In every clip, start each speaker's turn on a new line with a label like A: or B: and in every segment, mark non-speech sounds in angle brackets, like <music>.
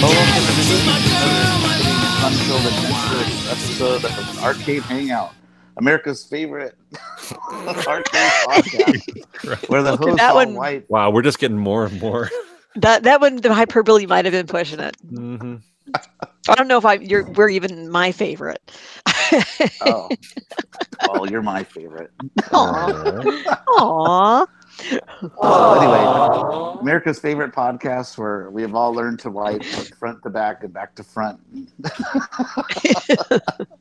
A: Oh, until the next episode of Arcade Hangout, America's favorite arcade podcast, where the
B: Okay,
A: hosts
B: that
A: all
B: one-
A: white.
C: Wow, we're just getting more and <laughs> more.
B: That that one, the hyperbole might have been pushing it.
C: hmm
D: Mm-hmm.
B: I don't know if I you're we're even my favorite. <laughs>
A: Oh, well, you're my favorite.
B: Aw. Aw.
A: Well, anyway, America's favorite podcast, where we have all learned to wipe front to back and back to
B: <laughs>
A: front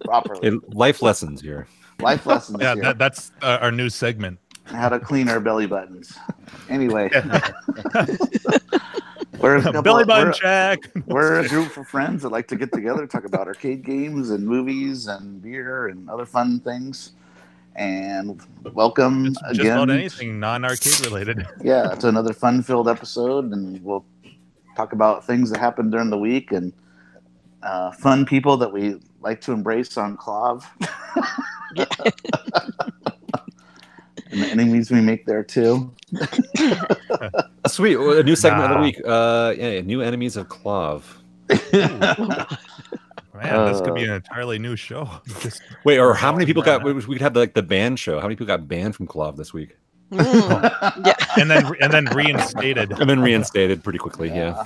A: properly.
C: life lessons here.
A: Life lessons
E: Yeah,
A: here.
E: that, that's uh, our new
A: <laughs>
E: segment.
A: how to clean our belly buttons.
E: <laughs>
A: Anyway, we're a couple-
E: Belly button
A: we're-
E: <laughs> check.
A: We're a group of friends that like to get together, talk about arcade games and movies and beer and other fun things. And welcome
E: Just, just
A: again.
E: about anything non-arcade related. <laughs>
A: Yeah, it's another fun-filled episode, and we'll talk about things that happened during the week and uh, fun people that we like to embrace on
E: <laughs>
A: Clav. and the enemies we make there too.
C: Uh, Sweet, well, a new segment of the
E: Nah.
C: week. Uh, yeah, new enemies of Clav.
E: Man, this could be
A: Uh.
E: an entirely new show. <laughs> Just
C: Wait, or
D: Oh,
C: how many people got?
E: Nah.
C: We we could have like the band show. How many people got banned from Clav this week? <laughs>
B: Mm.
E: and then and then reinstated.
C: And then reinstated pretty quickly. Yeah.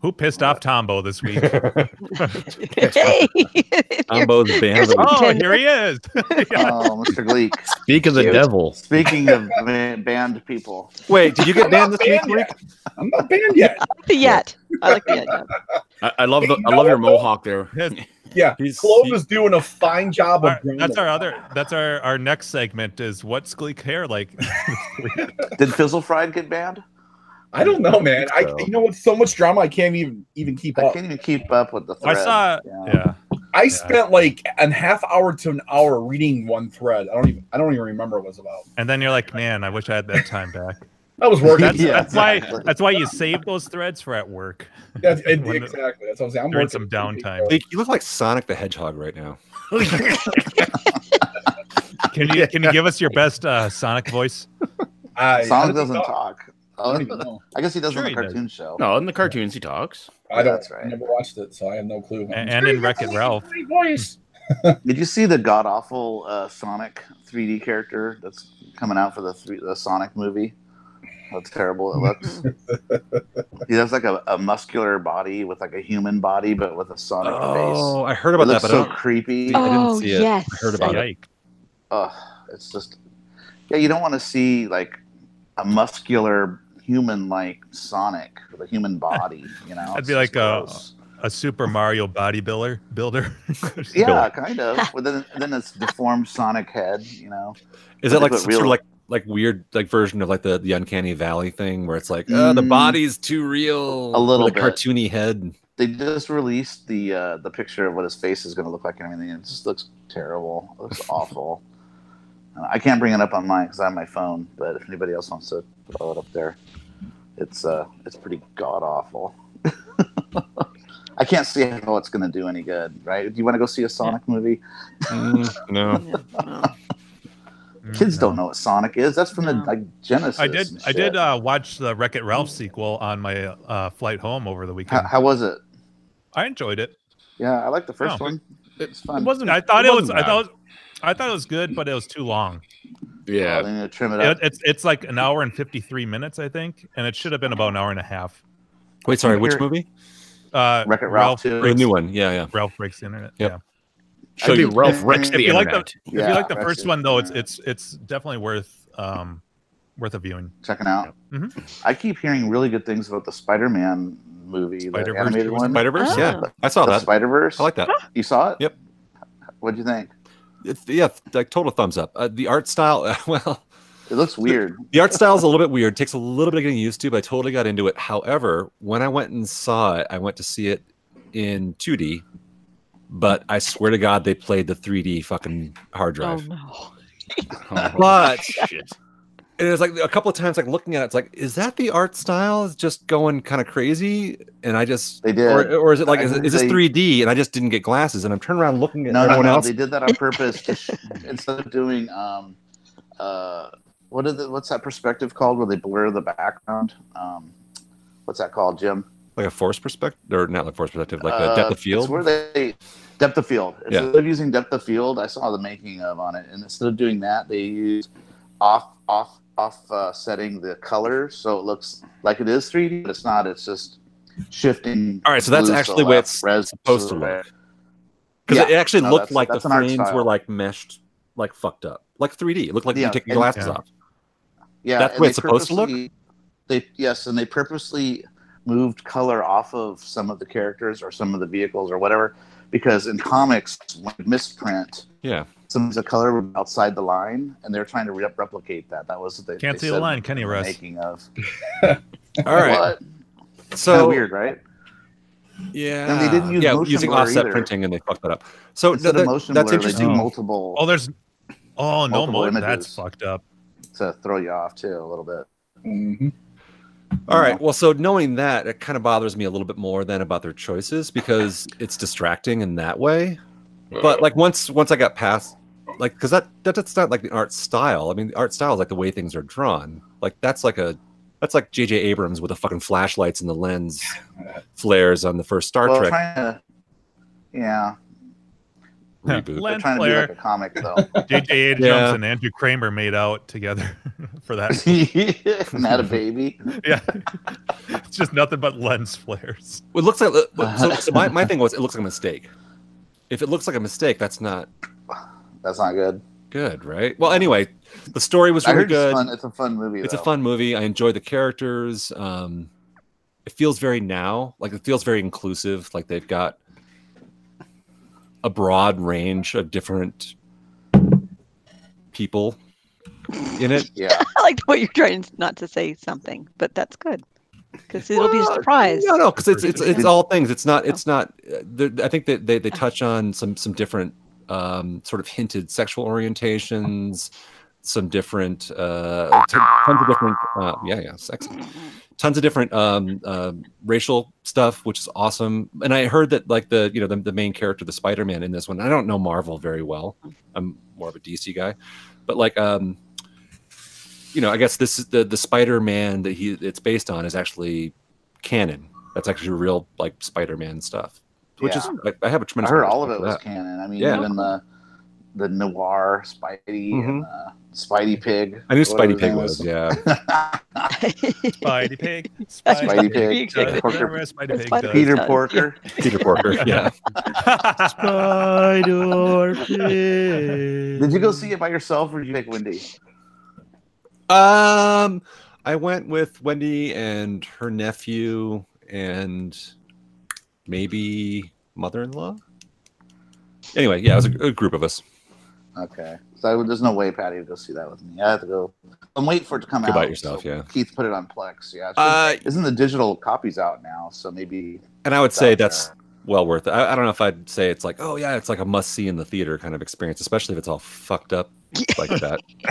E: Who pissed off Tombo
A: <laughs>
E: this week?
B: Hey. <laughs>
C: Combo's band. Of
B: here's
C: the
B: a-
C: week.
E: Oh, here he
A: <laughs>
E: is.
A: Oh, Mr. Gleek.
D: Speak of the
A: Cute.
D: devil.
A: Speaking
E: <laughs>
A: of ba- banned people,
C: Wait, did you get
D: <laughs>
F: I'm not
C: banned this week?
F: banned
C: Rick?
F: I'm not banned yet.
B: yet. I like the yet. yet.
D: I, I love the I love your mohawk there. <laughs>
F: Yeah,
C: He's-
F: Clove is doing a fine job of.
E: Our- that's our other. That's our our next segment. Is what's Gleek hair like? <laughs>
A: did Fizzle Fried get banned?
F: I don't know, man. I you know it's so much drama. I can't even even keep
A: I
F: up.
A: can't even keep up with the
E: I
A: thread.
E: saw- yeah.
F: I spent like a half hour to an hour reading one thread. I don't even I don't even remember what it was about.
E: And then you're like, man, I wish I had that time back.
A: <laughs>
F: I was working.
E: <laughs> That's,
A: Yeah,
E: that's why.
A: exactly.
E: That's why you save those threads for at work.
F: That's, it-
E: When-
F: exactly. That's what I'm saying. I'm
E: during some
F: working.
E: downtime.
C: Like, you look like Sonic the Hedgehog right now.
E: Can
A: <laughs>
E: you can you give us your best uh, Sonic voice?
F: I,
A: Sonic doesn't
F: I
A: talk.
F: I
A: Oh,
F: don't even know.
A: I guess he does
E: Sure
A: on
E: he
A: the
E: does.
A: cartoon show.
D: No, in the cartoons he talks.
F: I don't.
A: That's right.
F: I never watched it, so I have no clue.
E: A- And in Wreck It Ralph.
F: voice.
A: Did you see the god awful uh, Sonic 3D character that's coming out for the three, the Sonic movie? How terrible it looks.
E: <laughs>
A: he has like a, a muscular body with like a human body, but with a Sonic
C: Oh, I heard
A: face. It
C: about that,
A: looks
C: but I
A: so
C: don't-
A: creepy.
C: I didn't
B: Oh
C: see it. I
B: yes.
C: heard about it.
E: Yike.
A: Ugh, it's just yeah. You don't want to see like a muscular human like Sonic with a human body. You
E: <laughs>
A: know,
E: That'd
A: It's
E: be like uh,
A: just gross.
E: a- A Super Mario bodybuilder builder.
A: <laughs> yeah, kind of. But then then it's deformed Sonic head. You know.
C: Is it
A: They
C: like
A: put
C: some sort of
A: real-
C: like like weird like version of like the the uncanny valley thing where it's like uh, the
A: Mm.
C: body's too
A: A
C: real
A: little
C: with a
A: bit.
C: cartoony head
A: they just released the uh, the picture of what his face is going to look like and everything. It just looks terrible. It
E: <laughs>
A: looks awful. Uh, I can't bring it up on mine because I have my phone. But if anybody else wants to throw it up there, it's uh it's pretty god awful. <laughs> I can't see how it's going to do any good, right? Do you want to go see a Sonic movie?
E: Mm-hmm.
C: Mm. no <laughs>
A: Kids don't know what Sonic is. That's from the
B: No.
A: like Genesis.
E: I did.
A: and
E: I did
A: shit.
E: uh, watch the Wreck It Ralph sequel on my uh, flight home over the
A: how,
E: weekend.
A: how was it?
E: I enjoyed it.
A: Yeah, I like the first
E: No.
A: one. It's fun.
D: wasn't.
E: I thought it was.
D: wasn't
E: I
D: bad.
E: thought. It was, I thought it was good, but it was too long.
A: Oh,
D: Yeah.
A: they need to trim it
E: It,
A: up.
E: it's it's like an hour and fifty three minutes, I think, and it should have been about an hour and a half.
C: wait sorry which
A: Here-
C: movie
E: Uh,
A: Wreck It Ralph
E: Breaks,
A: too.
C: a new one yeah yeah
E: Ralph breaks the internet.
C: Yep.
E: Yeah.
D: Should be Ralph Rex
A: If
D: the
E: you like the-
D: internet.
E: if you like the
A: Rex
E: first
A: is-
E: one though, it's it's it's definitely worth um worth a viewing.
A: checking out.
E: Yep. Mm-hmm.
A: I keep hearing really good things about the Spider-Man movie, the
E: Spider-Verse
A: animated
E: too,
A: one,
E: wasn't
C: Spider Verse
B: Oh.
C: yeah I saw
A: the
C: that
A: Spider Verse.
C: I like
A: <laughs>
C: that
A: You saw it?
C: Yep.
A: What'd you think?
C: it's, yeah like total thumbs up uh, the art style <laughs> well
A: It looks weird.
C: the art style is a little bit weird takes a little bit of getting used to but I totally got into it however when I went and saw it I went to see it in 2D but I swear to God they played the 3D fucking hard
B: Oh
C: drive
B: no.
C: but
D: Shit.
C: and it was like a couple of times like looking at it, it's like is that the art style is just going kind of crazy and i just
A: They did.
C: or, or is it like
A: I
C: is,
A: think
C: is this
A: they-
C: 3d and i just didn't get glasses and i'm turning around looking at
A: no, no,
C: everyone
A: no.
C: else
A: They did that on purpose. to sh- instead of doing, um, uh, what is it? What's that perspective called? Where they blur the background? Um, what's that called, Jim?
C: like a force perspective, or not like force perspective, like a depth
A: Uh,
C: of field.
A: It's where they depth of field.
C: Yeah.
A: Instead of using depth of field, I saw the making of on it, and instead of doing that, they use off off off uh, setting the color so it looks like it is 3D, but it's not. It's just shifting.
C: All right, so that's
A: blues to
C: actually the way
A: left,
C: it's
A: reds
C: supposed to
A: right.
C: look. Because it
A: Yeah,
C: actually
A: no,
C: looked
A: that's-
C: like
A: that's
C: the
A: an art
C: frames
A: style.
C: were like meshed, like fucked up, like 3D. It looked like
A: Yeah,
C: you're taking
A: and-
C: glasses
E: Yeah.
C: off.
A: Yeah,
C: That's
A: and
C: the way
A: they
C: it's supposed to look?
A: purposely- They yes, and they purposely moved color off of some of the characters or some of the vehicles or whatever, because in comics, when misprint,
C: Yeah.
A: sometimes the color would be outside the line, and they're trying to rep- replicate that. That was what they
E: Can't
A: they
E: see the
A: said
E: line,
A: in
E: can
A: the
E: you, Russ?
A: Making of
C: All right.
A: What? Kinda
C: So
A: weird, right?
C: yeah,
A: And they didn't use
C: yeah,
A: motion
C: using
A: blur
C: offset
A: either.
C: printing, and they fucked that up. So
A: Instead
C: Oh, no,
A: of
C: that-
A: motion
C: that's
A: blur,
C: interesting.
A: they do multiple
E: Oh, there's. Oh no,
A: Multiple
E: Mo, that's
A: images.
E: fucked up.
A: to throw you off too a little bit.
F: Mhm.
C: All right. Well, so knowing that, it kind of bothers me a little bit more than about their
A: <laughs>
C: choices because it's distracting in that way. But like once once I got past like because that, that that's not like the art style. I mean, the art style is like the way things are drawn. Like that's like a that's like J.J. Abrams with the fucking flashlights and
A: <laughs>
C: the lens flares on the first Star
A: well,
C: Trek
A: trying to, yeah,
C: reboot.
A: they're
E: Lens
A: trying to do like
E: flare.
A: a comic though. <laughs>
E: JJ Abrams
C: Yeah.
E: and Andrew Kramer made out together <laughs> for that.
A: and had a baby.
E: Yeah, it's just nothing but lens flares.
C: Well, It looks like so, so
A: <laughs>
C: my, my thing was it looks like a mistake. If it looks like a mistake, that's not
A: That's not good.
C: good, right? Well, anyway, the story was
A: I
C: really
A: heard
C: good.
A: it's fun. It's a fun movie.
C: it's a
A: though.
C: fun movie. I enjoy the characters. Um, it feels very now, like it feels very inclusive. Like they've got a broad range of different people in it.
A: Yeah.
B: I like the way you're trying not to say something, but that's good because it'll be a
C: Well,
B: surprise.
C: No, no, because it's it's
E: Diversity.
C: it's all things. It's not it's not. Uh, there- I think that they, they touch on some some different um, sort of hinted sexual orientations, some different uh, t- tons of different uh, yeah yeah sex, tons of different um, uh, racial stuff, which is awesome. And I heard that like the you know the, the main character, the Spider Man in this one. I don't know Marvel very well. I'm more of a DC guy, but like um, you know, I guess this is the the Spider Man that he it's based on is actually canon. That's actually real like Spider Man stuff, which is I, I have a
A: I
C: tremendous.
A: heard
C: amount
A: all of it
C: respect
A: was
C: for
A: canon. I mean,
C: Yeah.
A: even the the noir Spidey and uh, Spidey Pig.
C: that. Mm-hmm. I knew
A: whatever
C: Spidey Pig
A: his
C: was.
A: name
C: Yeah,
B: <laughs>
E: Spidey Pig,
A: Spidey Pig. uh,
E: does.
B: Pig.
A: Porker-
E: <laughs> Remember Spidey Pig
B: Spidey
E: does.
A: Peter
B: Yeah.
A: Porker. <laughs>
C: Peter Porker. Yeah, <laughs>
A: Did you go see it by yourself or did you take Wendy?
C: um, I went with Wendy and her nephew and maybe mother in law. Anyway, yeah, it was a, a group of us.
A: Okay. So I would, there's no way Patty would go see that with me. I have to go. I'm waiting for it to come
C: Go
A: out.
C: by yourself, yeah.
A: Keith put it on Plex. Yeah. it's-
C: Uh,
A: isn't the digital copies out now? So maybe. uh,
C: and I would
A: it's
C: say
A: out
C: that's
A: there.
C: well worth it. I, I don't know if I'd say it's like, oh yeah, it's like a must see in the theater kind of experience, especially if it's all fucked up like
E: <laughs>
C: that.
E: You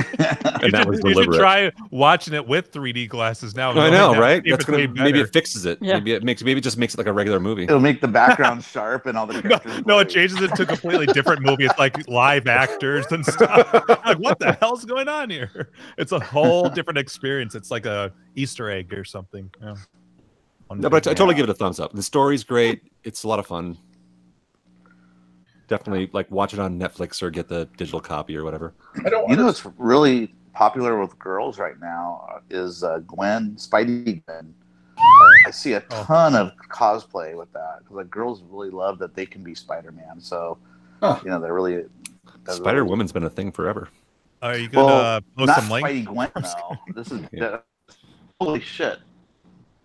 C: and that
E: should-
C: was
E: you should
C: deliberate.
E: try watching it with 3D glasses now.
C: I
E: knowing
C: know,
E: that,
C: right?
E: see if
C: That's
E: it's
C: gonna
E: way
C: maybe
E: better.
C: it fixes it.
B: Yeah.
C: Maybe it makes maybe it just makes it like a regular movie.
A: It'll make the background sharp and all the characters.
E: No,
A: blurry.
E: it changes it to a completely different movie. It's like live actors and stuff. Like, what the hell's going on here? It's a whole different experience. It's like a Easter egg or something. Yeah.
C: No, but I, I totally give it a thumbs up. The story's great. It's a lot of fun. Definitely like watch it on Netflix or get the digital copy or whatever.
F: I don't.
A: You know what's really popular with girls right now is uh, Gwen, Spidey Gwen. I see a
E: Oh.
A: ton of cosplay with that because like girls really love that they can be Spider Man. So
F: Huh.
A: you know they're really they're
C: Spider
A: really-
C: Woman's been a thing forever.
E: Are you going to
A: Well,
E: uh, post
A: not
E: some link?
A: Spidey Gwen though. This is
C: Yeah.
A: uh, holy shit.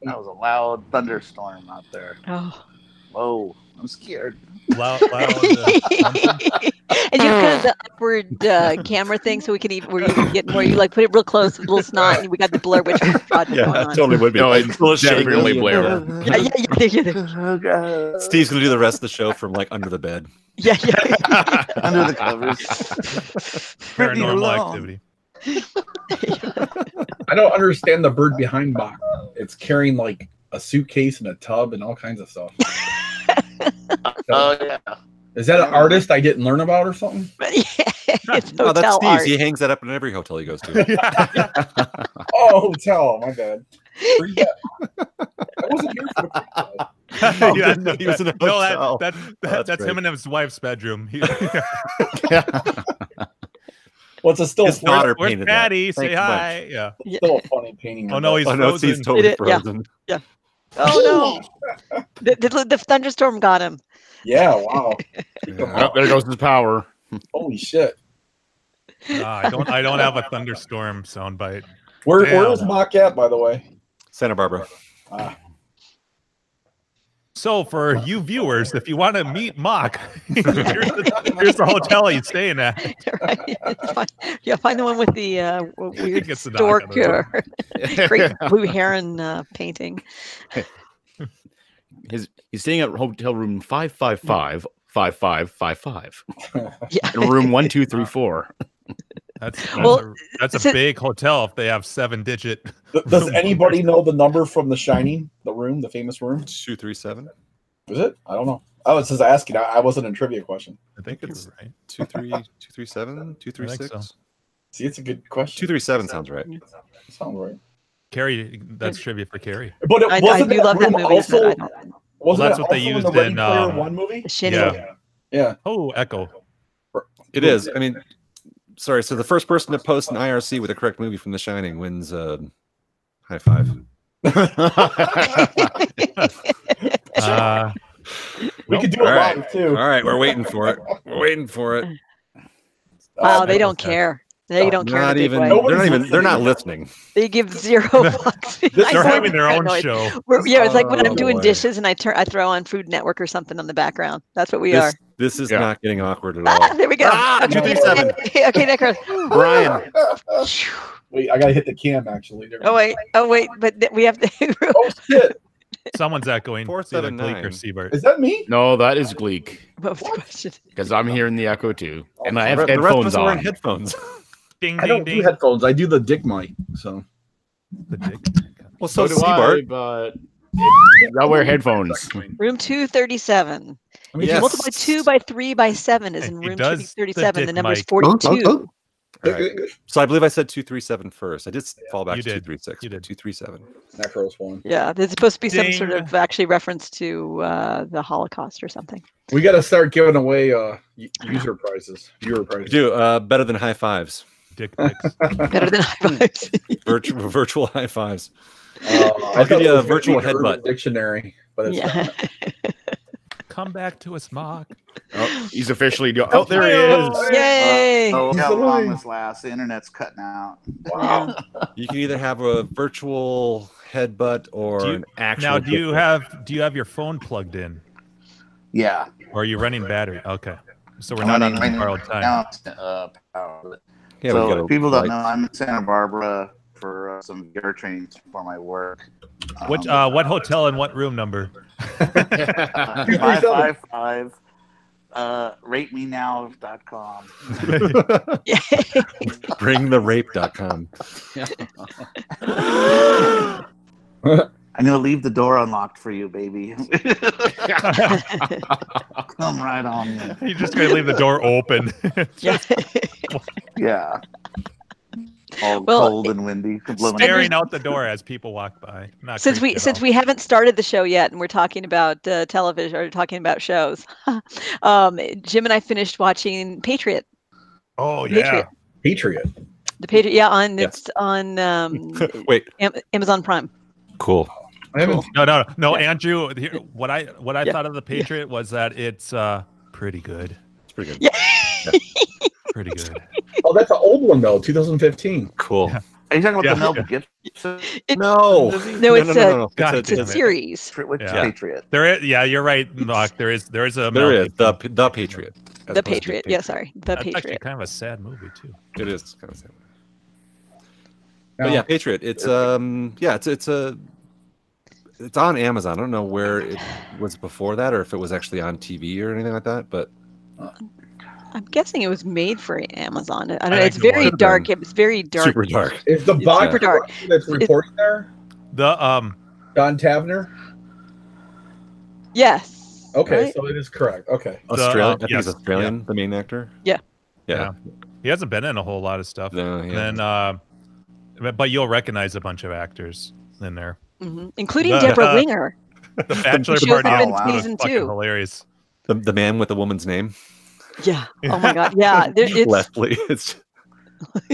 A: That was a loud thunderstorm out there.
B: Oh.
A: Whoa, I'm
E: <laughs>
A: scared. <laughs>
C: <laughs>
E: Loud,
B: and
E: loud, uh,
B: you got the upward uh, camera thing, so we can even where you can get more. You like put it real close, a little snot, and we got the Blair
C: <laughs>
B: Witch Project going on.
C: totally would
D: No, it's
C: little
D: definitely
C: shaky.
D: really Blair.
B: Yeah, yeah, yeah, yeah,
A: Oh, God.
C: Steve's gonna do the rest of the show from like under the bed.
B: yeah, yeah, <laughs>
C: <laughs>
A: under the covers. Leave me
E: paranormal
A: alone.
C: <laughs>
E: activity.
F: I don't understand the bird behind box. It's carrying like a suitcase and a tub and all kinds of
E: <laughs>
F: stuff.
A: Oh yeah.
F: Is that an artist I didn't learn about
E: <laughs>
F: or something?
B: But yeah, it's hotel
C: Oh, that's Steve's.
B: art.
C: He hangs that up in every hotel
E: <laughs>
C: he goes to.
F: Oh, hotel. My bad. wasn't here
E: <laughs>
F: for the pre-show.
E: Yeah,
C: no, he was in a
E: no, that-
C: hotel. Oh,
E: that- that-
C: that's
E: that's him
C: great.
E: and his wife's bedroom.
C: <laughs>
E: He- <laughs>
F: Well, it's a still,
C: His
F: still
C: daughter
E: Where's
C: painted that.
E: Patty?
C: Thank
E: Say
C: you much.
E: hi. Yeah.
F: a funny painting.
E: Oh no, he's
C: Oh no, it's-
E: frozen.
C: he's totally
B: Did it? Yeah.
C: frozen.
B: Oh no! The, the, the thunderstorm got him. <laughs>
F: Yeah, wow.
D: Oh, there goes his power.
F: Holy shit.
E: Ah, I don't. I don't have a thunderstorm soundbite.
F: Where
E: Damn.
F: where was Mock at, by the way?
C: Santa Barbara.
F: Ah,
E: So for you viewers, if you want to meet Mock, <laughs> here's, the, here's the hotel he's staying at. <laughs>
B: right? Find- yeah, find the one with the uh, w- weird
E: gets the knock on
B: stork
E: the door.
B: or <laughs>
E: <laughs>
B: great blue heron uh, painting.
D: His, he's staying at hotel room 555
C: <laughs>
D: 5555
B: Yeah.
D: in room 1234.
E: That's that's, a,
B: Well,
E: that's a
B: so-
E: big hotel if they have seven digit. <laughs>
F: Th- Does anybody know the number from The Shining, the room, the famous room?
C: Two three seven.
F: Was it? I don't know. Oh, it says asking. I, I wasn't in trivia question.
E: I think
C: it's-
E: it's right.
C: Two three two three seven. Two three
E: I think
C: six.
E: so.
F: See, it's a good question.
C: Two three seven sounds right.
F: Sounds right.
E: Carrie, that's trivia for Carrie.
F: But it
B: I, I
F: wasn't
B: do love that
F: room
B: movie. but
F: Also,
B: I don't,
F: wasn't
E: Well, that's
F: that
E: what they
F: also in
E: used
F: the Ready
E: in,
F: Player
C: uh,
E: um,
F: One movie.
B: shitty.
E: Yeah.
F: Yeah.
E: Oh, Echo.
C: It is. I mean, sorry. So the first person to post an IRC with a correct movie from The Shining wins uh, high five.
E: Uh,
B: <laughs>
F: We could do it
C: All right.
F: live
C: All
F: too.
C: right, we're waiting for it. We're waiting for it.
F: Uh,
B: wow, uh, they
E: Oh, I
B: don't
E: love that. Oh,
B: care. They don't care.
C: Not
B: what they
C: even.
B: play.
C: They're not
F: Nobody's
C: even. They're not listening.
B: They give
E: <laughs>
B: zero fucks. <laughs> I
E: they're
B: know
E: having
B: it's
E: their own
B: paranoid.
E: show.
B: We're- yeah, it's like when I'm
C: Oh,
B: doing
C: boy.
B: dishes and I turn, I throw on Food Network or something on the background. That's what we are.
C: This, this is
D: Yeah.
C: not getting awkward at
B: Ah,
C: all.
B: <laughs> there we go.
C: Ah,
B: okay,
C: 237.
B: okay, <laughs> okay, that goes.
D: Brian,
F: Wait, I gotta hit the cam actually. There we
B: Oh
F: go.
B: wait, oh wait, but th- we have to. <laughs>
F: Oh shit!
E: Someone's echoing.
C: Four,
E: It's either
C: seven,
E: Gleek
C: nine.
E: or Siebert.
F: Is that me?
D: no, that is Gleek
B: what was the <laughs> question?
D: because I'm hearing the echo too, and I have
C: The rest of
D: headphones
C: us are
D: on.
C: wearing headphones.
E: Ding
G: I
E: ding
G: don't do
E: ding.
G: headphones. I do the dick mic. So
E: The dick.
C: Well, so,
D: so do
C: does Seabart.
D: I, but I wear headphones.
B: Room two thirty-seven. If you multiply two by three by seven is in
E: He
B: room
E: does
B: two
E: the
B: thirty-seven. The
E: dick
B: number is
E: mic.
A: Oh,
B: forty-two.
C: All right. So I believe I said two three seven first. I did s- fall back
E: You
C: to
E: did.
C: two three six.
E: You did.
C: two three seven.
F: Necros one.
B: Yeah, there's supposed to be some sort
E: Ding.
B: of actually reference to uh, the Holocaust or something.
G: we got to start giving away uh u- user prizes, viewer prizes.
C: Do uh, better than high fives.
E: Dick pics.
B: Better than high fives.
C: Virtual <laughs> virtual high fives.
G: Uh,
C: I'll give you a
G: it was gonna
C: virtual
G: be an Urban
C: headbutt.
G: dictionary, but it's
B: <laughs> yeah.
E: Come back to us, Mock.
D: Oh, he's officially do- Oh, there he is.
B: Yay!
A: Oh, how long
G: Absolutely.
A: this lasts? The internet's cutting out.
B: Wow.
C: You can either have a virtual headbutt or
E: Do you-
C: an actual.
E: Now, do
C: dick
E: you
C: pic.
E: have do you have your phone plugged in,
A: Yeah,
E: or are you running battery? Okay, so we're
A: I'm
E: not
A: running-
E: on
A: running
E: borrowed time.
A: now it's, uh, power.
C: Yeah, we
A: so
C: gotta-
A: if people don't
C: like-
A: know, I'm in Santa Barbara for uh, some VR training for my work.
E: Which
A: Um,
E: uh, what hotel and what room number? uh,
A: <laughs>
E: <laughs>
A: five five five. Uh, ratemenow.com.
C: bringtherape.com.
A: I'm gonna leave the door unlocked for you, baby. <laughs> Come right on in.
E: <laughs> You're just gonna leave the door open. <laughs>
B: yeah.
A: Yeah.
B: <laughs>
A: All
B: Well,
A: cold and windy. Blowing
B: Staring
E: staring out the door as people walk by. Not
B: since
E: creepy
B: we
E: at
B: since
E: all.
B: we haven't started the show yet and we're talking about uh, television or talking about shows <laughs> um, jim and i finished watching patriot
E: Oh yeah,
B: Patriot.
G: Patriot.
B: the patriot yeah on
C: Yes.
B: it's on um,
C: Wait,
B: Am- amazon prime
C: cool.
G: I haven't.
E: no no no. Andrew, here, what I what I
B: Yeah.
E: thought of the Patriot was that it's uh, pretty good,
C: It's pretty good.
B: yeah
E: pretty good.
G: Oh, that's an old one though, 2015.
C: Cool.
A: Are you talking about
E: Yeah.
A: the Mel
E: <laughs>
A: Gibson?
B: It-
C: No.
B: no it's a
E: God
B: it's a
E: damn it.
B: series
A: Which
E: Yeah.
A: Patriot?
E: There is yeah, you're right, Mock. There is there is a
C: There
E: Mel
C: is the the Patriot. as
B: the
C: opposed to
B: patriot yeah sorry the
E: That's actually
B: patriot
E: kind of a sad movie too.
C: It is kind of same. But yeah, Patriot. It's um yeah, it's it's a it's on Amazon. I don't know where it was before that or if it was actually on TV or anything like that, but
B: i'm guessing it was made for amazon i don't know
E: I
B: it's
E: think it
B: very
C: was.
B: dark it's very dark
C: super dark.
G: Is the
B: It's
G: bot
B: super dark.
G: that's reporting there
E: The um
G: Don Tavner?
B: yes
G: Okay,
B: right?
G: so it is correct. Okay.
E: The, uh,
C: Australian, I think
E: yes,
C: he's Australian, the main actor.
B: Yeah.
C: Yeah.
E: he hasn't been in a whole lot of stuff.
C: No, yeah.
E: And then uh, but- but you'll recognize a bunch of actors in there.
B: hmm including
E: The-
B: Deborah Winger.
E: <laughs> The bachelor
B: She was
E: party
B: up
A: Oh,
B: in
A: wow.
B: season
E: fucking
B: two.
E: hilarious.
C: The, the man with the woman's name,
B: Yeah. Oh my God. Yeah. There,
C: <laughs>
B: it's,
C: Leslie. It's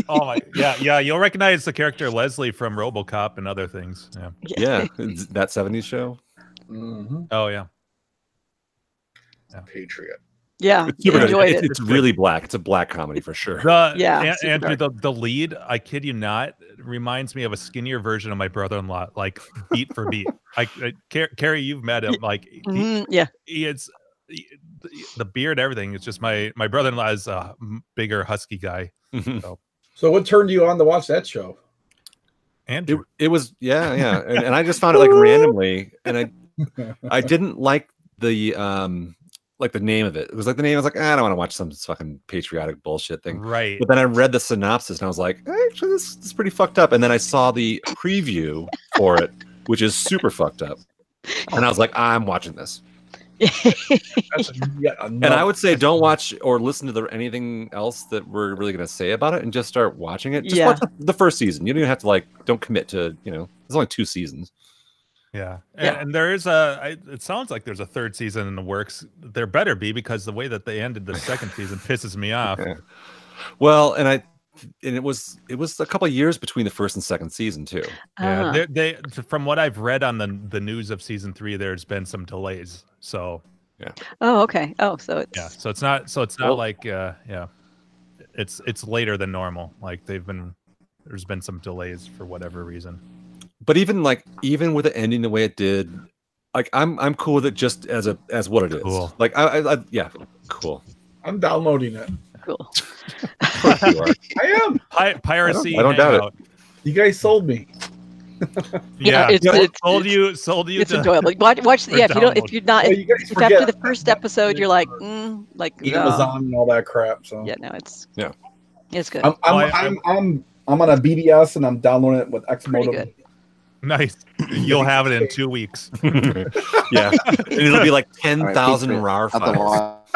E: Oh my, yeah, yeah. You'll recognize the character Leslie from RoboCop and other things. Yeah.
C: yeah, it's that '70s show. Mm-hmm.
G: hmm
E: Oh yeah.
G: Patriot.
B: <laughs> Yeah.
C: It's super
B: yeah.
C: good. <laughs>
B: Enjoyed
C: It's-
B: it.
C: it's really black. It's a black comedy for sure.
E: The,
B: Yeah,
E: yeah,
B: super
E: Uh, Andrew, the, the lead, I kid you not, reminds me of a skinnier version of my brother-in-law, like beat for beat. I, I Car- Carrie, you've met him. Like he-
B: Mhm, yeah.
E: he, it's he- the beard, everything. It's just my my brother-in-law is a m- bigger husky guy.
C: Mhm.
G: So, what turned you on to watch that show?
C: it,
E: Andrew,
C: it was yeah yeah and, and i just found it like randomly and i i didn't like the um like the name of it it was like the name i was like "Ah, i don't want to watch some fucking patriotic bullshit thing
E: right?
C: but then i read the synopsis and i was like actually this, this is pretty fucked up and then i saw the preview for it which is super fucked up and i was like i'm watching this
B: <laughs>
G: That's yet another.
C: and i would say don't watch or listen to the, anything else that we're really going to say about it and just start watching it just
B: Yeah.
C: watch the- the first season you don't even have to like don't commit to you know there's only two seasons
E: Yeah. And,
B: Yeah.
E: and there is a, I, it sounds like there's a third season in the works. There better be because the way that they ended the second season pisses me off.
C: Yeah. Well, and I and it was it was a couple of years between the first and second season too.
E: Yeah,
B: Ah.
E: they, they t- from what I've read on the the news of season three, there's been some delays. So
B: Oh, okay. Oh, so it's.
E: yeah, so it's not so it's not
C: Well-
E: like uh yeah, it's it's later than normal. Like they've been there's been some delays for whatever reason.
C: But even like even with it ending the way it did, like I'm I'm cool with it just as a as what it is.
E: Cool.
C: Like I, I, I yeah, cool.
G: I'm downloading it.
B: Cool.
C: Of course
A: <laughs>
C: you are.
G: I am.
E: Pi- piracy.
C: I don't doubt it.
E: hangout.
G: You guys sold me.
E: Yeah,
B: Yeah, it's-
E: sold-
B: it's-
E: sold
B: it's-
E: you sold you
B: It's
E: to
B: enjoyable. Watch, watch the,
E: Or
B: yeah, if you don't,
E: download.
B: if you're not,
G: Well, you guys
B: if after
G: forget
B: the first episode, you're like, mm, like, no.
G: Amazon and all that crap. So
B: yeah, no, it's,
C: Yeah.
B: it's good.
F: Um,
G: I'm, I'm,
E: Well, I-
G: I'm, I'm, I'm, on a BDS and I'm downloading it with
B: Pretty
G: Xmodem.
E: <laughs> nice. You'll have it in two
C: <laughs>
E: weeks. <laughs>
C: yeah, and it'll be like ten thousand
A: All
C: RAR
A: Not the
C: files.
E: <laughs>
A: wall.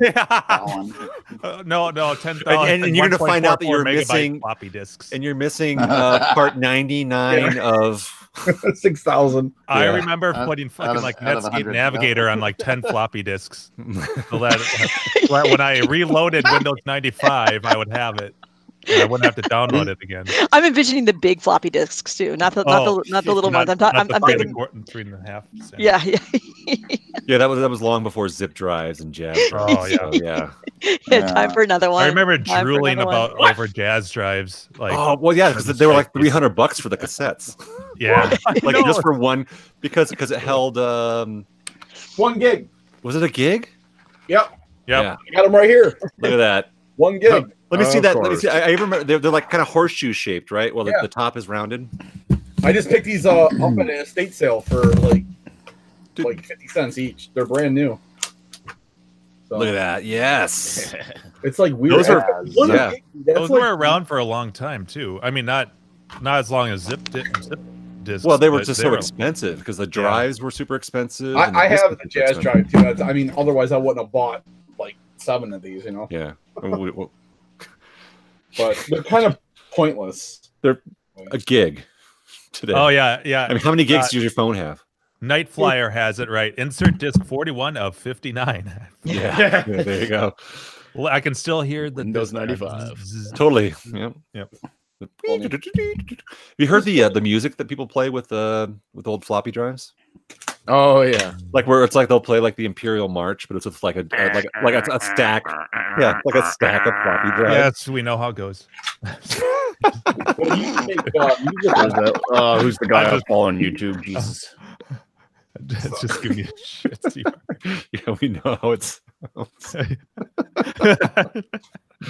A: that
E: Uh,
A: one.
E: no, no, ten thousand.
C: and you're gonna find out that you're missing-
E: floppy disks.
C: And you're missing uh, part
A: <laughs>
C: ninety nine of.
G: <laughs> Six thousand.
E: I
C: Yeah.
E: remember
A: Out-
E: putting
A: out
E: fucking
A: of-
E: like
A: out of a
E: Netscape
A: hundred.
E: Navigator on like 10 floppy disks.
C: <laughs>
E: So that that when I reloaded Windows 95, I would have it. And I wouldn't have to download it again.
B: I'm envisioning the big floppy disks too, not the, not
E: Oh,
B: the, not the little
E: not-
B: ones. I'm, ta-
E: not
B: I'm,
E: the
B: I'm
E: three and a
B: thinking,
E: quar- three and a half. cent.
B: yeah, <laughs> yeah,
C: yeah, that was that was long before zip drives and
A: <laughs>
C: jazz. drives,
B: <laughs>
E: Oh, yeah.
C: so, yeah.
B: yeah. Time
A: Yeah.
B: for another one.
E: I remember
B: Time for
E: drooling
B: another one.
E: about over jazz drives. Like,
C: oh well, yeah, because they were like three hundred bucks for
A: <laughs>
C: the cassettes.
E: yeah.
C: like
E: No.
C: just for one because because it held um
G: One gig.
C: was it a gig
G: Yep.
E: Yep.
G: I got them right here.
C: look at that
G: One gig.
C: let me see
D: Of
C: that let me see
D: course.
C: i, I remember they're, they're like kind of horseshoe shaped right well the,
G: Yeah.
C: the top is rounded
G: I just picked these uh, up at an estate sale for like
C: Dude.
G: like fifty cents each. They're brand new. So
C: look at
G: <laughs>
C: that yes
G: it's like weird.
C: Those are-
G: One
C: yeah.
G: gig, that's
E: Those
G: like-
E: were around for a long time, too. I mean, not not as long as zip, di- zip disks.
C: well they were
E: but
C: just so
E: were-
C: expensive because the drives were super expensive and the
G: I, I
C: discs
G: have
C: were
G: the
C: super
G: jazz drive
C: expensive.
G: too. That's, I mean, otherwise I wouldn't have bought like seven of these. You know,
C: yeah And we- we-
G: but they're kind of pointless.
C: a gig <laughs> today
E: Oh, yeah. Yeah.
C: i mean how many gigs
E: Uh,
C: does your phone have
E: Night Flyer has it right. Insert disc 41 of 59.
C: yeah, Yeah, there you go
E: Well, I can still hear the
D: Windows
E: disc-
D: 95.
E: zzz.
C: totally yep
E: Yep.
C: have you heard the uh, the music that people play with uh with old floppy drives
D: Oh yeah.
C: like where it's like they'll play like the Imperial March, but it's with like a, a like like a, a stack, yeah, like a stack of floppy drives. <laughs>
E: Yes, we know how it goes. <laughs>
G: Well, you can make, uh,
C: <laughs>
G: music
D: There's that- uh, who's the guy
E: I
D: I
E: just-
D: follow on YouTube? Jesus.
E: It's just give me a shit. Steve.
C: Yeah. we know how it's.
G: What?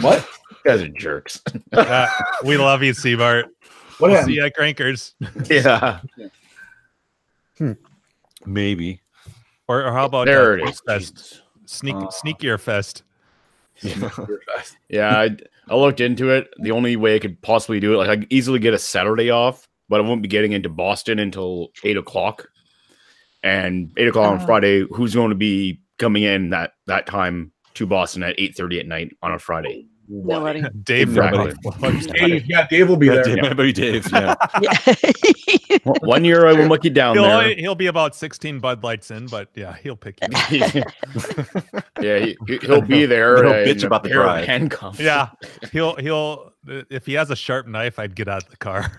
D: You guys are jerks.
E: Uh, we love you, Seabart.
G: What
E: We'll <laughs>
G: happened?
E: see you at Crankers.
D: yeah.
C: <laughs> Maybe
E: Or, or how about
D: There
E: uh,
D: it is.
E: Fest?
D: Jesus.
E: Sneak,
G: Uh.
E: Sneakier Fest?
D: Yeah, I, I looked into it. The only way I could possibly do it, like I could easily get a Saturday off, but I won't be getting into Boston until eight o'clock. And eight o'clock on
B: Oh.
D: Friday, who's going to be coming in that that time to Boston at eight thirty at night on a Friday?
B: Nobody.
E: Dave
D: Nobody.
F: Dave, yeah, Dave will be
C: Yeah,
F: there.
C: Dave, my buddy Dave, <laughs> yeah.
B: <laughs> Yeah. <laughs>
D: One year I will look you down
E: He'll,
D: <laughs> there.
E: he'll be about 16 Bud Lights in, but yeah, he'll pick you.
D: <laughs> yeah, he, he'll be there.
C: He'll
D: and
C: bitch
D: a
C: about the
D: pair of
C: drive.
D: handcuffs.
E: Yeah, he'll he'll if he has a sharp knife, I'd get out of the car.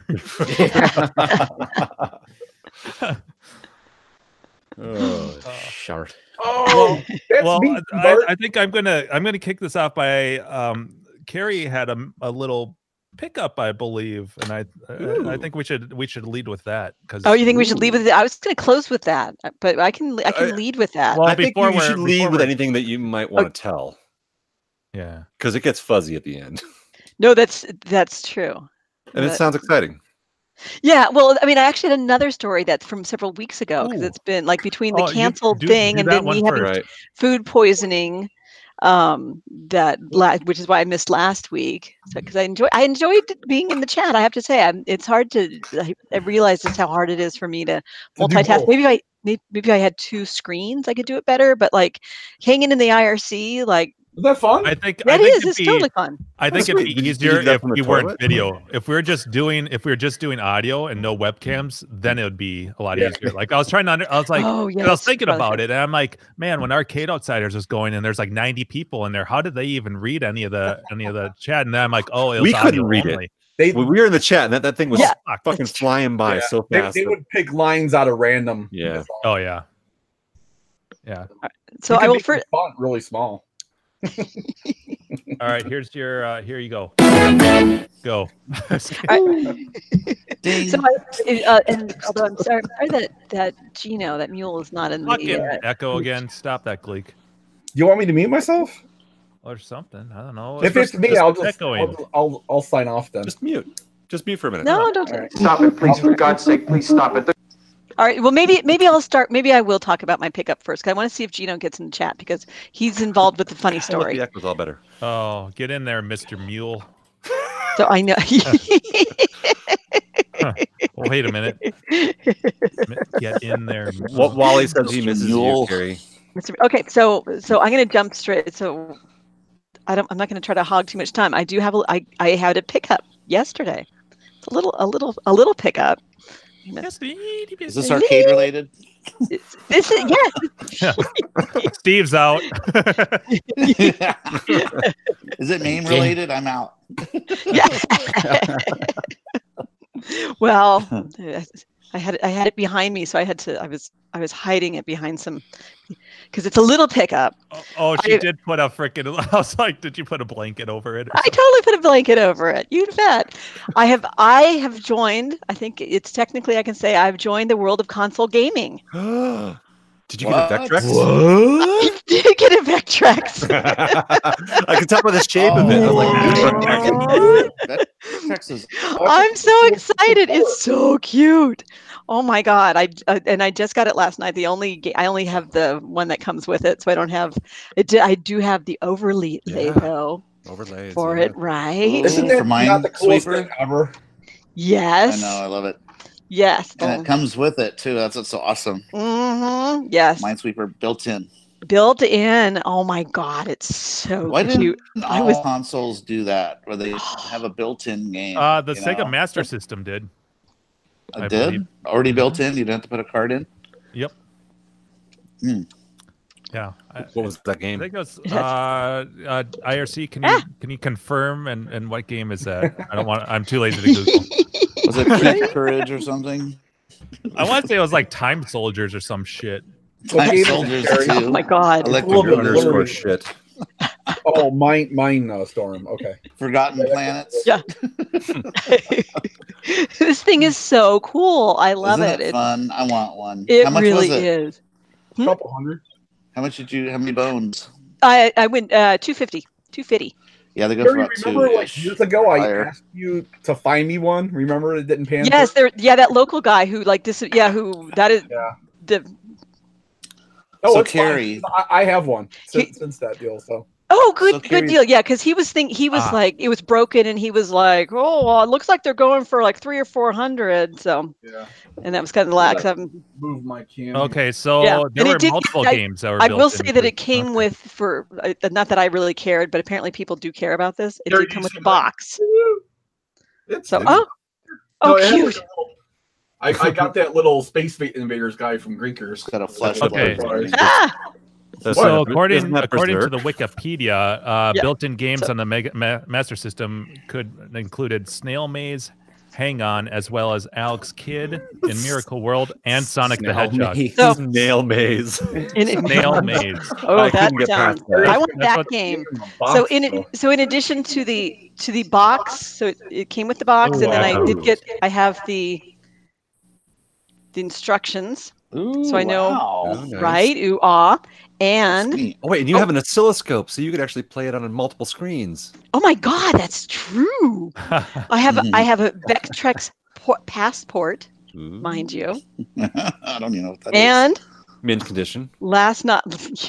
D: oh, shart.
F: Oh, that's
E: well,
F: me,
E: I,
F: Bart.
E: I think I'm gonna I'm gonna kick this off by um, Carrie had a, a little pickup, I believe, and I I, I
C: Ooh.
E: think we should we should lead with that because
B: Oh, you think we should leave with it? I was going to close with that, uh, but I can I can
C: Uh,
B: lead with that.
E: Well,
C: I think
E: before
C: you
E: we're-
C: should lead
E: before
C: with
E: we're- Oh.
C: anything that you might want to tell
E: yeah
C: because it gets fuzzy at the
E: <laughs>
C: end,
B: No, that's that's true.
C: and it
B: But-
C: sounds exciting.
B: Yeah, well, I mean, I actually had another story that's from several weeks ago because
E: Ooh.
B: it's been like between the
E: Oh, you-
B: canceled
E: do-
B: thing
E: do
B: and
E: that
B: then
E: one
B: we had
E: first.
C: Right.
B: food poisoning. Um, that la- which is why I missed last week because I enjoy I enjoyed being in the chat. I have to say, I'm, it's hard to I, I realize just how hard it is for me to
F: do
B: multitask.
F: both.
B: Maybe I may- maybe I had two screens, I could do it better. But like hanging in the IRC, like
F: Is that fun?
E: I think I
B: that
E: think
B: is
E: it'd
B: it's
E: be,
B: totally fun.
E: I think it'd
C: sweet.
E: be
C: Did you- did you
E: easier
C: do that
E: if
C: from the
E: we weren't
C: toilet?
E: video. If we were just doing if we were just doing audio and no webcams, then it would be a lot
F: Yeah.
E: easier. Like I was trying to under, I was like
B: oh yeah,
E: 'cause I was thinking about it, and I'm like, man, when Arcade Outsiders was going, and there's like 90 people in there, how did they even read any of the any of the chat? And then I'm like, oh, it was
C: We couldn't
E: audio
C: read it.
E: only.
F: they,
C: When we were in the chat, and that, that thing was
B: Yeah.
E: Fuck.
C: fucking flying by
F: Yeah.
C: so
F: they,
C: fast.
F: they would pick lines out of random.
C: Yeah.
F: That's all.
E: Oh yeah,
B: So
F: You
B: I
F: can
B: will
F: make the
B: first.
F: font really small.
E: all right. Here's your uh, here you go. Go.
B: So I, uh, and although I'm sorry, I'm sorry that that Gino, that mule is not in
E: <laughs> Fucking
B: the.
E: <laughs>
B: Uh,
E: echo again. Stop that gleek
F: You want me to mute myself?
E: or something. I don't know.
F: if it's me,
E: just
F: I'll just
E: echoing.
F: I'll, I'll I'll sign off then.
C: <laughs> Just mute. Just mute for a minute.
B: no, don't. do
F: All
B: that.
F: right.
H: Stop it, please. For God's sake, please stop it.
B: All right. Well, maybe maybe I'll start. Maybe I will talk about my pickup first because I want to see if Gino gets in the chat because he's involved with the
C: <laughs>
B: funny
C: I like
B: story.
C: The echo's all better.
E: Oh, get in there, Mister Mule.
B: So
C: <laughs>
B: I know. <laughs>
E: Oh, Wait a minute. Mi- Get in there. Mule.
C: What Wally says he misses you,
A: Mule.
C: <gasps> Gary.
B: Mr. Okay, so so I'm gonna jump straight. So I don't. I'm not gonna try to hog too much time. I do have. A, I I had a pickup yesterday. It's a little a little a little pickup.
H: Is this arcade
B: <laughs>
A: <laughs>
H: related?
B: It's- This is yes.
E: Steve's out.
A: Is it name related? I'm out.
B: yeah.
C: <laughs>
B: well, I had I had it behind me, so I had to. I was I was hiding it behind some because it's a little pickup.
E: Oh, oh, she
B: I-
E: did put a freaking. <laughs> I was like, did you put a blanket over it? or
B: I totally put a blanket over it. You bet. I have I have joined. I think it's technically I can say I've joined the world of console gaming.
C: Did you
A: What?
C: get a Vectrex?
B: <laughs> I did get
C: <laughs>
B: a Vectrex.
C: I can tell by the shape
A: Oh.
C: of it. I'm like,
B: Oh.
H: That Texas.
B: I'm so excited. It's so cute. Oh my god! I uh, and I just got it last night. The only ga- I only have the one that comes with it, so I don't have. It di- I do have the overlay
C: Yeah.
B: though
C: overlays.
B: for
C: yeah.
B: it, right?
F: Isn't
A: Ooh,
F: that
A: for mine,
F: not the coolest
A: sweeper?
F: thing ever?
A: I
B: Yes.
A: know. I love it.
B: Yes.
A: And it comes with it too. That's what's so awesome.
B: Mm-hmm. Yes.
A: Minesweeper built in.
B: Built in. Oh my god! It's so
A: Why didn't
B: cute. I
A: all
B: was-
A: consoles do that where they have a built-in game?
E: Uh, the
A: you
E: Sega
A: know?
E: Master System did.
A: I
E: I
A: did
E: believe. Mm-hmm.
A: already built in. You didn't have to put a card in.
E: Yep.
A: Hmm.
E: Yeah. I,
C: What was that
E: I
C: game?
E: think it
B: <laughs>
E: was
B: Yes.
E: uh, uh, IRC. Can you
B: Ah.
E: can you confirm and, and what game is that? I don't want. I'm too lazy to Google.
A: Was
B: <laughs>
A: it Peak Courage or something?
E: I want to say it was like Time Soldiers or some shit.
F: What game
A: Time Soldiers
F: is it, Jerry?
B: <laughs> oh
A: too.
B: my god! <laughs>
A: Electric
F: Well,
C: Your
F: the
A: Boogaloo,
C: underscore
F: Lord.
C: shit.
F: Oh, mine mine uh, storm. Okay.
A: Forgotten Planets.
B: Yeah, this thing is so cool. I love
A: Isn't
B: it. It,
A: fun. I want one.
B: it
A: How much
B: really
A: was it?
B: is. Hmm?
F: Couple hundred.
A: How much did you? How many bones?
B: I I went uh, 250. 250.
A: Yeah, they go for
F: Jerry,
A: about
F: remember
A: two.
F: like years ago I
A: Higher.
F: asked you to find me one? Remember it didn't pan?
B: Yes, there. Yeah, that local guy who like this. Yeah, who that is
F: Yeah.
B: the
A: So,
F: Oh, it's fine.
A: Carrie-
F: I, I have one since, since that deal. So
B: Oh, good,
A: So
B: good
A: curious-
B: deal. Yeah, because he was think he was
E: Ah.
B: like it was broken, and he was like, "Oh, well, it looks like they're going for like three or four hundred. So,
G: Yeah.
B: and that was kind of lax.
G: Like-
B: Um,
G: Move my camera.
E: Okay, so
B: Yeah,
E: there
B: and it
E: were
B: did-
E: multiple
B: I-
E: games that were.
B: I
E: built
B: will say
E: into
B: that it came
E: okay.
B: with for uh, not that I really cared, but apparently people do care about this. It
G: Here,
B: did
G: you
B: come with
G: see
B: a
G: that?
B: box.
G: It's
B: So,
G: it's-
B: oh,
G: no,
B: oh,
G: it has, like,
B: cute.
G: a little- I, I got that little space invaders guy from Greekers.
A: It's got a flashlight.
E: Okay.
B: Ah,
C: That's
E: So
C: not- isn't
E: according
C: that
E: according to
C: Berserk?
E: the Wikipedia, uh,
B: Yeah.
E: built-in games
B: So-
E: on the Mega, Ma- Master System could included Snail Maze, Hang On, as well as Alex Kidd in Miracle World and Sonic the Hedgehog.
B: So-
C: nail maze.
B: in it-
C: <laughs>
E: Snail Maze.
B: <laughs> oh,
C: I
B: that
C: couldn't get
B: sounds.
C: past that.
B: I want
E: That's
B: that
E: what-
B: game.
G: Gave him a
B: so
G: box,
B: in
G: though.
B: it, so in addition to the to the box, so it, it came with the box, and then I did
C: Wow.
B: get I have the the instructions, so I know
A: Wow.
D: Nice.
B: right, ooh ah,
A: That's
B: and
A: neat.
C: Oh wait, and you
B: Oh.
C: have an oscilloscope, so you could actually play it on multiple screens.
B: oh my god, that's true. I have a- I have a Vectrex por- passport, mind you,
A: <laughs> I don't even know what that is.
B: and
C: Mint condition.
B: last not <laughs>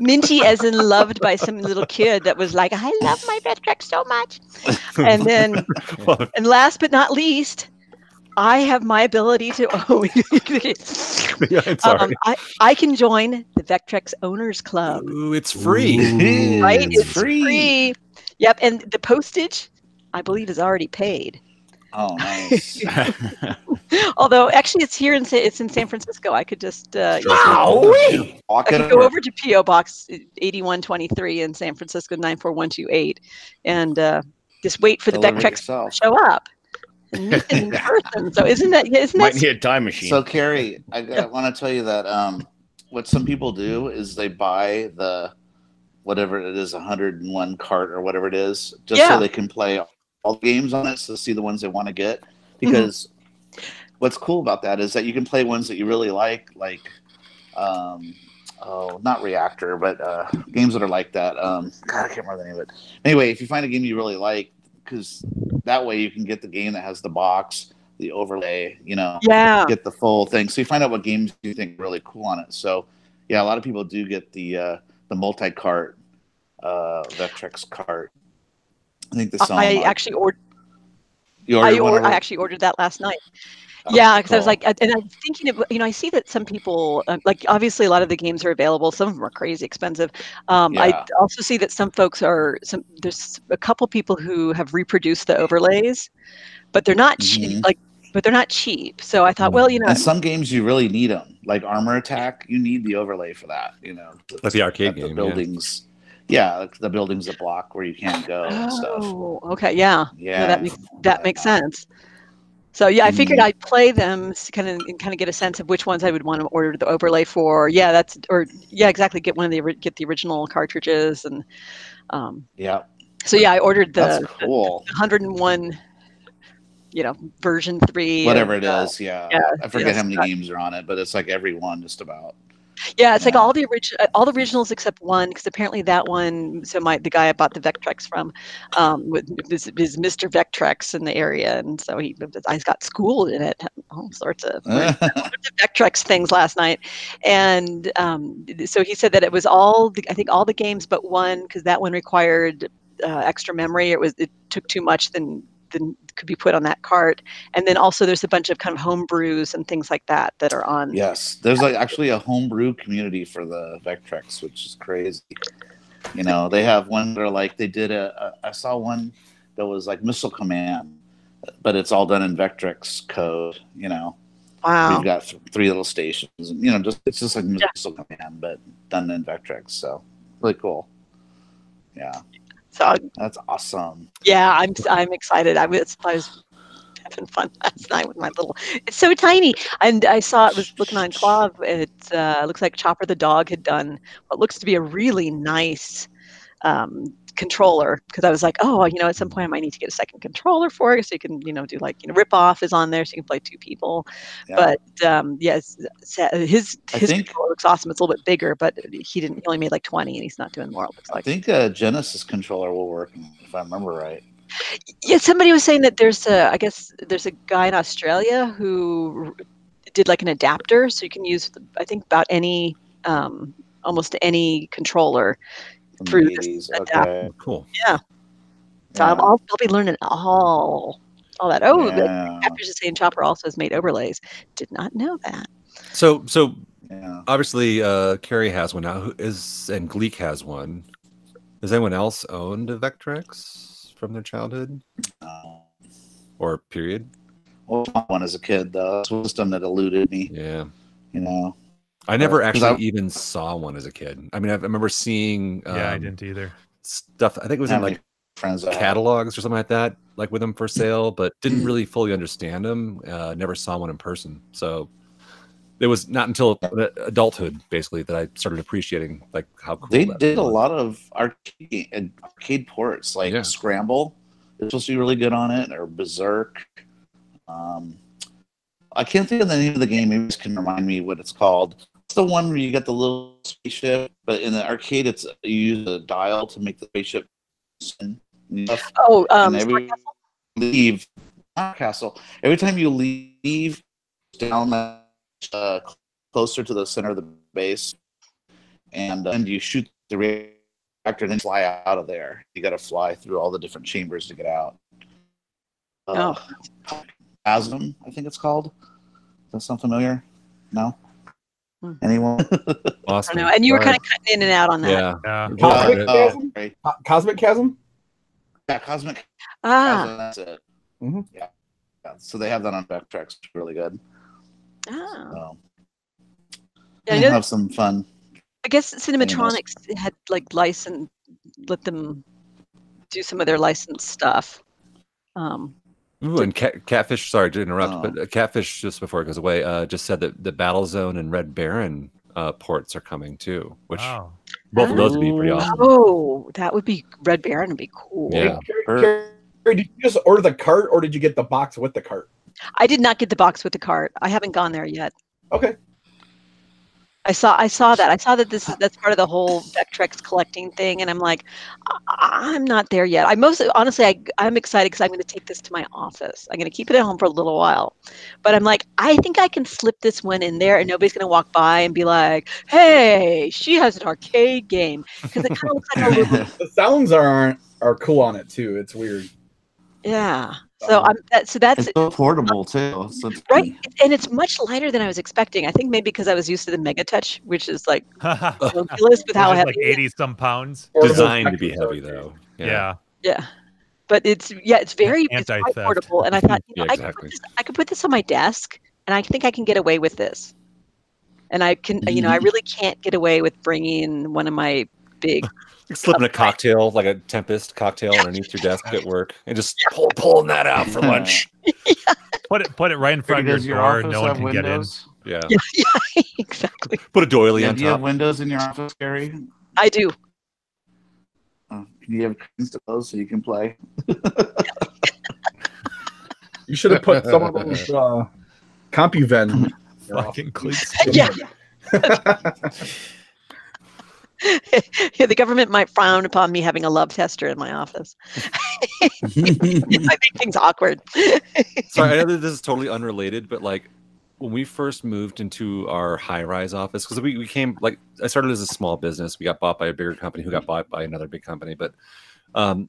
B: minty as in loved by some little kid that was like i love my Vectrex so much and then
C: <laughs> Well,
B: And last but not least, I have my ability to <laughs> own.
C: yeah, I'm sorry.
B: um, I, I can join the Vectrex Owners Club.
C: Ooh, it's free.
B: Right?
A: It's free.
B: Free. Yep. And the postage, I believe, is already paid.
A: Oh, nice.
B: Although, actually, it's here in Sa- it's in San Francisco. I could just uh, use my- I
A: Walk it
B: could go
A: over.
B: over to PO Box 8123 in San Francisco 94128 and uh, just wait for the
A: Deliver it
B: Vectrex
A: yourself.
B: to show up. And
A: <laughs>
B: meet them in person. So isn't that isn't
D: Might
B: that
D: need a time machine.
A: So Carrie, I, I want to tell you that um, what some people do is they buy the whatever it is, 101 cart or whatever it is, just
B: Yeah.
A: so they can play all the games on it, so see the ones they want to get. Because what's cool about that is that you can play ones that you really like, like um, oh, not Reactor, but uh, games that are like that. Um, God, I can't remember the name of it. Anyway, if you find a game you really like, because that way you can get the game that has the box, the overlay, you know
B: yeah.
A: get the full thing. So you find out what games you think are really cool on it. So yeah, a lot of people do get the uh, the multi cart uh, Vectrex cart. I think the song.
B: I actually ordered.
A: you
B: I,
A: ordered one
B: or-
A: already?
B: I actually ordered that last night.
A: Oh,
B: Yeah, because I was
A: cool.
B: like, and I'm thinking of you know I see that some people uh, like obviously a lot of the games are available. Some of them are crazy expensive. Um,
A: Yeah.
B: I also see that some folks are some. There's a couple people who have reproduced the overlays, but they're not
A: Mhm.
B: cheap. Like, but they're not cheap. So I
A: Oh,
B: thought, well, you know,
A: and some games you really need them, like Armor Attack. You need the overlay for that. You know,
C: Like the arcade
A: at the
C: game, yeah.
A: buildings. Yeah. like the buildings that block where you can't go and stuff.
B: oh, okay, yeah.
A: Yeah,
B: Yeah, that makes that makes sense. So yeah, I figured
A: Mm.
B: I'd play them kind of and kind of get a sense of which ones I would want to order the overlay for. Yeah, that's or yeah, exactly. Get one of the ori- get the original cartridges and um,
A: Yeah,
B: so yeah, I ordered
A: that's
B: the
A: cool.
B: 101, you know, version three. of,
A: Whatever it
B: uh,
A: is, yeah.
B: yeah,
A: I forget
B: yes,
A: how many
B: uh,
A: games are on it, but it's like every one just about.
B: Yeah, it's like
A: Yeah.
B: all the origi- uh, all the originals except one, because apparently that one. So my the guy I bought the Vectrex from, um, was, is, is Mr. Vectrex in the area, and so he I got schooled in it, all sorts of
A: Uh.
B: Vectrex things last night, and um, so he said that it was all the, I think all the games but one, because that one required uh, extra memory. It was it took too much than than could be put on that cart, and then also there's a bunch of kind of home brews and things like that that are on.
A: Yes, there's like actually a homebrew community for the Vectrex, which is crazy. You know, they have one that are like they did a, a. I saw one that was like Missile Command, but it's all done in Vectrex code. You know,
B: Wow.
A: we've got th- three little stations. And, you know, just it's just like Missile Command, but done in Vectrex. So really cool. Yeah,
B: So
A: that's awesome.
B: Yeah, I'm I'm excited. I was I was having fun <laughs> last night with my little. It's so tiny, and I saw it was looking on Clav. It uh, looks like Chopper the dog had done what looks to be a really nice um, controller because I was like, oh, you know, at some point I might need to get a second controller for it so you can you know do like you know rip off is on there so you can play two people.
A: Yeah.
B: But um, yes, sa- his
A: I
B: his
A: think-
B: controller looks awesome. It's a little bit bigger, but he didn't he only made like twenty, and he's not doing more. It looks
A: I
B: like.
A: think a Genesis controller will work if I remember right.
B: Yeah, somebody was saying that there's a, I guess there's a guy in Australia who r- did like an adapter, so you can use, I think, about any um, almost any controller through this adapter.
C: Cool.
B: Yeah. So I'll, I'll, I'll be learning all all that. Oh, but
A: Yeah.
B: Captures the Same Chopper also has made overlays. Did not know that.
C: So so
A: Yeah.
C: obviously uh Carrie has one now. Who is and Gleek has one. Does anyone else owned a Vectrex from their childhood
A: Uh,
C: or period?
A: well, my one as a kid though. It's wisdom that eluded me.
C: Yeah.
A: You know.
C: I never
A: Uh, 'cause
C: actually
A: I-
C: even saw one as a kid. I mean, I I remember seeing um,
E: yeah, I didn't either.
C: stuff. I think it was in
A: Have
C: like
A: any friends that Mm. had
C: catalogs or something like that, like with them for sale, but didn't really fully understand them. Uh, never saw one in person. So it was not until adulthood, basically, that I started appreciating like how cool
A: They
C: that
A: did a
C: was.
A: lot of arcade and arcade ports, like
C: Yeah.
A: Scramble. It's supposed to be really good on it, or Berserk. Um, I can't think of the name of the game. Maybe you guys can remind me what it's called. It's the one where you got the little spaceship, but in the arcade, it's you use a dial to make the spaceship. spin and stuff.
B: Oh,
A: And
B: um,
A: every leave not castle. Every time you leave down uh, closer to the center of the base, and uh, and you shoot the reactor, then fly out of there. You got to fly through all the different chambers to get out. Uh,
B: Oh.
A: Asm, I think it's called. Does that sound familiar? No.
B: Hmm.
A: Anyone?
B: I
C: Awesome.
B: don't know. And you were kind of cutting in and out on that.
C: yeah.
E: Yeah.
F: Cosmic
A: Uh,
F: Chasm?
A: right.
F: Co- Cosmic Chasm?
A: Yeah, cosmic
B: Ah,
A: Chasm, That's it.
F: Mhm.
A: Yeah. yeah. So they have that on backtracks. Really good.
B: ah.
A: <laughs> Um,
B: Yeah, I
A: you
B: know
A: have some fun.
B: <laughs> I guess Cinematronics had like license, let them do some of their licensed stuff. Um,
C: Ooh, and cat, Catfish, sorry to interrupt,
A: Oh.
C: but uh, Catfish, just before it goes away, uh, just said that the Battlezone and Red Baron uh, ports are coming too, which
E: Wow. <laughs>
C: both of those would be pretty awesome.
B: oh, that would be Red Baron would be cool.
C: Yeah.
F: Carrie, Carrie, Carrie, did you just order the cart or did you get the box with the cart?
B: I did not get the box with the cart. I haven't gone there yet.
F: Okay.
B: I saw I saw that. I saw that this that's part of the whole Vectrex collecting thing, and I'm like, I- I'm not there yet. I mostly honestly I I'm excited because I'm going to take this to my office. I'm going to keep it at home for a little while, but I'm like, I think I can slip this one in there, and nobody's going to walk by and be like, Hey, she has an arcade game because it kind of looks like a
A: <laughs>
B: little
F: The sounds are are cool on it too. It's weird.
B: yeah. So I'm that so that's
A: It's so portable too. So it's
B: right, and it's much lighter than I was expecting. I think maybe because I was used to the Mega Touch, which is
E: <laughs>
B: like ridiculous with how heavy
E: Which is like
B: it is.
E: 80 some pounds.
F: Portable
C: Designed to be
F: spectrum
C: heavy,
F: surface.
C: though.
E: Yeah.
B: Yeah. But it's yeah, it's very it's quite
E: anti-theft.
B: portable. And I thought, you know,
C: Yeah,
B: I, could
C: exactly.
B: put this, I could put this on my desk and I think I can get away with this. And I can, you know, I
E: Mm-hmm.
B: really can't get away with bringing one of my big.
C: Like slipping a cocktail, like a Tempest cocktail underneath your desk at work and just pull, pulling that out <laughs> for lunch.
E: Put it put it right in front of your, drawer. No one can <laughs>
C: Yeah.
B: <laughs> yeah, exactly.
C: Put a doily
A: Yeah,
C: on
A: do you have
C: top.
A: windows in your office, Gary?
B: I do. <laughs>
A: Uh, do you have curtains to close so you can <laughs> play?
F: You should have put
C: <laughs>
F: some of those uh, CompuVen.
E: get in. Fucking cleats.
C: <laughs>
B: Yeah. yeah, the government might frown upon me having a love tester in my
E: <laughs>
B: office. <laughs> I make things awkward. <laughs>
C: Sorry, I know that this is totally unrelated, but like when we first moved into our high rise office, because we, we came like I started as a small business. We got bought by a bigger company who got bought by another big company. But um,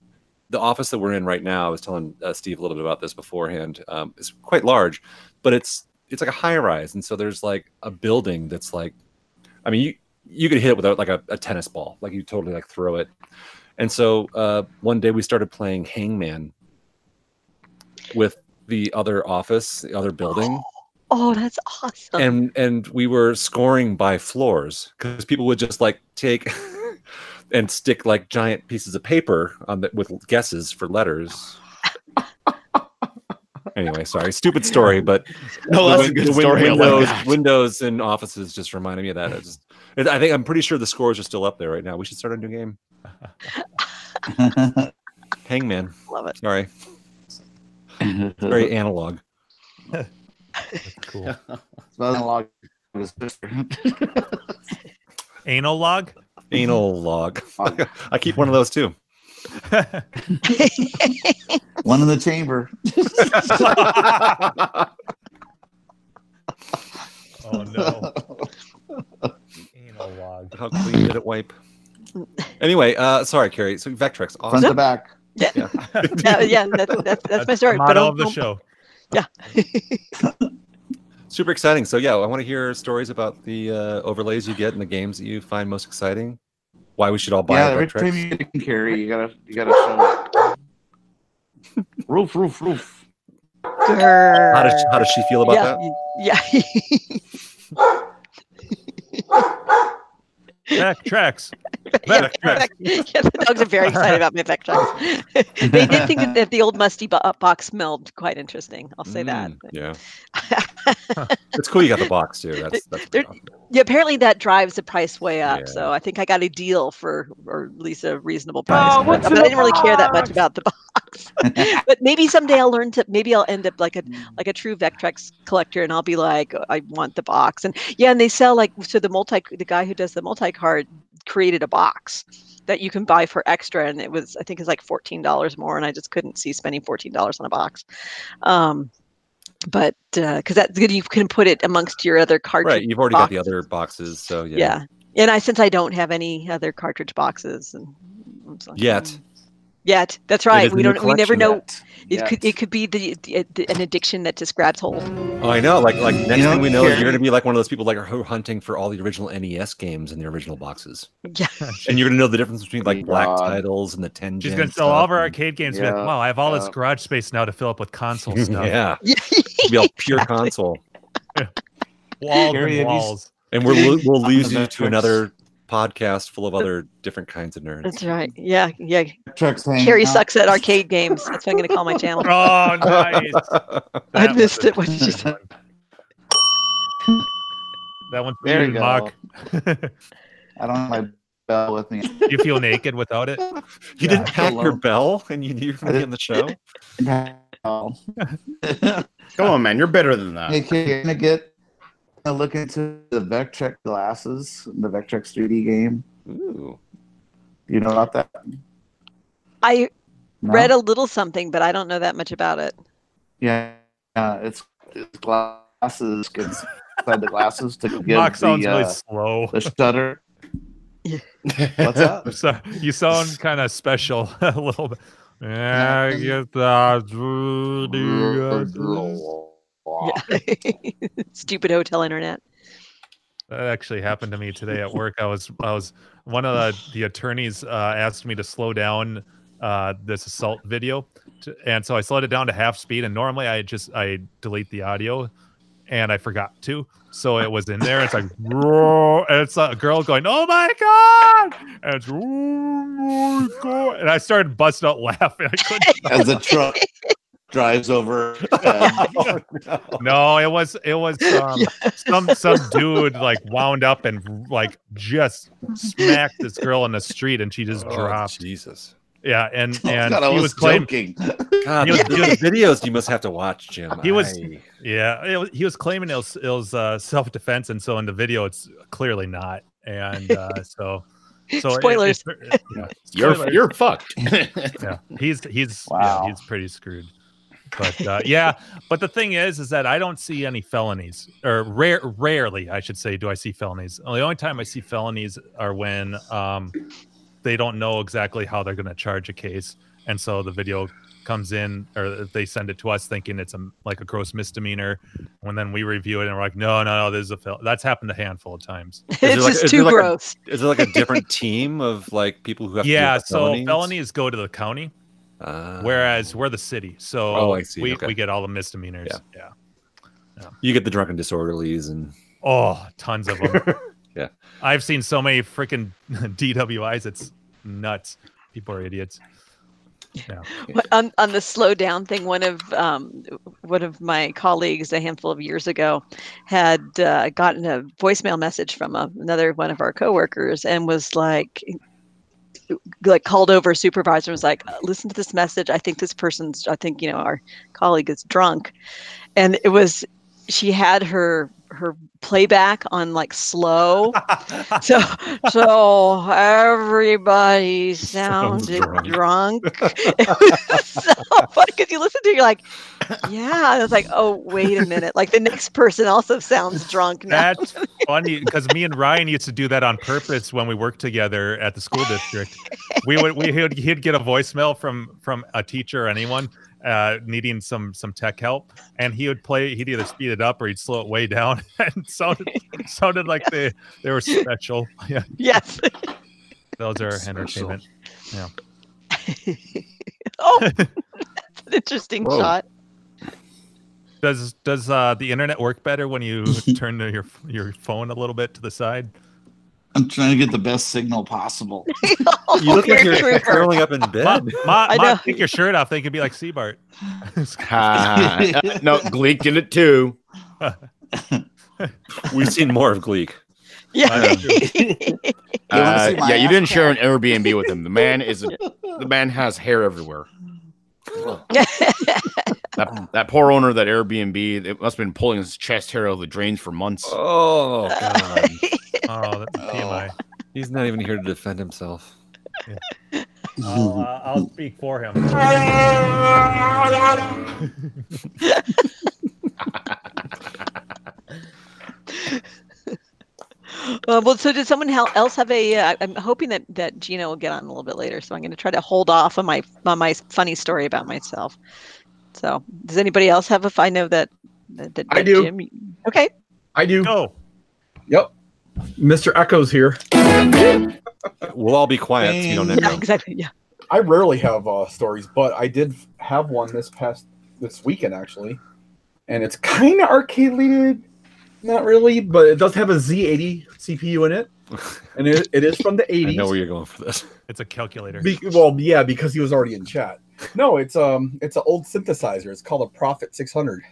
C: the office that we're in right now, I was telling uh, Steve a little bit about this beforehand, um, is quite large, but it's it's like a high rise. And so there's like a building that's like, I mean, you, you could hit it with a, like a, a tennis ball, like you totally like throw it. And so uh, one day we started playing Hangman with the other office, the other building,
B: Oh, that's awesome.
C: and and we were scoring by floors because people would just like take <laughs> and stick like giant pieces of paper on the, with guesses for letters. anyway, sorry, stupid
D: <laughs>
C: story, but the
D: No, that's a
C: win-
D: good
C: the win-
D: story. I like
C: Windows,
D: that.
C: windows, and offices just reminded me of that. I just, it- I think I'm pretty sure the scores are still up there right now. We should start a new game, Hangman.
B: Love it.
C: Sorry,
D: <laughs>
C: very analog.
E: Cool.
A: Analog is different.
E: Anal log?
D: Mm-hmm.
C: Anal log. <laughs> I keep one of those too.
A: <laughs> One in the chamber.
B: <laughs>
E: Oh no. Anal
C: How clean did it wipe? Anyway, uh, sorry, Carrie. So Vectrex, awesome.
A: Front to back.
E: <laughs>
B: Yeah, <laughs>
C: Yeah.
B: yeah, yeah that, that's that's my story.
E: The
B: Ba-dum,
E: motto of the
B: bum.
E: show.
B: Yeah.
C: Super exciting. So yeah, I want to hear stories about the uh, overlays you get and the games that you find most exciting. Why we should all buy
A: yeah,
C: a
A: every
C: Vectrex.
A: time you get a carry, you gotta you gotta show it. roof, roof, roof.
C: How does how does she feel about
B: yeah, <laughs>
C: that?
B: y- yeah.
E: Back tracks.
B: Yeah,
E: Back
B: the
E: tracks.
B: Vec- <laughs> yeah, the dogs are very excited about my
E: <laughs>
B: Vectrex. <laughs> they did think that, that the old musty bo- uh, box smelled quite interesting. I'll say that.
C: Mm,
E: Hmm.
B: But-
C: Yeah.
B: <laughs>
C: It's cool you got the box too. That's that's
B: They're-
C: pretty awesome.
B: yeah, apparently that drives the price way up.
C: Yeah.
B: So I think I got a deal for, or at least a reasonable price.
H: Oh, what's
B: but
H: in
B: I
H: the
B: didn't really care that
H: box?
B: much about
H: <laughs>
B: the box. but maybe someday I'll learn to. Maybe I'll end up like
H: Hmm.
B: a like a true Vectrex collector, and I'll be like, "Oh, I want the box. And yeah, and they sell like so the multi the guy who does the multi card created a box that you can buy for extra, and it was I think it's like fourteen dollars more, and I just couldn't see spending fourteen dollars on a box. Um, but because that's good, you can put it amongst your other cartridge
C: Right. You've already got the
B: boxes.
C: other boxes, so yeah.
B: yeah. And I since I don't have any other cartridge boxes and I'm so-
C: Yet.
B: mm. Yet. That's
C: is
B: right.
C: a
B: We
C: new
B: don't we never
C: collection.
B: know it
H: Yet.
B: could it could be the, the, uh, the- an addiction that just grabs hold.
C: Oh, I know. Like like next
A: know,
C: thing we know,
A: Carrie-
C: you're gonna be like one of those people like who are hunting for all the original NES games in the original boxes,
B: Yeah.
C: and you're gonna know the difference between like black
A: God.
C: titles and the ten.
E: She's
C: gen
E: gonna sell all of
C: stuff
E: her
C: and-
E: arcade games. with,
A: Yeah,
E: wow, I have all this
A: yeah.
E: garage space now to fill up
C: <laughs>
E: with console stuff.
C: Yeah. It'll Be all pure console,
H: Gary,
E: Walls
H: have you
E: and
H: s-
E: walls.
C: and we're lo- we'll
H: On the
C: lose you to
H: metrics.
C: another podcast full of other different kinds of nerds.
B: <laughs> That's right. Yeah. Yeah.
A: Trucks hanging
B: Carrie
A: out.
B: sucks at arcade games. That's what I'm gonna call
C: <laughs>
B: my channel.
A: <laughs>
E: Oh, nice.
B: I
E: That
B: missed
E: was a-
B: it. What did you say?
E: That one's
A: There
E: there
A: you
E: you,
A: go.
E: mock.
A: I don't have my bell with me. <laughs>
E: you feel naked without it.
C: You
A: Yeah,
C: didn't
A: I
C: pack
A: feel
C: your
A: alone.
C: bell, and you knew from on the show.
A: <laughs> hey,
D: Come on, man, you're better than that.
A: kid, you're gonna get gonna look into the Vectrex glasses, the Vectrex 3D game.
C: Ooh,
A: You know about that?
B: I
A: No?
B: read a little something, but I don't know that much about it.
A: Yeah, uh, it's, it's glasses. It's inside the glasses to give
E: Mock sounds
A: the,
E: really
A: uh,
E: slow. <laughs>
A: the shutter. What's <laughs> up?
E: I'm sorry. You sound kind of special <laughs> a little bit. Yeah,
A: <laughs>
E: I get that.
B: Yeah. <laughs> Stupid hotel internet.
E: That actually happened to me today at work. I was, I was, one of the, the attorneys uh, asked me to slow down uh, this assault video, to, and so I slowed it down to half speed. And normally I just I delete the audio, and I forgot to, so it was in there. It's like, "Roar," and it's a girl going, "Oh my god!" And it's, "Oh my god!" And I started busting out laughing. I couldn't
A: As the truck drives over. <laughs>
E: <laughs>
A: and-
E: No, it was it was um, some some dude like wound up and like just smacked this girl in the street and she just
C: Oh,
E: dropped.
C: Jesus.
E: Yeah, and and
A: God, <laughs> I
E: he
A: was,
E: was claiming
A: joking.
C: God,
E: He
C: those
E: was-
C: those videos you must have to watch, Jim.
E: He was-
C: I-
E: yeah it, was- he was claiming it was, it was uh, self defense and so in the video it's clearly not and uh, so so it- it-
B: Spoilers.
E: it- yeah,
D: You're
E: spoilers.
D: you're
A: <laughs>
D: fucked.
E: yeah he's he's
A: Wow.
E: yeah, he's pretty screwed but uh, yeah but the thing is is that i don't see any felonies or rare rarely i should say do i see felonies the only time i see felonies are when um they don't know exactly how they're going to charge a case and so the video comes in or they send it to us thinking it's a like a gross misdemeanor and then we review it and we're like no no no this is a fel-. that's happened a handful of times
C: there
B: it's
C: like-
B: just
C: is there
B: too
C: like a-
B: gross.
C: Is it like a different team of like people who have
E: yeah
C: to
E: so felonies go to the county
C: Ah.
E: whereas we're the city so
C: Oh, I see.
E: we,
C: Okay.
E: we get all the misdemeanors
C: Yeah.
E: yeah.
C: you get the drunken disorderlies and
E: Oh, tons of them.
C: <laughs> Yeah.
E: I've seen so many freaking <laughs> DWIs. It's nuts. People are
C: <laughs>
E: idiots.
B: But on, on the slow down thing, one of um, one of my colleagues a handful of years ago had uh, gotten a voicemail message from a, another one of our coworkers and was like, like called over a supervisor and was like, "Listen to this message. I think this person's. I think you know our colleague is drunk," and it was she had her her playback on
C: <laughs>
B: like slow so so everybody sounded
C: drunk. <laughs>
B: <laughs> drunk. so funny because you listen to it, you're like, yeah, I was like, oh, wait a minute. Like the next person also sounds drunk now.
E: That's funny because me and Ryan used to do that on purpose when we worked together at the school district. We would we he'd, he'd get a voicemail from from a teacher or anyone uh, needing some some tech help, and he would play. He'd either speed it up or he'd slow it way down, <laughs> and sounded
C: <laughs>
E: sounded like they they were special. Yeah,
B: <laughs> yes.
E: those are entertainment. Yeah.
C: <laughs>
B: oh, that's an interesting
E: Whoa.
B: shot.
E: Does does uh, the internet work better when
F: <laughs>
E: you turn your your phone a little bit to the side?
A: I'm trying to get the best signal possible.
C: You look like
B: You're
C: you're
B: a trooper.
C: curling up in
E: Ma,
C: bed.
E: Ma,
B: I
E: Ma,
B: know.
E: take your shirt off. They could be like Seabart.
B: <laughs>
D: Ha. no, Gleek did it too.
C: We've seen more of
E: <laughs>
C: Gleek.
B: Yeah. <laughs>
A: You wanna
D: Uh,
A: see my
D: yeah, you
A: ass
D: didn't share an Airbnb with him. The man
A: <laughs>
D: is a, the man has hair everywhere. That that poor owner of that Airbnb, it must have been pulling his chest hair out of the drains for months.
C: Oh, God.
E: Oh, that's TMI.
C: He's not even here to defend himself.
F: Oh.
E: I'll, uh, I'll speak for him.
B: Uh, well, so did someone hel- else have a? Uh, I'm hoping that that Gina will get on a little bit later, so I'm going to try to hold off on my on my funny story about myself. So, does anybody else have a? I know that that, that,
F: I
B: that
F: do.
B: Jim, okay.
F: I do.
E: Go.
F: Yep.
G: Mr. Echo's here.
C: We'll all be quiet. so You don't
B: Yeah,
C: echo.
B: exactly. Yeah.
F: I rarely have uh, stories, but I did f- have one this past this weekend actually, and it's kind of arcade related, not really, but it does have a Z80 CPU in it, and it, it is from the
C: I
F: 80s.
C: know where you're going for this.
E: It's a calculator.
F: Be- well, yeah, because he was already in chat. No, it's um, it's an old synthesizer. It's called a Prophet 600,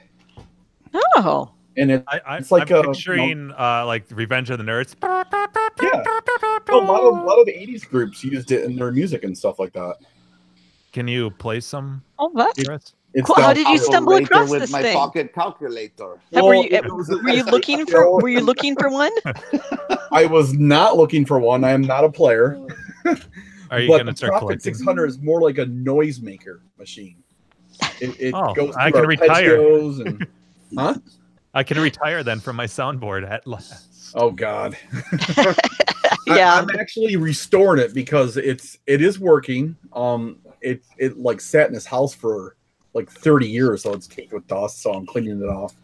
B: Oh,
F: and it
E: I, I,
F: It's like,
E: I'm
F: uh,
E: picturing uh, like Revenge of the Nerds.
F: yeah, Oh, a lot of a lot of the 80s groups used it in their music and stuff like that.
E: Can you play some
B: oh, what?
E: for us?
F: It's
B: Cool, how
F: down-
B: did you stumble
A: Operator
B: across
A: with
B: this
A: my
B: thing?
A: pocket calculator.
B: Have- were you,
F: Well, it was-
B: were you looking for? Were you looking for
F: <laughs>
B: one?
F: I was not looking for one. I am not a player.
E: Are you
F: but
E: going to
F: the
E: start
F: Prophet
E: collecting?
F: 600 is more like a noisemaker machine. It, it
E: Oh,
F: goes
E: I
F: through
E: can retire. <laughs>
F: arpeggios And, huh?
E: I can retire then from my soundboard at last.
F: Oh God. I,
B: <laughs> yeah.
F: am actually restoring it because it's it is working. Um, it it like sat in his house for like 30 years, so it's caked with dust. So I'm cleaning it off.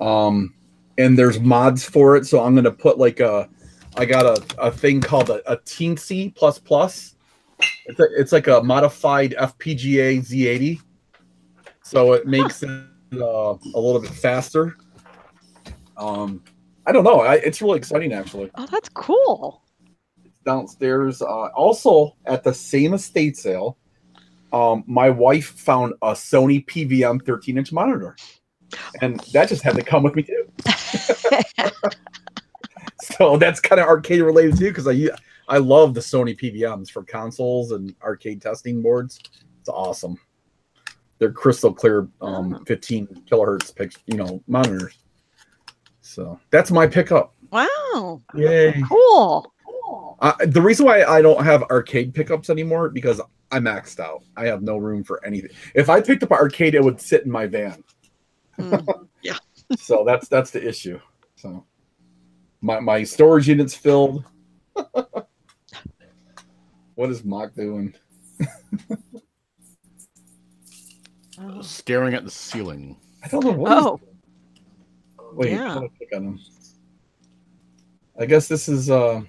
F: Um, and there's mods for it, so I'm gonna put like a I got a, a thing called a, a Teensy plus plus. It's a, it's like a modified FPGA Z80, so it makes it uh, a little bit faster. Um, I don't know. I, it's really exciting actually
B: Oh, that's cool.
F: downstairs. Uh, also, at the same estate sale, um, my wife found a Sony PVM 13 inch monitor, and that just had to come with me too. so that's kind of arcade related too, because I u- I love the Sony PVMs for consoles and arcade testing boards. It's awesome. They're crystal clear, um, 15 kilohertz, pic- you know, monitors. So that's my pickup.
B: Wow.
F: Yay!
B: Cool.
F: Uh, the reason why I don't have arcade pickups anymore because I maxed out. I have no room for anything. If I picked up an arcade, it would sit in my van. <laughs>
B: Mm.
F: So that's that's the issue. So my my storage unit's filled. <laughs> what is Mock doing?
D: Staring at the ceiling.
F: I don't know what. he's
B: Oh.
F: doing. Wait,
B: Yeah.
F: I gotta click on him. I guess this is uh,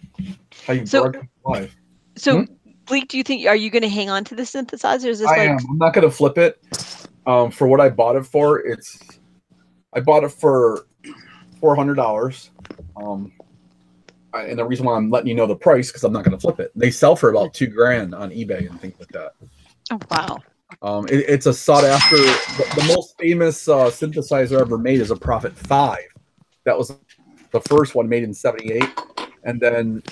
F: how you
B: So-
F: broadcast live.
B: So,
E: Hmm?
B: Bleak, do you think are you going to hang on to the synthesizer? Is this
F: I
B: like
F: am. I'm not gonna flip it. Um, for what I bought it for, it's I bought it for four hundred dollars. Um, I, and the reason why I'm letting you know the price because I'm not gonna flip it. They sell for about two grand on eBay and things like that.
B: Oh, wow.
F: Um, it, it's a sought after. The, the most famous uh, synthesizer ever made is a Prophet Five. That was the first one made in '78, and then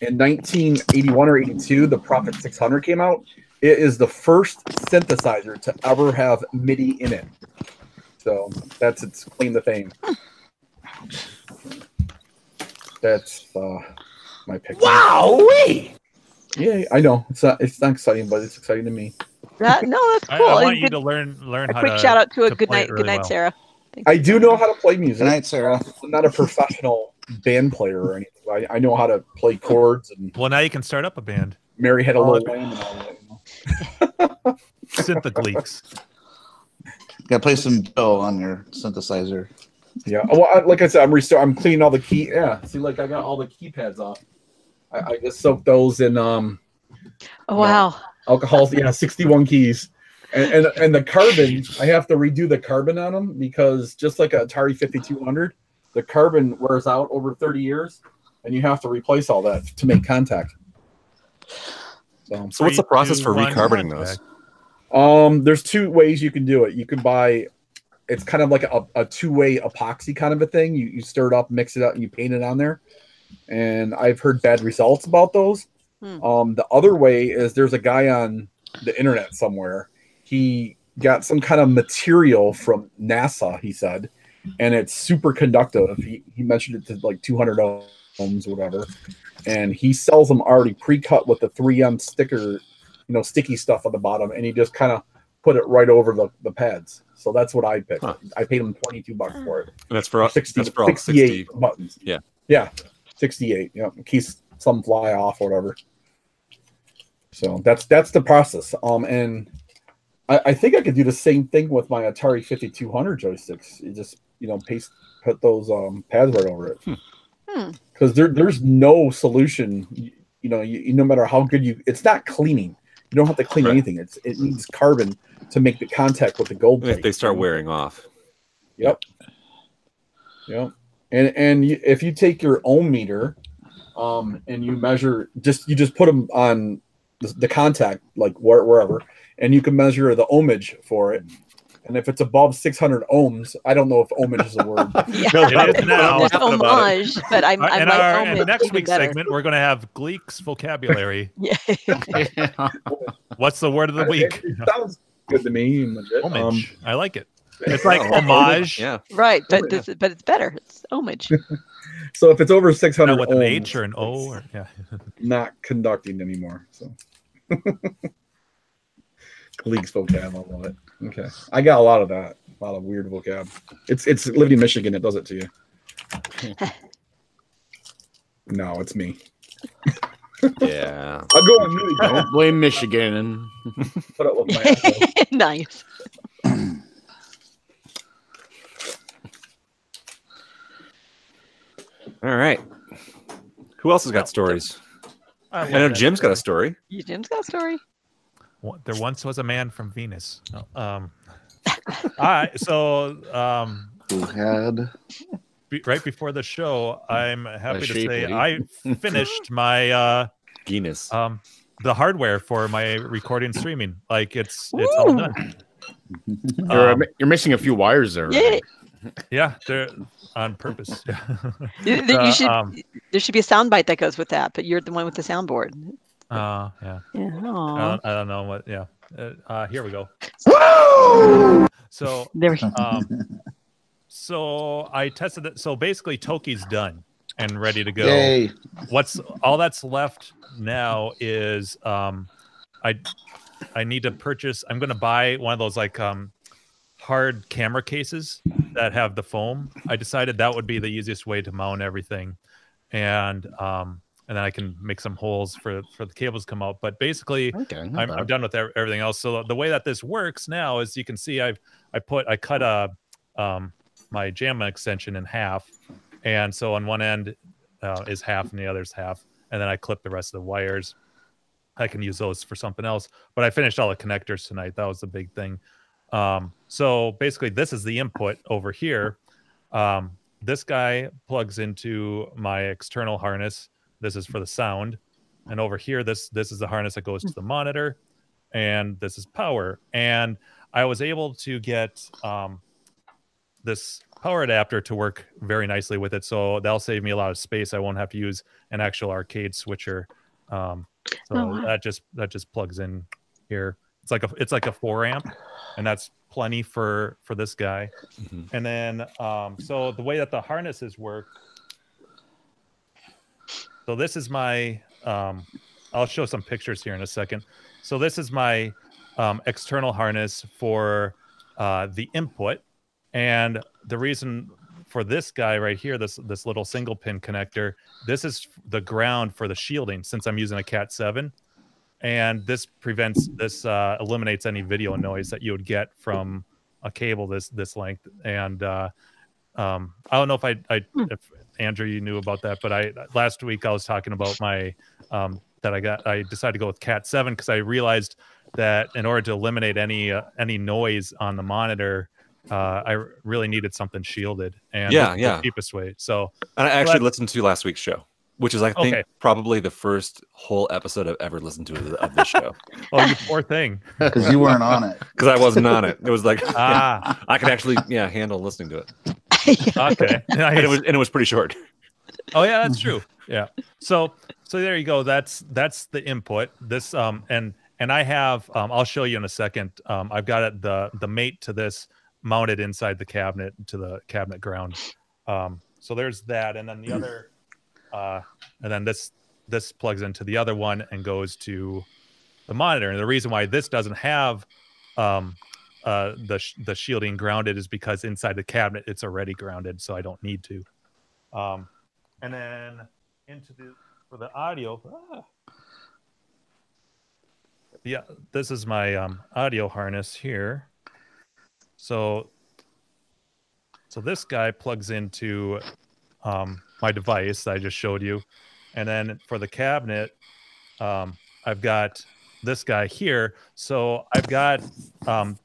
F: in 1981 or '82, the Prophet 600 came out. It is the first synthesizer to ever have MIDI in it. So that's its claim to fame. That's uh, my pick. Wow! Yeah, I know it's not it's not exciting, but it's exciting to me.
B: That, no, that's
E: I,
B: cool.
E: I want
B: And
E: you
B: good-
E: to learn learn
B: a
E: how
B: quick
E: to
B: shout out to a
E: to
B: good
E: play it
B: night,
E: really
B: good night,
E: well.
B: Sarah.
F: I do know how to play music.
A: Good night, Sarah.
F: I'm not a professional band player or anything. I, I know how to play chords and
E: Well, now you can start up a band.
F: Mary had a
E: Oh,
F: little lamb and all that. You know.
E: Synthet leaks.
A: Got to play some dough on your synthesizer.
F: Yeah. Oh, Well, I, like I said, I'm restart. I'm cleaning all the key. Yeah. See, like I got all the keypads off. I, I just soaked those in um
B: Oh,
F: <laughs>
B: wow.
F: alcohol. Yeah, 61 keys. And, and and the carbon, I have to redo the carbon on them because just like a Atari 5200, the carbon wears out over 30 years, and you have to replace all that to make contact. So.
C: <laughs> So what's the
E: Three,
C: process
E: two,
C: for
E: one,
C: recarboning
E: contact.
C: those?
F: Um, there's two ways you can do it. You can buy, it's kind of like a, a two-way epoxy kind of a thing. You you stir it up, mix it up, and you paint it on there. And I've heard bad results about those.
B: Hmm.
F: Um, the other way is there's a guy on the internet somewhere. He got some kind of material from NASA. He said, and it's super conductive. He he mentioned it to like 200 ohms, or whatever. And he sells them already pre-cut with the 3M sticker you know, sticky stuff on the bottom, and he just kind of put it right over the, the pads. So that's what I picked.
C: Huh.
F: I paid him twenty two bucks for it.
C: That's for all.
F: 60,
C: That's for all
F: 68
C: sixty.
F: buttons.
C: Yeah.
F: Yeah. Sixty eight. Yeah. In case some fly off or whatever. So that's that's the process. Um and I, I think I could do the same thing with my Atari fifty two hundred joysticks. You just you know paste put those um pads right over it.
B: Hmm.
F: Because there there's no solution you, you know, you, you- no matter how good you it's not cleaning. You don't have to clean
C: Right.
F: anything. It's it needs carbon to make the contact with the gold.
C: If
F: plate.
C: they start wearing off,
F: Yep. Yep. And and you, if you take your own meter, um, and you measure just you just put them on the, the contact like where, wherever, and you can measure the ohmage for it. And if it's above 600 ohms, I don't know if ohmage is a
E: <laughs>
F: word.
B: Yeah.
C: No,
E: It is now.
B: There's
C: Laughing about
B: homage, but I'm,
E: All right,
B: I
E: and
B: like
E: our
B: homage
E: and next
B: even
E: week's
B: better.
E: segment, we're going to have Gleek's
C: <laughs>
E: vocabulary.
B: <laughs> Yeah. <laughs>
E: What's the word of the week?
F: It, sounds good to me. and legit.
E: Homage.
F: Um,
E: I like it. It's like homage.
C: Oh, yeah,
B: right, but
F: yeah.
B: this, but it's better. It's
F: <laughs>
B: homage. <laughs>
F: so if it's over 600
E: Not with
F: ohms,
E: an H or an O. Or, yeah.
F: not conducting anymore. So <laughs> Gleek's vocab, I love it. Okay. I got a lot of that. A lot of weird vocab. It's it's living in Michigan, it does it to you. no, it's me.
C: yeah.
F: I'll go on mute
D: <laughs>
F: again.
D: Don't blame Michigan.
F: Put up <laughs> with my echo.
B: nice.
C: All right. Who else has got stories?
E: I
C: I
E: love
C: know
E: that.
C: Jim's got a story.
B: You Jim's got a story.
E: One- There once was a man from Venus. No, Um, <laughs> all right. So, um,
A: Who had?
E: be, right before the show, I'm happy to
D: shape,
E: say
D: lady.
E: I
C: <laughs>
E: finished my. Uh,
C: Guinness.
E: um the hardware for my recording streaming like it's it's all
B: Ooh. <laughs>
E: done
D: <laughs> You're,
E: Um,
D: you're missing a few wires there.
B: Yeah.
E: yeah they're on purpose <laughs>
B: You, there- you
E: Uh,
B: should,
E: um,
B: there should be a soundbite that goes with that, but you're the one with the soundboard.
E: uh yeah
B: Yeah.
E: I
B: aw.
E: don't, I don't know what yeah uh, uh here we go so
B: There we
E: <laughs> um so i tested it so basically toki's done and ready to go <laughs>
A: Yay!
E: what's all that's left now is um i i need to purchase i'm gonna buy one of those like um hard camera cases that have the foam i decided that would be the easiest way to mount everything and um and then i can make some holes for for the cables to come out but basically
D: Okay. not
E: I'm,
D: bad.
E: I'm done with ev- everything else. So the way that this works now is you can see I've I put I cut a um, my JAMA extension in half, and so on one end uh, is half and the other is half, and then I clip the rest of the wires. I can use those for something else. But I finished all the connectors tonight. That was the big thing. Um, so basically, this is the input over here. Um, this guy plugs into my external harness. This is for the sound and over here this this is the harness that goes to the monitor and this is power and i was able to get um, this power adapter to work very nicely with it so that'll save me a lot of space i won't have to use an actual arcade switcher um, so
B: Oh, wow.
E: that just that just plugs in here it's like a it's like a four amp and that's plenty for for this guy
C: Mhm.
E: and then um, so the way that the harnesses work so this is my um, i'll show some pictures here in a second so this is my um, external harness for uh, the input. And the reason for this guy right here, this this little single pin connector, this is the ground for the shielding since I'm using a Cat Seven, and this prevents this uh, eliminates any video noise that you would get from a cable this this length. And uh, um, I don't know if I, I if Andrew you knew about that, but I last week I was talking about my um, that I got I decided to go with Cat Seven because I realized that in order to eliminate any uh, any noise on the monitor uh, I really needed something shielded, and
C: Yeah,
E: this is
C: yeah.
E: the cheapest way. So
C: And I actually
E: But-
C: listened to last week's show, which is I think
E: Okay.
C: probably the first whole episode I've ever listened to of the- of the show <laughs>
E: oh, you poor thing.
A: because you weren't on it.
C: because I wasn't on it. It was
E: <laughs>
C: like <laughs>
E: Ah,
C: I could actually yeah handle listening to it,
E: okay.
C: and <laughs> it
E: Nice.
C: was and it was pretty short.
E: Oh yeah, that's true. Yeah. So so there you go. That's that's the input. This um and and I have um I'll show you in a second. Um I've got it, the the mate to this mounted inside the cabinet to the cabinet ground. Um so there's that and then the other <clears throat> uh and then this this plugs into the other one and goes to the monitor. And the reason why this doesn't have um uh the sh- the shielding grounded is because inside the cabinet it's already grounded so I don't need to. Um and then into the for the audio. ah. Yeah, this is my um, audio harness here. So, so this guy plugs into um, my device that I just showed you, and then for the cabinet, um, I've got this guy here. So I've got um,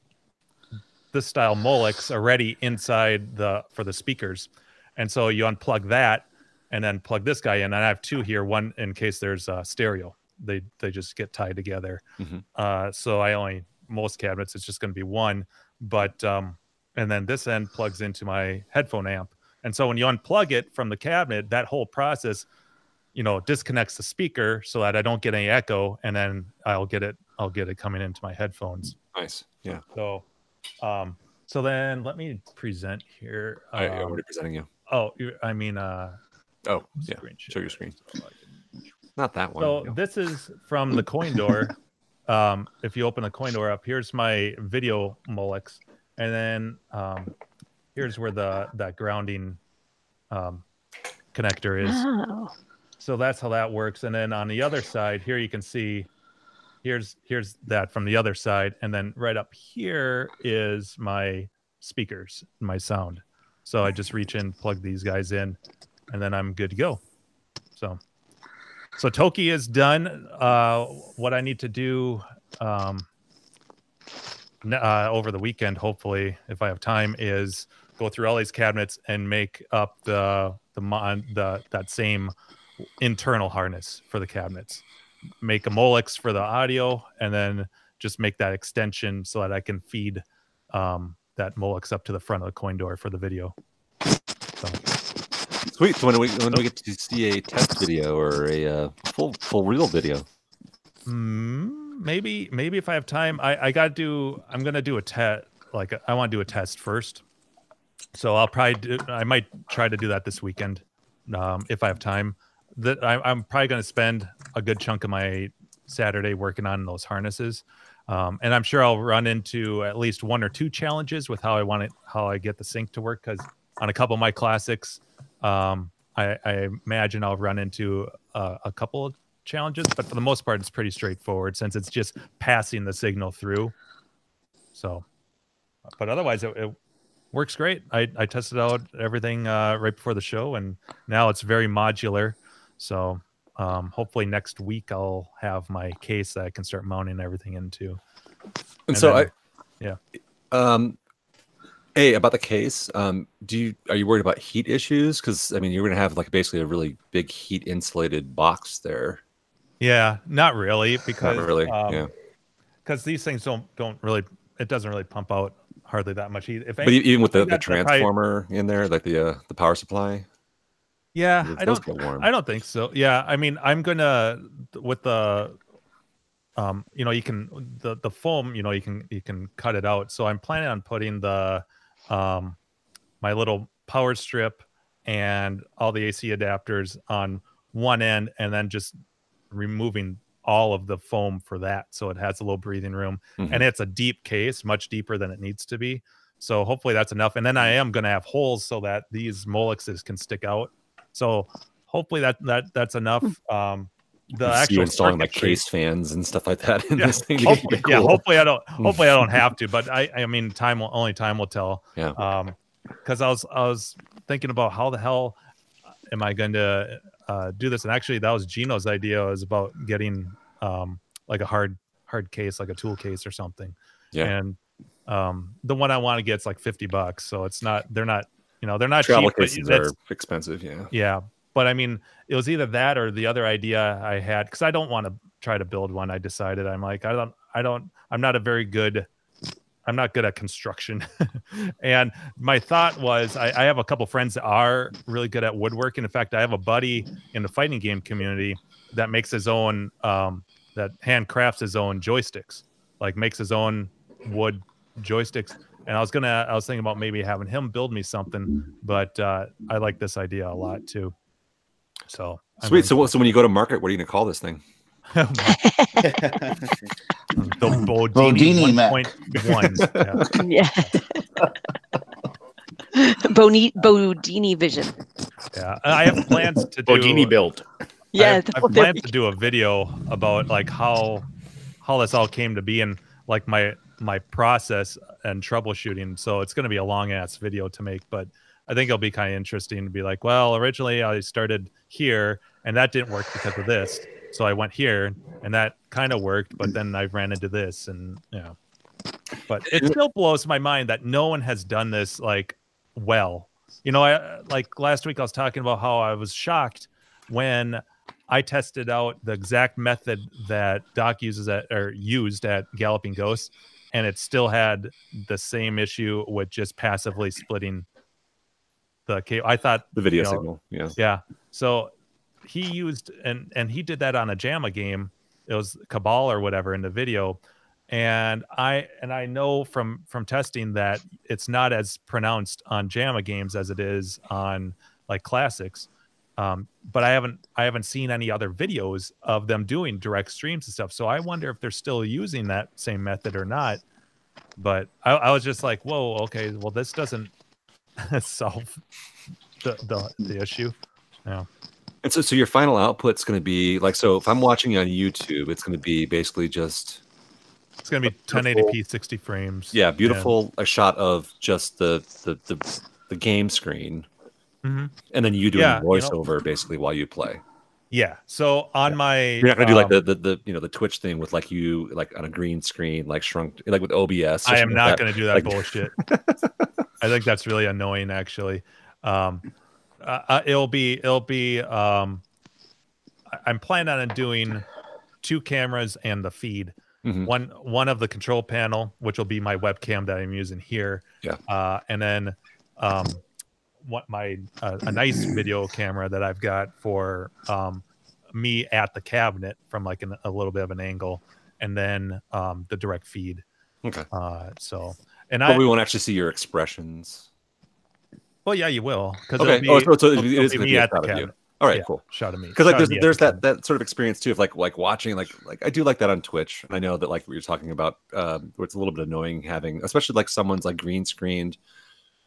E: this style Molex already inside the for the speakers, and so you unplug that and then plug this guy in. And I have two here, one in case there's uh, stereo. They they just get tied together.
C: Mhm.
E: Uh, so I only most cabinets it's just going to be one. But um, and then this end plugs into my headphone amp. And so when you unplug it from the cabinet, that whole process, you know, disconnects the speaker so that I don't get any echo, and then I'll get it. I'll get it coming into my headphones.
C: Nice, yeah.
E: So, um, so then let me present here.
C: I, I'm
E: um,
C: already presenting you.
E: oh, you- I mean, uh,
C: Oh yeah,
E: screen
C: show your screen.
E: so I can-
C: Not that one.
E: So this is from the coin door. um, if you open the coin door up, here's my video Molex, and then um, here's where the that grounding um, connector is.
B: Oh,
E: So that's how that works. And then on the other side, here you can see, here's here's that from the other side, and then right up here is my speakers, my sound. So I just reach in, plug these guys in, and then I'm good to go. So, so Toki is done. Uh, what I need to do um, n- uh, over the weekend, hopefully, if I have time, is go through all these cabinets and make up the the mon the that same internal harness for the cabinets. Make a Molex for the audio, and then just make that extension so that I can feed um, that Molex up to the front of the coin door for the video.
C: Sweet. So when do we when do we get to see a test video or a uh, full full real video?
E: Mm, maybe, maybe if I have time, I, I got to do. I'm gonna do a test. Like I want to do a test first, so I'll probably. Do, I might try to do that this weekend, um, if I have time. That I, I'm probably gonna spend a good chunk of my Saturday working on those harnesses, um, and I'm sure I'll run into at least one or two challenges with how I want it, how I get the sync to work. Because on a couple of my classics, um, I, I imagine I'll run into uh, a couple of challenges, but for the most part, it's pretty straightforward since it's just passing the signal through. So, but otherwise, it, it works great. I, I tested out everything uh, right before the show, and now it's very modular. So, um, hopefully, next week I'll have my case that I can start mounting everything into.
C: And,
E: And
C: so
E: then-
C: I, yeah. Um, a about the case. Um, do you are you worried about heat issues? Because I mean, you're gonna have like basically a really big heat insulated box there.
E: Yeah, not really, because
C: Not really.
E: um,
C: yeah.
E: because these things don't don't really it doesn't really pump out hardly that much. heat. If
C: But e- even with the, the
E: that- that probably-
C: transformer in there, like the uh, the power supply,
E: yeah,
C: it
E: Uh, I
C: does
E: don't
C: get warm.
E: I don't think so. Yeah, I mean, I'm gonna with the, um, you know, you can the the foam, you know, you can you can cut it out. So I'm planning on putting the, um, my little power strip and all the AC adapters on one end, and then just removing all of the foam for that, so it has a little breathing room,
C: Mhm.
E: and it's a deep case, much deeper than it needs to be. So hopefully that's enough. And then I am gonna have holes so that these molexes can stick out. So hopefully that that that's enough. Um, the
C: I see Hmm. you
E: actual
C: installing like
E: circuitry-
C: case fans and stuff like that in
E: Yeah. Oh
C: this thing. to keep <laughs>
E: hopefully,
C: it
E: yeah
C: cool.
E: hopefully i don't hopefully i don't have to but i i mean time will only time will tell
C: Yeah.
E: um because i was i was thinking about how the hell am i going to uh do this and actually that was gino's idea was about getting um like a hard hard case like a tool case or something
C: Yeah.
E: and um the one i want to get is like 50 bucks so it's not they're not you know they're not
C: Travel
E: cheap, but
C: cases
E: that's-
C: are expensive. Yeah.
E: yeah. But I mean, it was either that or the other idea I had because I don't want to try to build one. I decided I'm like, I don't, I don't, I'm not a very good, I'm not good at construction. <laughs> and my thought was, I, I have a couple friends that are really good at woodworking. In fact, I have a buddy in the fighting game community that makes his own, um, that handcrafts his own joysticks, like makes his own wood joysticks. And I was gonna, I was thinking about maybe having him build me something, but uh, I like this idea a lot too. So I
C: Sweet.
E: mean,
C: So, what- so when you go to market, what are you gonna call this thing? <clears throat>
E: the Bodini
A: Bodini Mac.
E: 1.1. yeah.
B: yeah. <laughs> Boni, Bodini vision.
E: Yeah, and I have plans
C: <laughs>
E: to do.
D: Bodini built.
E: I
B: Yeah, <laughs>
E: have, I have plans to do a video about like how how this all came to be and like my my process and troubleshooting. So it's going to be a long ass video to make, but I think it'll be kind of interesting to be like, well, originally I started here and that didn't work because of this, so I went here and that kind of worked, but then I ran into this and yeah. But it still blows my mind that no one has done this like well. You know, I like last week I was talking about how I was shocked when I tested out the exact method that Doc uses at or used at Galloping Ghost, and it still had the same issue with just passively splitting the cable. I thought
C: The video
E: you know,
C: signal. Yeah.
E: yeah. So he used and and he did that on a JAMA game. It was Cabal or whatever in the video. And I and I know from from testing that it's not as pronounced on JAMA games as it is on like classics. Um, but I haven't I haven't seen any other videos of them doing direct streams and stuff. So I wonder if they're still using that same method or not. But I, I was just like, whoa, okay, well this doesn't <laughs> solve the, the the issue.
C: And so, so your final output's gonna be like, so if I'm watching you on YouTube, it's gonna be basically just
E: It's gonna be 1080p, 60 frames.
C: yeah, beautiful a shot of just the the the, the game screen,
E: Mhm.
C: and then you doing
E: Yeah, you know.
C: voiceover basically while you play.
E: Yeah. So on my,
C: You're not gonna do like
E: um,
C: the, the the you know the Twitch thing with like you like on a green screen like shrunk like with OBS. or
E: I am
C: something
E: not
C: like that.
E: gonna do that
C: Like- <laughs>
E: bullshit. I think that's really annoying, actually. Um, uh, uh, it'll be it'll be. Um, I- I'm planning on doing two cameras and the feed.
C: Mhm.
E: One one of the control panel, which will be my webcam that I'm using here.
C: Yeah.
E: Uh, and then, um, what my uh, a nice video camera that I've got for um, me at the cabinet from like an, a little bit of an angle, and then um, the direct feed.
C: Okay.
E: Uh, so and
C: But
E: I
C: we won't actually see your expressions.
E: well yeah you will because
C: Okay.
E: be,
C: oh, so, so it
E: it'll-
C: it
E: it'll
C: is
E: be
C: going to be
E: me
C: a
E: at the
C: shot of you.
E: cabinet.
C: All right,
E: Yeah.
C: cool.
E: shot of me
C: Because like
E: shot
C: there's
E: of me at
C: there's
E: the
C: that
E: cabinet.
C: that sort of experience too of like like watching like like I do like that on Twitch. And I know that like we were talking about um, where it's a little bit annoying having especially like someone's like green screened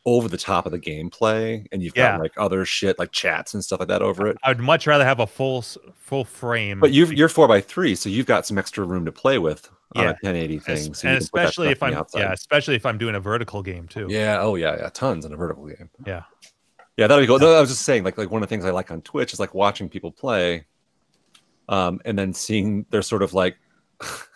C: over the top of the gameplay and you've
E: Yeah. Mm-hmm.
C: got like other shit like chats and stuff like that over it.
E: I would much rather have a full s- full frame.
C: But you've, you're four by three, so you've got some extra room to play with on a
E: Yeah.
C: 1080
E: Es-
C: thing. so you
E: and
C: can put that
E: especially
C: stuff
E: if
C: on
E: I'm
C: the
E: yeah,
C: outside.
E: especially if I'm doing a vertical game too.
C: Yeah. Oh, yeah. Yeah. Tons in a vertical game.
E: Yeah.
C: Yeah. That'd be cool. No, I was just saying, like, like one of the things I like on Twitch is like watching people play, um, and then seeing their sort of like <laughs>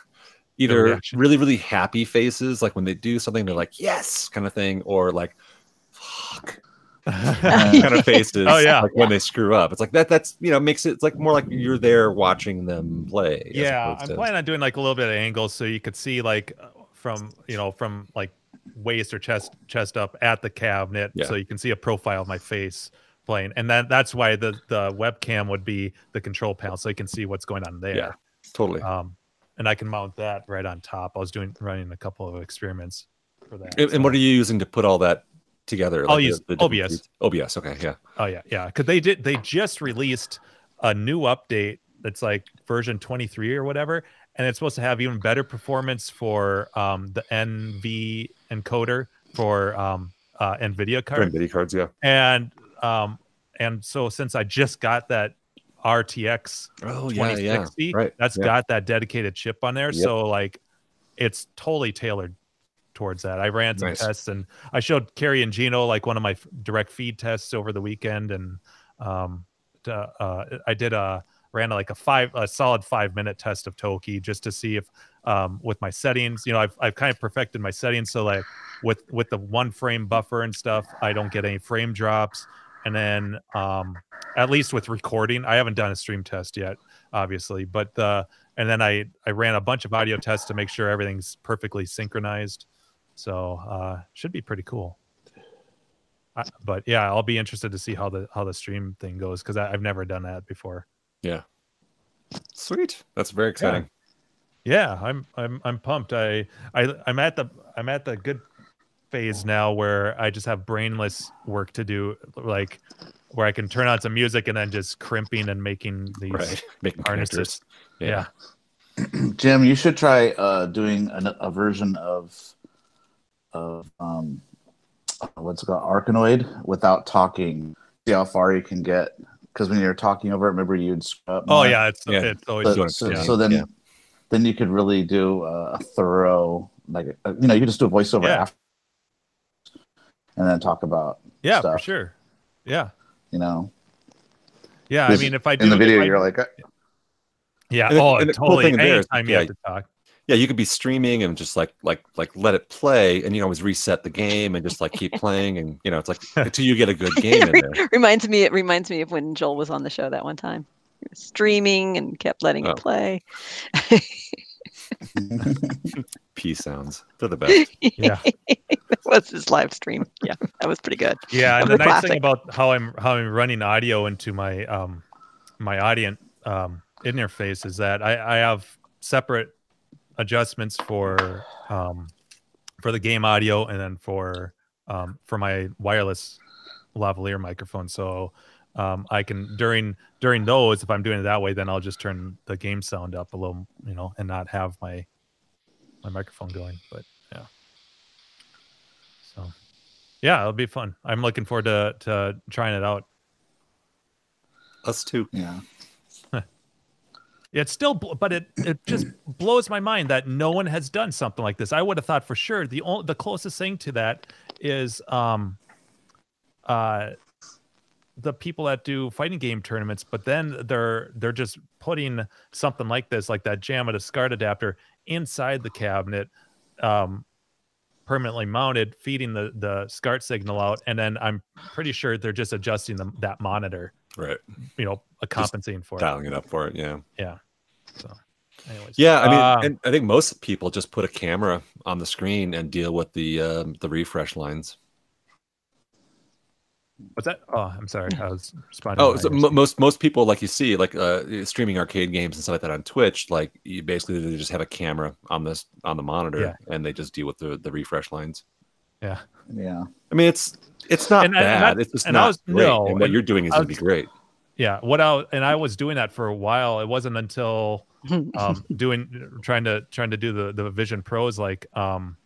C: either
E: reaction.
C: really, really happy faces, like when they do something, they're like, "Yes," kind of thing, or like,
E: <laughs>
C: "Fuck." kind of faces
E: Oh, yeah.
C: like when they screw up it's like that that's you know makes it it's like more like you're there watching them play as
E: yeah,
C: opposed
E: I'm
C: to-
E: planning on doing like a little bit of angles so you could see like uh, from you know from like waist or chest chest up at the cabinet,
C: Yeah.
E: so you can see a profile of my face playing, and then that's why the the webcam would be the control panel, so you can see what's going on there.
C: Yeah. totally
E: Um, and I can mount that right on top. I was doing running a couple of experiments for that.
C: and, and
E: so-
C: what are you using to put all that together
E: I'll
C: the-
E: use
C: the different
E: OBS.
C: feeds? obs okay yeah
E: Oh yeah, yeah. Because they did. They just released a new update that's like version 23 or whatever, and it's supposed to have even better performance for um, the NV encoder for um, uh, NVIDIA
C: For
E: card.
C: NVIDIA cards, yeah.
E: And um, and so since I just got that RTX
C: Oh
E: 2060,
C: Right.
E: that's
C: yeah.
E: got that dedicated chip on there.
C: Yep.
E: So like, it's totally tailored towards that. I ran some
C: Nice.
E: tests and I showed Carrie and Gino like one of my f- direct feed tests over the weekend, and um, t- uh, uh, I did a ran like a five a solid five minute test of Toki just to see if um, with my settings, you know, I've I've kind of perfected my settings so like with with the one frame buffer and stuff, I don't get any frame drops. And then um, at least with recording, I haven't done a stream test yet, obviously, but uh, and then I I ran a bunch of audio tests to make sure everything's perfectly synchronized. So uh, should be pretty cool. I, but yeah, I'll be interested to see how the how the stream thing goes because I've never done that before.
C: Sweet. That's very exciting.
E: Yeah, I'm I'm I'm pumped. I I I'm at the I'm at the good phase now where I just have brainless work to do, like where I can turn on some music and then just crimping and making these. <laughs>
C: Right. Making
E: Harnesses.
C: connectors.
E: Yeah.
A: Jim, you should try uh, doing a, a version of of um, what's it called Arkanoid without talking. See how far you can get. Because when you're talking over it, remember you'd screw up.
E: Oh
A: more.
E: yeah, it's
C: Yeah.
E: it's always
A: So,
C: what I'm
A: so,
C: saying.
A: so then,
C: Yeah.
A: then you could really do a, a thorough, like uh, you know, you could just do a voiceover
E: Yeah.
A: after, and then talk about
E: yeah for
A: stuff.
E: sure. Yeah,
A: you know.
E: yeah. I
A: Because
E: mean, if I do
A: In the video,
E: if I-
A: you're like, uh,
E: yeah,
C: And the-
E: oh,
C: and the cool
E: totally.
C: thing there is,
E: Anytime you
C: yeah,
E: have to talk.
C: Yeah, you could be streaming and just like like like let it play, and you can always reset the game and just like keep playing, and you know it's like until you get a good game
B: <laughs>
C: in there.
B: reminds me. It reminds me of when Joel was on the show that one time. He was streaming and kept letting
C: Oh.
B: it play. <laughs>
C: P sounds. They're the
B: <laughs>
C: best.
E: Yeah.
B: that was his live stream. <laughs> Yeah, that was pretty <laughs> good.
E: Yeah, and the
B: Another
E: nice thing
B: classic.
E: about how I'm how I'm running audio into my um my audience um interface is that I, I have separate adjustments for um for the game audio and then for um for my wireless lavalier microphone. So um I can during during those if I'm doing it that way then I'll just turn the game sound up a little, you know, and not have my my microphone going, but yeah. So yeah, it'll be fun. I'm looking forward to to trying it out.
C: Us too.
A: yeah,
E: It's still, bl- but it it just <clears throat> blows my mind that no one has done something like this. I would have thought for sure the only the closest thing to that is um uh the people that do fighting game tournaments, but then they're they're just putting something like this, like that JAMA discard adapter, inside the cabinet, um, permanently mounted, feeding the the SCART signal out, and then I'm pretty sure they're just adjusting the, that monitor,
C: Right.
E: you know, compensating for it.
C: Dialing it up for it. Yeah.
E: Anyways.
C: Yeah, I mean,
E: Uh,
C: and I think most people just put a camera on the screen and deal with the um, the refresh lines.
E: What's that? Oh, I'm sorry. I was responding.
C: Oh,
E: to
C: so
E: my-
C: m- most most people like you see like uh, streaming arcade games and stuff like that on Twitch. Like you basically they just have a camera on this on the monitor
E: Yeah.
C: and they just deal with the, the refresh lines.
A: yeah.
C: I mean, it's it's not
E: And I- and
C: bad.
E: that's-
C: it's just
E: and I
C: not
E: was-
C: great.
E: no,
C: and what
E: and
C: you're doing is
E: I
C: going to be
E: was-
C: great.
E: yeah. What I and I was doing that for a while. It
C: <laughs>
E: wasn't until um doing trying to trying to do the the Vision Pros like um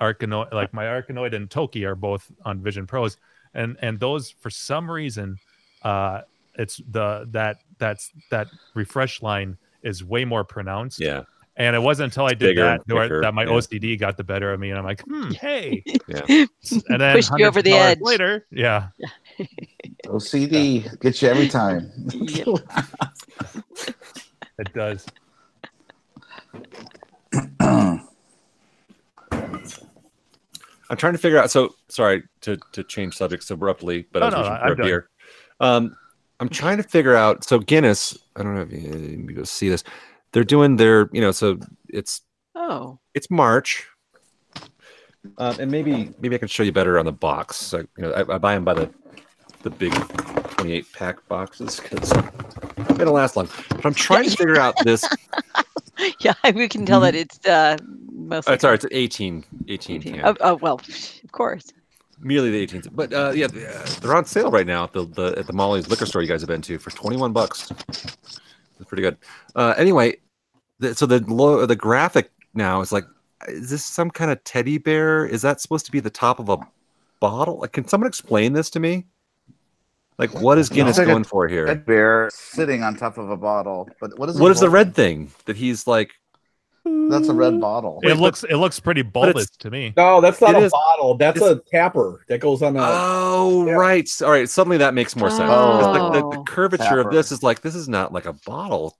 E: Arcanoid like my Arcanoid and Toki are both on Vision Pros and and those for some reason uh it's the that that's that refresh line is way more pronounced.
C: Yeah,
E: And it wasn't until I did
C: Bigger
E: that
C: and
E: that-
C: thicker,
E: that my
C: yeah.
E: OCD got the better of me and I'm like, "Hmm,
B: <laughs>
E: hey."
C: <laughs> Yeah.
E: And then
B: Pushed you over
E: hundreds of
B: the
E: dollars
B: edge.
E: later. Yeah.
A: OCD gets you every time.
B: <laughs> Yep.
E: It does.
C: I'm trying to figure out. So sorry to to change subjects so abruptly, but
E: No,
C: I was
E: no,
C: reaching
E: no,
C: for
E: I'm
C: a
E: done.
C: beer. Um, I'm trying to figure out. So Guinness, I don't know if you, you go see this. They're doing their, you know, so it's
B: Oh,
C: it's March. Um, and maybe maybe I can show you better on the box. So, you know, I, I buy them by the the big 28 pack boxes because they don't last long. But I'm trying to figure out this.
B: yeah. We can tell that it's uh, mostly.
C: Oh, sorry, it's an 18 18 can.
B: Oh, oh, well, of course.
C: merely the 18th. But uh, yeah, th- uh, they're on sale right now at the, the at the Molly's liquor store you guys have been to for 21 bucks. It's pretty good. Uh, anyway, the, so the lo- the graphic now is like, is this some kind of teddy bear? Is that supposed to be the top of a bottle? Like, can someone explain this to me? Like, what is Guinness
A: like a-
C: going for here?
A: Red bear sitting on top of a bottle. But what is
C: What is the
A: bottle?
C: red thing that he's like?
A: That's a red bottle.
E: it looks it looks pretty
C: it's-
E: bulbous to me.
F: No, that's not
C: It
F: a
C: is-
F: bottle. That's a tapper that goes on a.
C: Oh, right. All right. Suddenly that makes more sense. It's like the, the
B: Oh.
C: curvature
A: Tapper.
C: of this is like this is not like a bottle.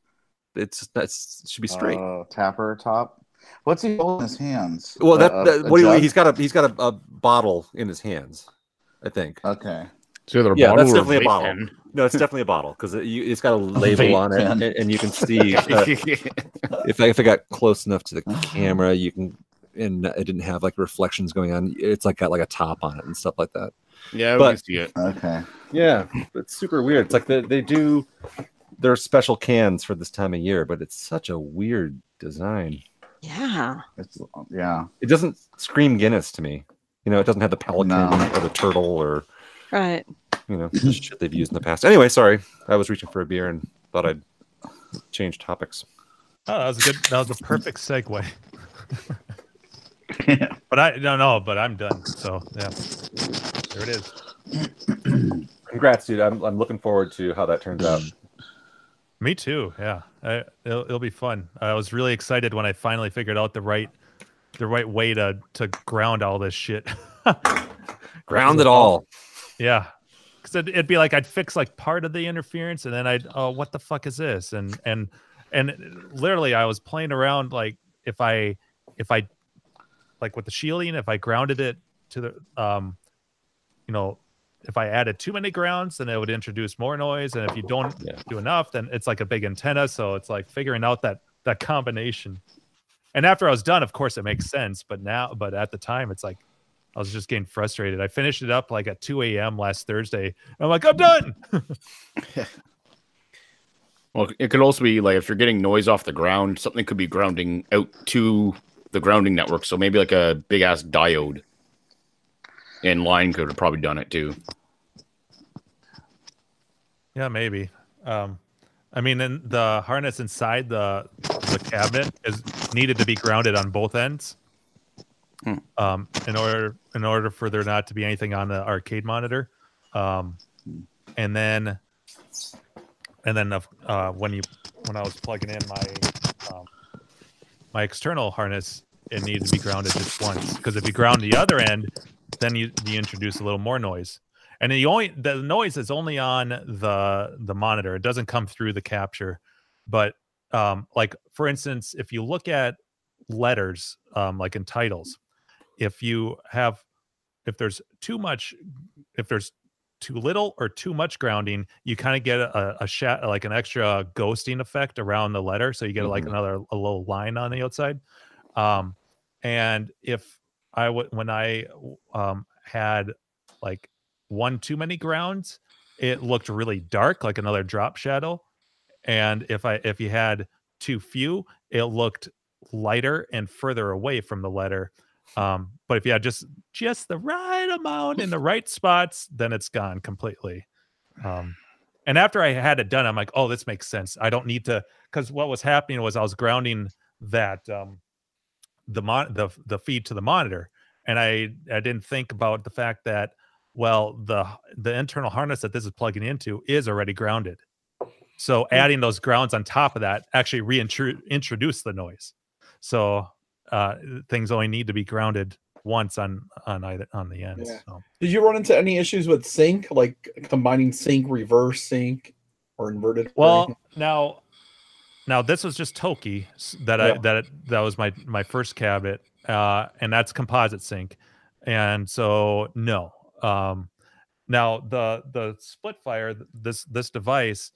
C: It's that's should be straight.
A: Oh, tapper top. What's he holding in his hands?
C: well, that,
A: Uh,
C: that
A: a
C: what do you,
A: jug?
C: he's got a he's got a, a bottle in his hands. I think.
A: Okay.
D: It's either a
C: Yeah,
D: bottle
C: that's
D: or
C: definitely a
D: vape
C: bottle.
D: pen.
C: No,
A: Hmm.
C: it's definitely a bottle because it, you- it's got a label
A: vape
C: on it,
A: pen.
C: and, and you can see uh, if I, if I got close enough to the camera, you can. And it didn't have like reflections going on. It's like got like a top on it and stuff like that.
D: <laughs> yeah, we
C: But-
D: can see it.
A: Okay.
C: Yeah, it's super weird. It's like they, they do their special cans for this time of year, but it's such a weird design.
B: Yeah.
A: It's yeah.
C: It doesn't scream Guinness to me. You know, it doesn't have the pelican
A: No.
C: or the turtle or
B: <laughs> Right.
C: you know the shit they've used in the past. Anyway, sorry, I was reaching for a beer and thought I'd change topics.
E: Oh, that was a good. That was a
C: <laughs>
E: perfect segue.
A: Yeah.
E: But I no no. But I'm done. So yeah, there it is.
C: Congrats, dude. I'm, I'm looking forward to how that turns out.
E: Me too. Yeah, I, it'll, it'll be fun. I was really excited when I finally figured out the right the right way to to ground all this shit. <laughs>
C: Ground it all.
E: yeah, because it'd, it'd be like I'd fix like part of the interference, and then I'd oh what the fuck is this? And and and literally I was playing around like if I if I like with the shielding, if I grounded it to the um, you know. If I added too many grounds, then it would introduce more noise. And if you don't
C: Yeah.
E: do enough, then it's like a big antenna. So it's like figuring out that that combination. And after I was done, of course, it makes sense. But now, but at the time, it's like I was just getting frustrated. I finished it up like at 2 a.m. last Thursday. I'm like, I'm done.
D: Well, it could also be like if you're getting noise off the ground, something could be grounding out to the grounding network. So maybe like a big ass diode in line could have probably done it too.
E: Yeah, maybe. Um, I mean, then the harness inside the the cabinet is needed to be grounded on both ends. Um, in order in order for there not to be anything on the arcade monitor, um, and then and then of- uh, when you when I was plugging in my um, my external harness, it needed to be grounded just once because if you ground the other end, then you you introduce a little more noise and the only the noise is only on the the monitor it doesn't come through the capture but um like for instance if you look at letters um like in titles if you have if there's too much if there's too little or too much grounding you kind of get a, a shat like an extra ghosting effect around the letter so you get like another a little line on the outside um and if i would when i um had like one too many grounds it looked really dark like another drop shadow and if i if you had too few it looked lighter and further away from the letter um but if you had just just the right amount in the right spots then it's gone completely um and after i had it done i'm like oh this makes sense i don't need to because what was happening was i was grounding that um the mon the the feed to the monitor and i i didn't think about the fact that well the the internal harness that this is plugging into is already grounded so adding those grounds on top of that actually reintroduce the noise so uh things only need to be grounded once on on either on the ends
F: Yeah.
E: so.
F: Did you run into any issues with sync, like combining sync, reverse sync, or inverted? or
E: well
F: anything?
E: now now this was just toki s- that i
F: Yeah.
E: that that was my my first cabinet uh and that's composite sync and so no um now the the split fire th- this this device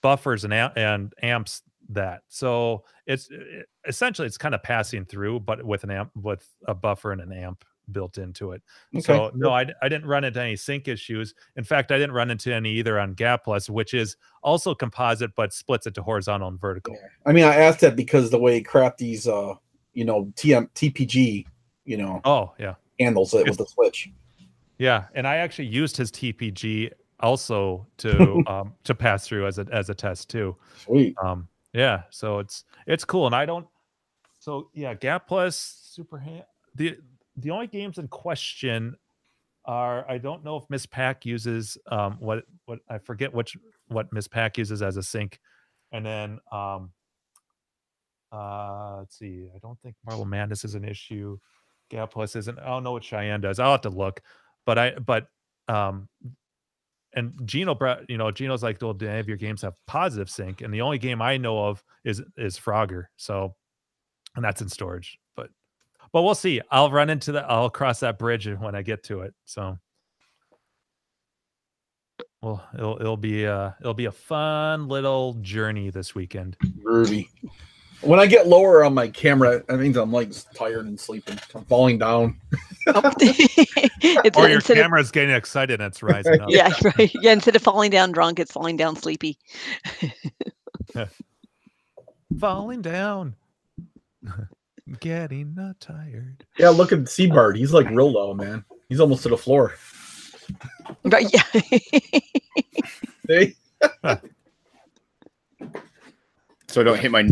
E: buffers and am- and amps that so it's it- essentially it's kind of passing through but with an amp with a buffer and an amp built into it
F: Okay.
E: so no I, d- I didn't run into any sync issues in fact i didn't run into any either on gap plus which is also composite but splits it to horizontal and vertical
F: I mean, I asked that because the way crap these, uh, you know, TM, TPG, you know,
E: oh yeah
F: handles it with the switch.
E: Yeah, and I actually used his TPG also to um, to pass through as a as a test too.
F: Sweet.
E: Um, yeah, so it's it's cool, and I don't. So yeah, Gap Plus, Super Hand. The the only games in question are I don't know if Miss Pack uses um what what I forget which what Miss Pack uses as a sync, and then um uh let's see I don't think Marvel Madness is an issue. Gap Plus isn't. I don't know what Cheyenne does. I'll have to look, but I but um and Gino brought you know Gino's like well do any of your games have positive sync and the only game I know of is is Frogger so and that's in storage but but we'll see I'll run into the I'll cross that bridge when I get to it so well it'll it'll be uh it'll be a fun little journey this weekend
F: Ruby. When I get lower on my camera, that means I'm like tired and sleeping. I'm falling down.
B: Oh. <laughs> It's- uh,
E: or your
B: instead of-
E: camera's getting excited and it's rising
B: <laughs>
E: up
B: yeah, right. Yeah, instead of falling down drunk, it's falling down sleepy.
E: falling down <laughs> getting not tired
F: Yeah, look at Seabird. He's like real low, man. He's almost to the floor. <laughs>
B: Right. Yeah. <laughs>
F: See?
D: So I don't hit my.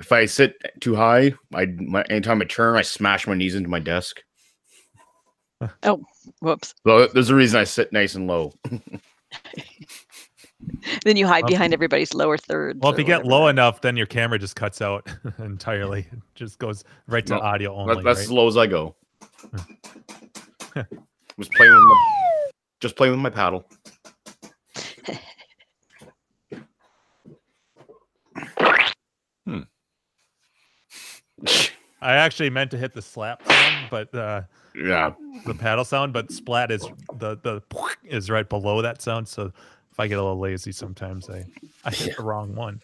D: If I sit too high, I my, anytime I turn, I smash my knees into my desk.
B: Whoops.
D: So there's a reason I sit nice and low.
B: Then you hide
E: Well-
B: behind everybody's lower third.
E: Well, if you get low enough, then your camera just cuts out <laughs> entirely. It just goes right to
D: No,
E: audio
D: That-
E: only.
D: that's as
E: right? Hmm.
D: low as I go. <laughs> was playing with my, just playing with my paddle.
C: Hmm.
E: I actually meant to hit the slap sound, but uh,
D: Yeah,
E: the paddle sound, but splat is the the <laughs> is right below that sound. So if I get a little lazy, sometimes I I hit the wrong one.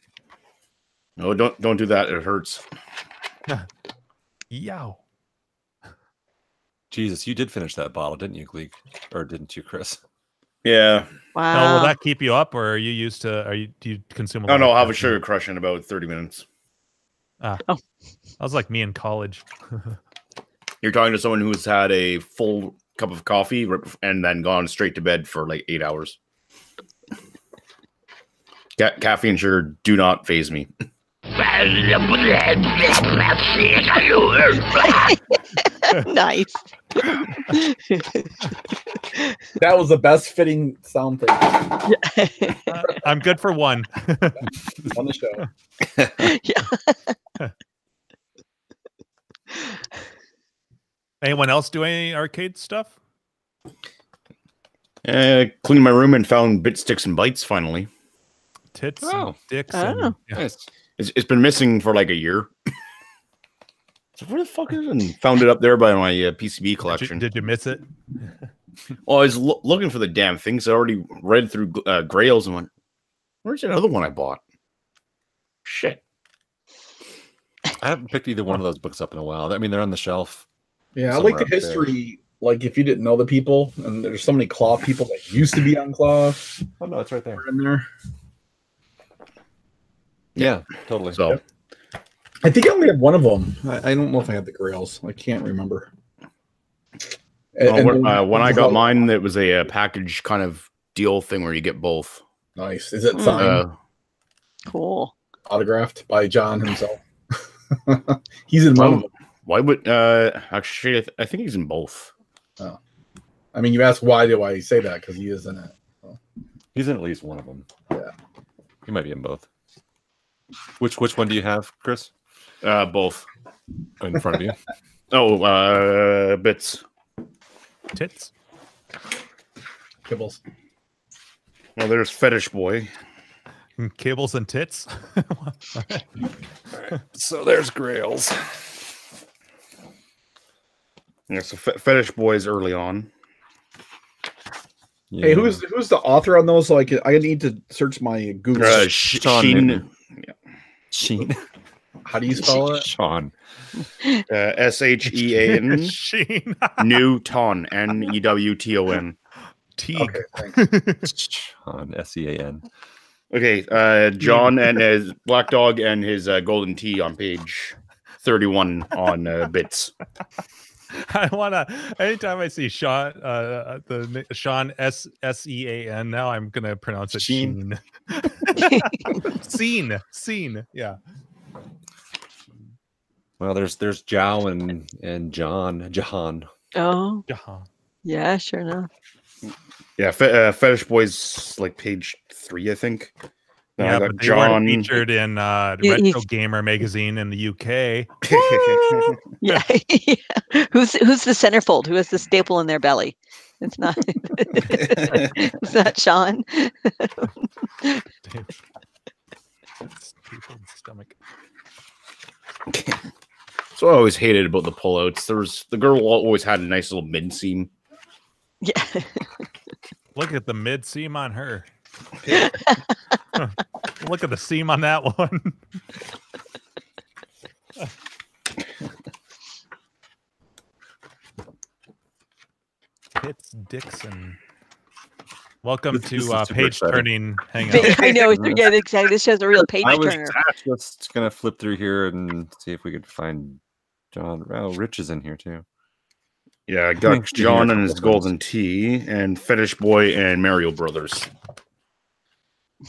D: no, don't don't do that. It hurts.
E: Yow.
C: Jesus, you did finish that bottle, didn't you, Gleek? Or didn't you, <laughs> Chris?
D: Yeah,
B: Wow.
E: Now, will that keep you up, or are you used to? Are you do you consume?
D: I
E: a
D: don't
E: lot
D: know.
E: of
D: I'll have a
E: caffeine?
D: sugar crush in about thirty minutes.
E: I was like me in college. <laughs>
D: You're talking to someone who's had a full cup of coffee right bef- and then gone straight to bed for like eight hours. Ca- caffeine and sugar do not phase me.
B: <laughs>
E: <laughs>
B: nice.
F: That was the best fitting sound thing
B: <laughs>
E: I- I'm good for one.
F: on the show.
E: Anyone else do any arcade stuff?
D: Uh, cleaned my room and found bit sticks and bites finally.
E: Tits,
C: Oh.
E: and dicks, and
B: Oh.
E: yeah.
D: Yes. It's, it's been missing for like a <laughs> year. so where the fuck is it? And found it up there by my uh, PCB
E: Did you,
D: collection.
E: did you miss it?
D: Well, I was loo- looking for the damn things. I already read through uh, Grails and went, where's that other one I bought? Shit.
C: I haven't picked either one of those books up in a while. I mean, they're on the shelf.
F: Yeah, I
C: Somewhere
F: like
C: up
F: the
C: there.
F: history. Like if you didn't know the people, and there's so many claw people that used to be on claw
C: Oh no, it's right there.
F: are in there.
C: Yeah, totally.
D: So
F: I think I only had one of them. I, I don't know if I had the grails. I can't remember. And- and
D: Well, Uh,
F: Oh,
D: when,
F: the-
D: uh, when I got mine, it was a, uh package kind of deal thing where you get both.
F: nice. Is it signed,
D: Uh,
B: Cool.
F: autographed by John himself? <laughs> He's in
D: Oh.
F: one of them.
D: why would uh actually? I, th- I think he's in both.
F: I mean, you ask why do I say that because he is in it.
C: He's in at least one of them.
F: Yeah.
C: He might be in both. Which which one do you have, Chris?
D: Uh, both.
C: In front of you. <laughs>
D: Oh, uh, bits.
E: Tits.
F: Kibbles.
D: Well, there's fetish boy.
E: And cables and tits.
C: so there's Grails.
D: Yeah, so fe- fetish boys early on.
C: Yeah.
F: Hey, who's who's the author on those? So I could I need to search my Google.
D: Uh, Sh-
C: Sean
D: Sheen,
C: Newton. Sheen?
F: How do you spell it?
C: <laughs> Sean.
D: uh, S H E
E: <laughs>
F: <laughs>
D: A N
E: Sheen.
D: Newton N E W T O N.
E: Teague.
F: Okay,
D: <laughs>
F: thanks.
C: Sean. S E A N.
D: Okay,
F: <laughs>
D: uh, John and his black dog and his uh, golden tea on page thirty-one on uh, bits.
E: I wanna. Anytime I see Sean, uh, the ni- Sean S S E A N. Now I'm gonna pronounce it Sheen.
D: Sheen.
E: Scene, scene. Yeah.
C: Well, there's there's Zhao and and John Jahan.
B: Oh,
E: Jahan.
B: yeah, sure enough.
D: Yeah, fe- uh, Fetish Boys, like page three, I think. Then
E: Yeah,
D: I
E: but
D: got
E: they John...
D: John.
E: were
D: <laughs>
E: featured in uh,
B: You- you-
E: Retro Gamer magazine in the UK.
B: Yeah. <laughs> yeah. Who's who's the centerfold? Who has the staple in their belly? It's not. <laughs> it's not Sean. <laughs>
E: People in stomach.
D: so I always hated about the pullouts. There was the girl always had a nice little mid seam.
B: Yeah.
E: Look at the mid seam on her. <laughs> Look at the seam on that one. Pitts Dixon. Welcome
D: This-
E: to
D: this is
E: uh,
D: super
E: page
D: exciting. <laughs>
E: turning hangout.
B: I know. Yeah, exactly. This show's a real page
C: I was
B: turner.
C: just gonna flip through here and see if we could find John. Oh, Rich is in here too.
E: <laughs>
D: Yeah, I got
C: Thanks,
D: John
C: Junior.
D: and his golden tee, and Fetish Boy and Mario Brothers.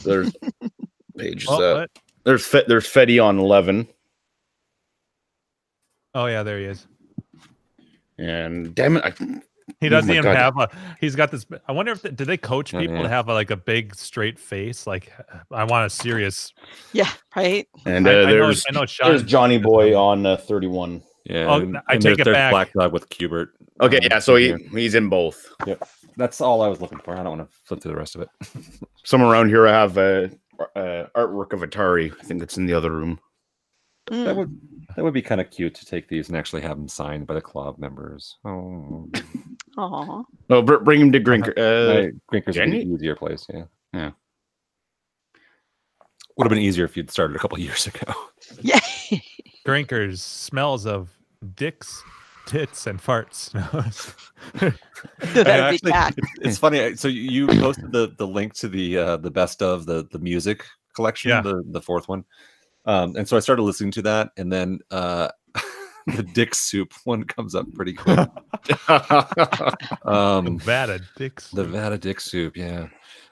D: There's <laughs> pages.
E: Oh,
D: uh,
E: what?
D: there's Fe- there's Fetty on eleven,
E: Oh, yeah, there he is.
D: and damn it, I,
E: He
D: Oh
E: doesn't
D: my Oh,
E: even
D: God.
E: have a. He's got this. I wonder if the, do they coach
C: Yeah,
E: people to
C: yeah.
E: have a, like a big straight face? Like, I want a serious.
B: Yeah. Right.
D: and uh,
E: I, I know,
D: there's
E: I know Sean.
D: there's Johnny Boy on uh, thirty one.
C: Yeah,
E: Oh, I take
C: there's-
E: it
C: there's
E: back.
C: Black Dog with Cubert.
D: Okay,
C: Um,
D: yeah, so he,
C: yeah.
D: he's in both.
C: That's all I was looking for. I don't want to flip through the rest of it.
D: Some around here I have a, a artwork of Atari. I think it's in the other room.
C: That
B: Mm.
C: would that would be kind of cute to take these and actually have them signed by the club members. Oh,
B: Aw. <laughs>
D: No, br- bring him to
C: Uh-huh.
D: Grinker. Uh,
C: My Grinkers would be
D: Jenny?
C: an easier place. Yeah,
D: Yeah.
C: Would have been easier if you'd started a couple <laughs> years ago.
B: Yeah.
E: drinkers smells of dicks, tits, and farts.
B: <laughs>
E: <laughs>
B: That'd be
C: actually-
B: cat.
C: It's funny. I- So you you posted the the link to the uh, the best of the the music collection,
E: Yeah.
C: the the fourth one, um, and so I started listening to that, and then uh, <laughs> the Dick Soup one comes up pretty quick. um,
E: Bad at dicks.
C: the Vada Dick Soup, yeah,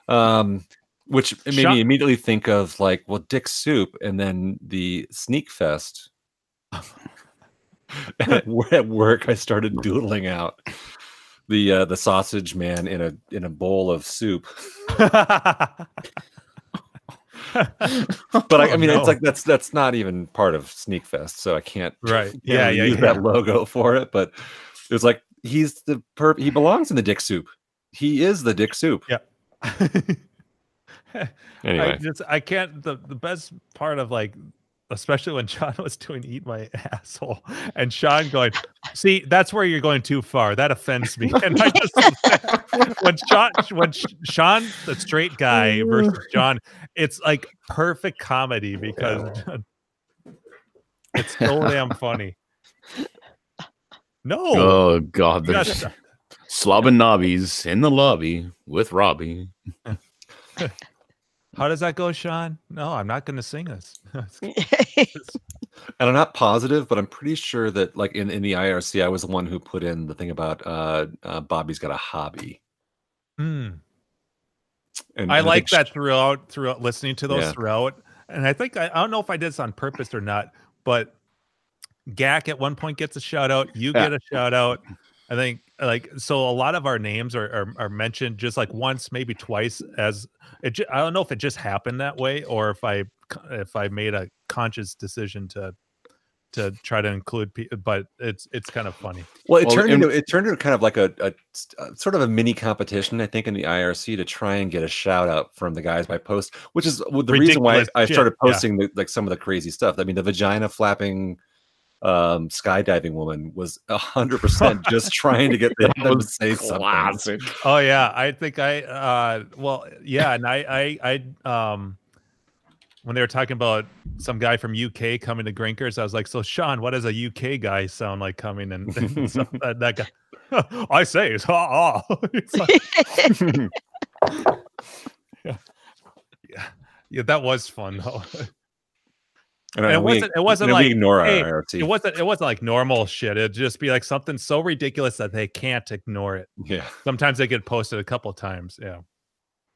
C: um, which it made
E: Shut-
C: me immediately think of like, well, Dick Soup, and then the Sneak Fest. <laughs> at wo- at work, I started doodling out the uh, the sausage man in a in a bowl of
E: <laughs>
C: soup. but I, I
E: Oh,
C: mean, it's
E: no.
C: like that's that's not even part of Sneak Fest, so I can't
E: <laughs> right.
C: can't
E: Yeah,
C: really
E: yeah,
C: use
E: yeah.
C: that logo for it. But it was like he's the perp. He belongs in the Dick Soup. He is the Dick Soup.
E: I <laughs>
C: Anyway,
E: just I can't the, the best part of like especially when <laughs> Sean was doing eat my <laughs> asshole and Sean going, see, that's where you're going too far. That offends me. <laughs> And I just when Sean when Sh- Sean the straight guy
D: <laughs>
E: versus John, it's like perfect comedy because <laughs> it's so damn funny. No.
D: <laughs> oh God,
E: you
D: there's
E: gotta-
D: slobbing knobbies in the lobby with Robbie.
E: How does that go, Sean? No, I'm not gonna sing this. <laughs>
C: and I'm not positive, but I'm pretty sure that like in in the IRC, I was the one who put in the thing about uh, uh Bobby's got a hobby.
E: Hmm.
C: And
E: I
C: and
E: like
C: think sh-
E: that throughout throughout listening to those
C: Yeah.
E: throughout. And I think I, I don't know if I did this on purpose or not, but Gak at one point gets a shout out. You
D: Yeah.
E: get a shout out. I think like so a lot of our names are are, are mentioned just like once, maybe twice as it. Ju- I don't know if it just happened that way or if I if I made a conscious decision to to try to include people, but it's it's kind of funny.
C: Well, it
D: Well,
C: turned
D: and-
C: into it turned into kind of like a, a s- a sort of a mini competition, I think, in the IRC to try and get a shout out from the guys by post, which is well, the reason why
E: Ridiculous
C: I
E: shit,
C: started
E: yeah.
C: posting the, like some of the crazy stuff. I mean, the vagina flapping um skydiving woman was a hundred
E: <laughs>
C: percent just trying to get them to say something.
E: Oh yeah, I think I uh well yeah, and I I I um when they were talking about some guy from UK coming to Grinkers, I was like, so Sean, what does a UK guy sound like coming and, <laughs> and so, uh, that guy? <laughs> I say it's ha <laughs> ha. It's like, <laughs> yeah, yeah, that was fun though.
C: And,
E: And
C: I-
E: it
C: we-
E: wasn't- it wasn't
C: and
E: like,
C: we ignore
E: hey,
C: our IRT.
E: It wasn't. It wasn't like normal shit. It'd just be like something so ridiculous that they can't ignore it.
C: yeah.
E: Sometimes they get posted a couple times. Yeah,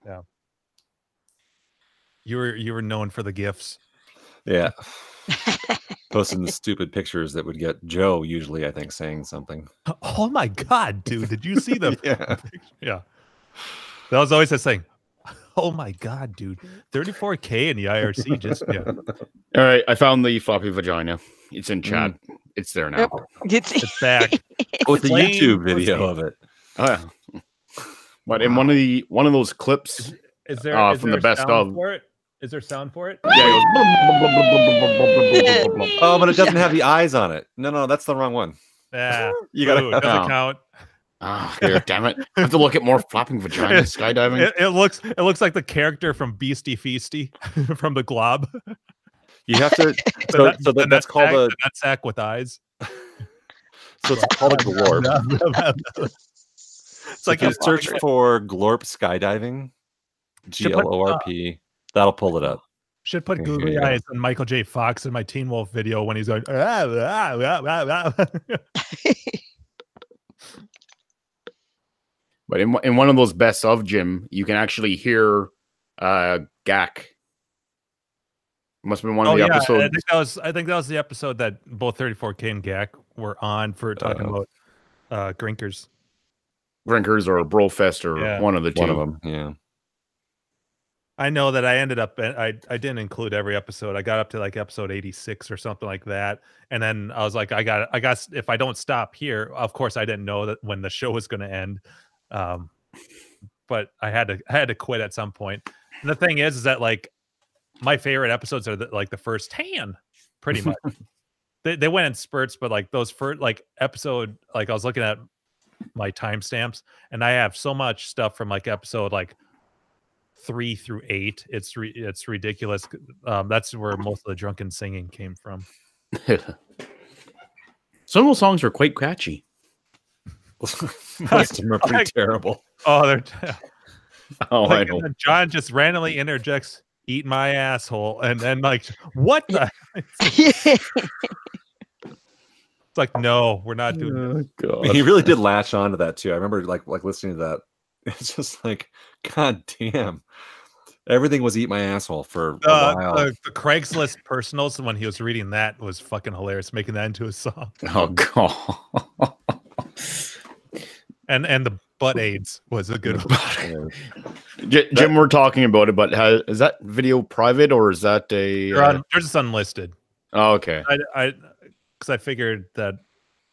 E: yeah. You were you were known for the gifts. <laughs>
C: <laughs> Yeah. Posting the stupid pictures that would get Joe usually, I think, saying something.
E: Oh my god, dude! Did you see
D: <laughs>
E: the?
C: <laughs> Yeah.
E: yeah, that was always this thing. <laughs> Oh my god, dude! 34k in the IRC just yeah.
D: All right, I found the floppy vagina. It's
C: Mm.
D: in chat. It's there now.
B: Yep. It's,
E: It's back.
C: With the
E: Plain
C: Oh, YouTube video
E: pussy.
C: of it.
D: Oh, yeah. But in one of the one of those clips,
E: Is there
D: Uh,
E: is
D: from
E: there
D: the best
E: sound
D: of.
E: for it? Is there sound for it?
D: yeah, it goes,
C: Oh, <laughs> but it
B: <laughs>
C: doesn't have the eyes on it. No, no, that's the wrong one. Oh.
E: Yeah,
C: You gotta
E: Ooh, it doesn't
D: No.
E: count.
D: Ah,
C: <laughs>
D: here, damn it! I have to look at more flopping vagina skydiving.
E: It, it looks it looks like the character from Beastie Feasty <laughs> from the Glob.
C: you have <laughs> to
E: The
C: so,
E: nut-
C: so
E: the
C: that, that's
E: nutsack-
C: called a
E: the nutsack with <laughs> eyes.
C: so it's called a glorp.
E: it's like
C: if you <laughs>
E: it's
C: search for glorp skydiving, G
E: Should put,
C: L O R P, that'll pull it up.
E: should put
C: Yeah,
E: googly
C: yeah.
E: eyes on Michael J. Fox in my Teen Wolf video when he's going. "Ah, ah, ah, ah, ah."
D: But in, one- in one of those best of Jim, you can actually hear uh Gak. Must have been one of
E: oh
D: the
E: yeah, I
D: episodes.
E: think that was I think that was the episode that both 34K and Gak were on for talking
C: Uh,
E: about uh Grinkers.
D: Grinkers or Brofest or
E: Yeah.
D: one of the two.
C: One of them. <laughs> Yeah.
E: I know that I ended up eh, I I didn't include every episode. I got up to like episode 86 or something like that. And then I was like I got I got if I don't stop here, of course I didn't know that when the show was going to end. Um but I had to I had to quit at some point. And the thing is is that like my favorite episodes are the, like the first 10 pretty much. they they went in spurts but like those first like episode like I was looking at my timestamps and I have so much stuff from like episode like three through eight. It's re- it's ridiculous. c- Um, that's where most of the drunken singing came from.
D: Some of those songs were quite catchy.
C: Most of them are pretty
E: Like-
C: terrible.
E: Oh, <laughs> they're
D: Oh,
E: like,
D: I
E: and
D: know.
E: then John just randomly interjects, "Eat my asshole," and then like, what the? It's like, no, we're not doing. That.
C: He really did latch onto that too. I remember like like listening to that. <laughs> It's just like, god damn. Everything was eat my asshole for a
E: The,
C: while.
E: Uh, the, the Craigslist personals when he was reading that was fucking hilarious, making that into a song.
D: Oh god.
E: And and the butt aids was a good one. <laughs>
C: Yeah.
D: J- Jim, we're talking about it, but ha- is that video private or is that a?
E: They're
D: Uh,
E: on- They're just unlisted.
D: oh, okay.
E: I I because I figured that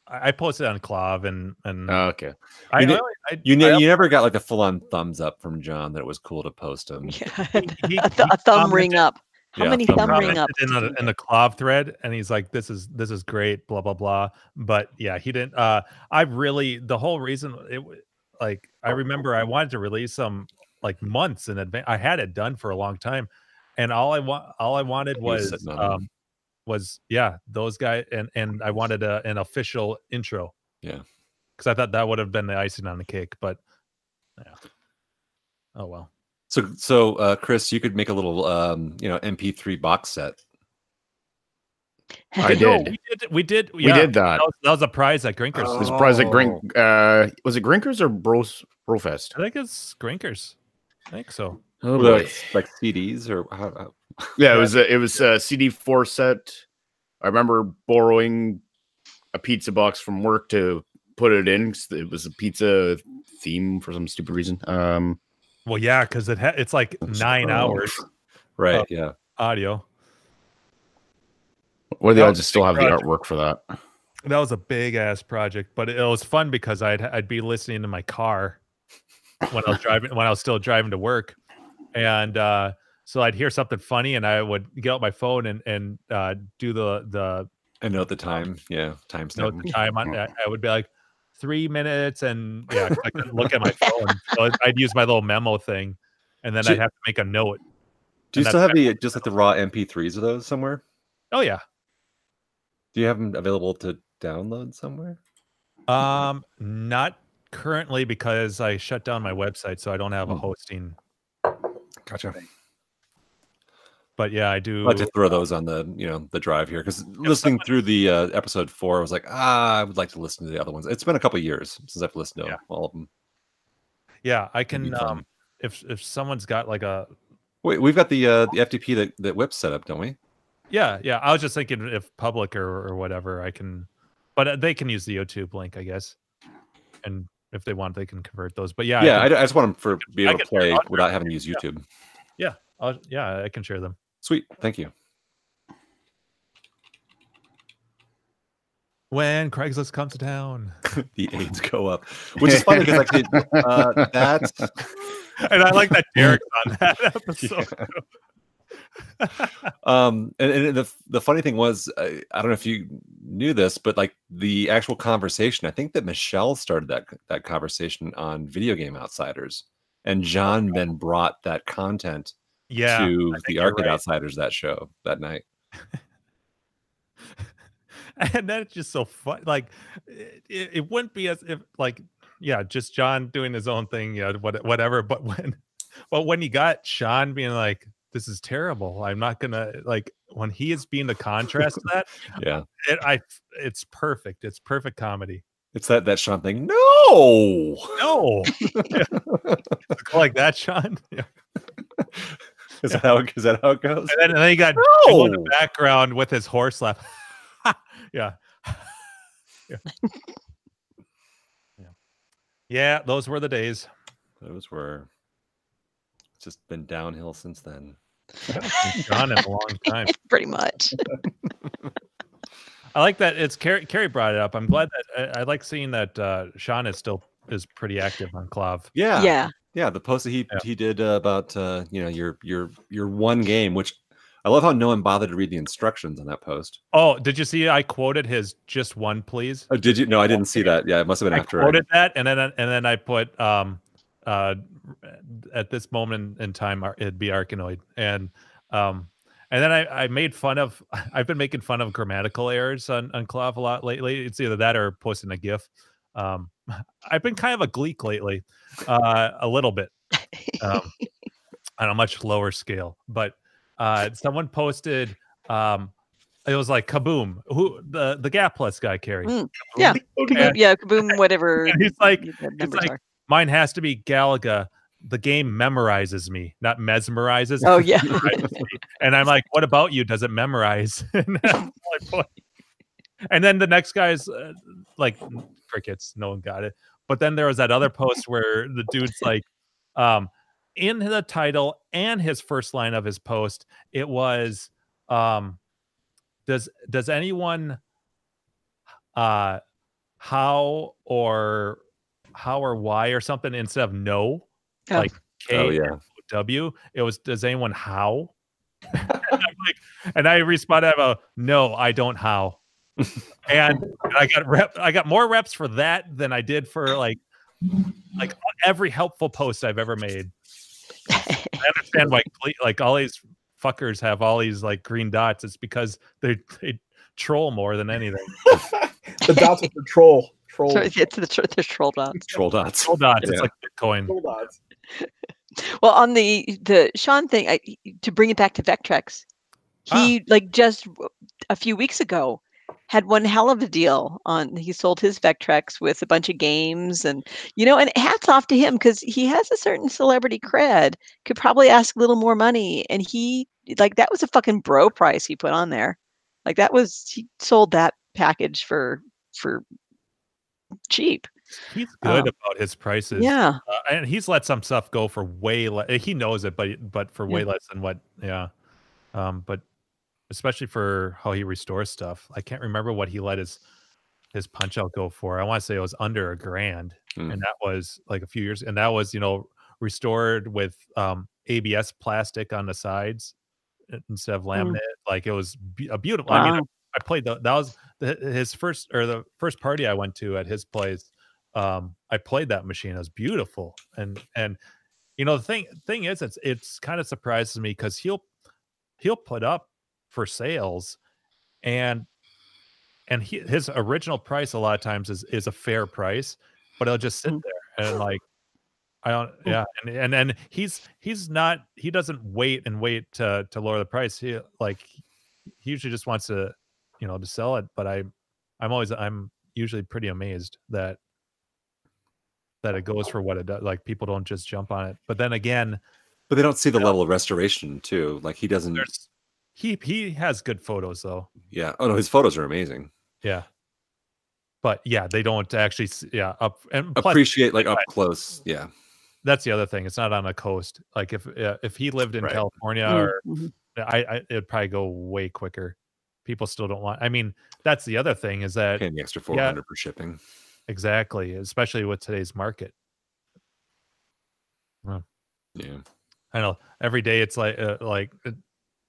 E: I I posted on Clav and and
D: Oh, okay.
E: I,
C: You did-
E: I only- I-
C: You
E: I
C: ne- you never got like the full on thumbs up from John that it was cool to post him.
B: yeah. <laughs>
E: he-
B: a, th-
E: he
B: a thumb ring
E: commented-
B: up. How
C: Yeah,
B: many
C: thumb
B: thumb
C: ring
B: ring
E: commented
B: up?
E: in the in the Clav thread, and he's like, "This is this is great," blah blah blah. But yeah, he didn't. Uh, I really the whole reason it w- like I remember I wanted to release them like months in advance. I had it done for a long time, and all I want all I wanted
C: was
E: was
C: sitting on them.
E: um was yeah those guys and and I wanted a, an official intro.
C: Yeah.
E: because I thought that would have been the icing on the cake, but yeah. Oh well.
C: So so uh, Chris, you could make a little um, you know MP3 box set.
D: I
E: No,
D: did.
E: We did. We did.
D: We
E: yeah,
D: did that.
E: That was, that was a prize at Grinkers.
D: It was surprised at Grink. Uh, was it Grinkers or Bros Brofest?
E: I think it's Grinkers. I think so.
D: Oh
C: Were those, like CDs or how, how-
D: Yeah, it was a, it was a CD four set. I remember borrowing a pizza box from work to put it in. 'cause It was a pizza theme for some stupid reason. Um,
E: Well, yeah, because it ha- it's like nine
C: Oh.
E: hours
C: right?
E: Oh.
C: yeah,
E: audio.
D: or they
E: That
D: all
E: was
D: just
E: a
D: still
E: big
D: have the
E: project.
D: artwork for that.
E: That was a big ass project, but it was fun because I'd I'd be listening to my car when I was driving when I was still driving to work, and uh, so I'd hear something funny, and I would get out my phone and and uh, do the the
C: I know at the time. Yeah, timestamp.
E: note the time on that. I would be like three minutes, and yeah, 'cause I couldn't look at my phone, so I'd- I'd use my little memo thing, and then
C: Ju-
E: I'd have to make a note.
C: Do you
E: and
C: still
E: that's
C: have the uh, just like the raw MP3s of those somewhere?
E: Oh yeah,
C: Do you have them available to download somewhere?
E: Um, not currently because I Hmm. shut down my website, so I don't have a hosting.
C: Gotcha.
E: But yeah, I do.
C: I'll have to throw those on the you know the drive here because listening through the uh, episode four, I was like, ah, I would like to listen to the other ones. It's been a couple years since I've listened to
E: Yeah.
C: all of them.
E: Yeah, I
C: be
E: can.
C: fun.
E: Um, if if someone's got like a
C: Wait, we've got the uh, the FTP that that whip set up, don't we?
E: yeah yeah, I was just thinking if public or or whatever, I can. But uh, they can use the YouTube link, I guess. And if they want, they can convert those. But yeah,
C: yeah, I,
E: I can,
C: I just want them for be
E: I
C: able to
E: can turn it
C: play
E: on.
C: without having to use YouTube.
E: I'll, yeah, I can share them.
C: Sweet, thank you.
E: When Craigslist comes to town,
C: <laughs> The aids go up, which is funny <laughs> because I did uh, that.
E: <laughs> and I like <laughs> that Derek's on that episode.
C: um and, and the the funny thing was I, I don't know if you knew this but like the actual conversation i think that michelle started that that conversation on video game outsiders and john then brought that content
E: <laughs> Oh. Yeah,
C: to
E: I think
C: the
E: you're
C: arcade
E: right.
C: outsiders that show that night
E: and that's just so fun. Like, it, it it wouldn't be as if like, yeah, just John doing his own thing, yeah, what, whatever. But when, <laughs> but when you got Sean being like, "This is terrible," I'm not gonna like when he is being the contrast to that.
C: yeah
E: It, I, it's perfect. It's perfect comedy.
C: it's that that sean thing no <laughs>
E: No, <laughs> Yeah. like that, Sean. Yeah.
C: is that how it- is that how it
E: <laughs>
C: goes
E: And then, and then he got Jiggle in the
C: No.
E: background with his horse laugh. <laughs> yeah. <laughs> yeah. Yeah. Yeah, those were the days.
C: those were it's just been downhill since then
E: John in a long time.
B: <laughs> pretty much.
E: I like that. It's Carrie, Carrie brought it up. I'm glad that I, I like seeing that uh, Sean is still is pretty active on Clav.
C: yeah
B: yeah.
C: Yeah, the post that he
E: Yeah.
C: he did uh, about uh, you know your your your one game, which I love how no one bothered to read the instructions on that post.
E: Oh, did you see? I quoted his "just one, please."
C: Oh, did you? No, I didn't see that. Yeah, it must have been
E: I
C: after.
E: quoted that, and then and then I put um, uh, at this moment in time ar- it'd be Arkanoid, and um, and then I, I made fun of <laughs> I've been making fun of grammatical errors on on Clav a lot lately. It's either that or posting a GIF. Um, <laughs> I've been kind of a gleek lately, uh, a little bit um, on a much lower scale. But uh, someone posted, um, it was like kaboom, who the the Gap Plus guy carried.
B: Mm, yeah. Kaboom, yeah, kaboom, whatever.
E: And he's like-
B: the numbers
E: like-
B: are.
E: Mine has to be Galaga. The game memorizes me, not mesmerizes.
B: Oh yeah.
E: memorizes me. and I'm like, what about you? Does it memorize? <laughs> and, I'm like, and then the next guy's uh, like crickets. No one got it. But then there was that other post where the dude's like, um, in the title and his first line of his post, it was, um, does does anyone, uh, how or how or why or something instead of no,
B: Oh.
E: like K
C: Oh yeah,
E: W. It was, does anyone how? <laughs> and, I'm like, and I responded, I'm a, no, I don't how. and I got rep, I got more reps for that than I did for like, like every helpful post I've ever made. I understand why, cle- like all these fuckers have all these like green dots. It's because they they troll more than anything.
F: The dots with the troll. Troll.
B: So It's the, tr- the troll dots.
C: troll dots.
E: Troll dots. It's
C: Yeah.
E: like Bitcoin.
F: Troll dots.
B: Well, on the the Sean thing, I, to bring it back to Vectrex,
E: Ah.
B: he like just w- a few weeks ago had one hell of a deal on. He sold his Vectrex with a bunch of games, and you know, and hats off to him because he has a certain celebrity cred. Could probably ask a little more money, and he like that was a fucking bro price he put on there. Like that was he sold that package for for cheap.
E: He's good
B: Oh.
E: about his prices.
B: Yeah.
E: uh, and he's let some stuff go for way less. He knows it, but but for way less than what, yeah. Um, but especially for how he restores stuff, I can't remember what he let his his punch out go for. I want to say it was under a grand,
C: Mm.
E: and that was like a few years, and that was you know restored with um ABS plastic on the sides i- instead of laminate. Like it was be- a beautiful. I mean, I,
B: Wow. Mm,
E: I played the that was the, his first or the first party I went to at his place um i played that machine it was beautiful and and you know the thing thing is it's it's kind of surprises me because he'll he'll put up for sales and and he, his original price a lot of times is is a fair price but it'll just sit
B: Mm.
E: there and like I don't. Yeah, and and and he's he's not. He doesn't wait and wait to to lower the price. He like he usually just wants to, you know, to sell it. But I, I'm always I'm usually pretty amazed that that it goes for what it does. Like people don't just jump on it. But then again,
C: But they don't see the level of restoration too. Like he doesn't.
E: there's he he has good photos though.
C: Yeah. Oh no, his photos are amazing.
E: Yeah. But yeah, they don't actually. s- Yeah, up and plus,
C: Appreciate like up close. Yeah.
E: that's the other thing. It's not on a coast. Like if uh, if he lived in
D: Right.
E: California
B: Mm,
E: or
B: mhm.
E: I, I it'd probably go way quicker. People still don't want. I mean, that's the other thing is that
C: Paying the extra four hundred for shipping.
E: exactly, especially with today's market.
C: Yeah.
E: I know every day it's like uh, like uh,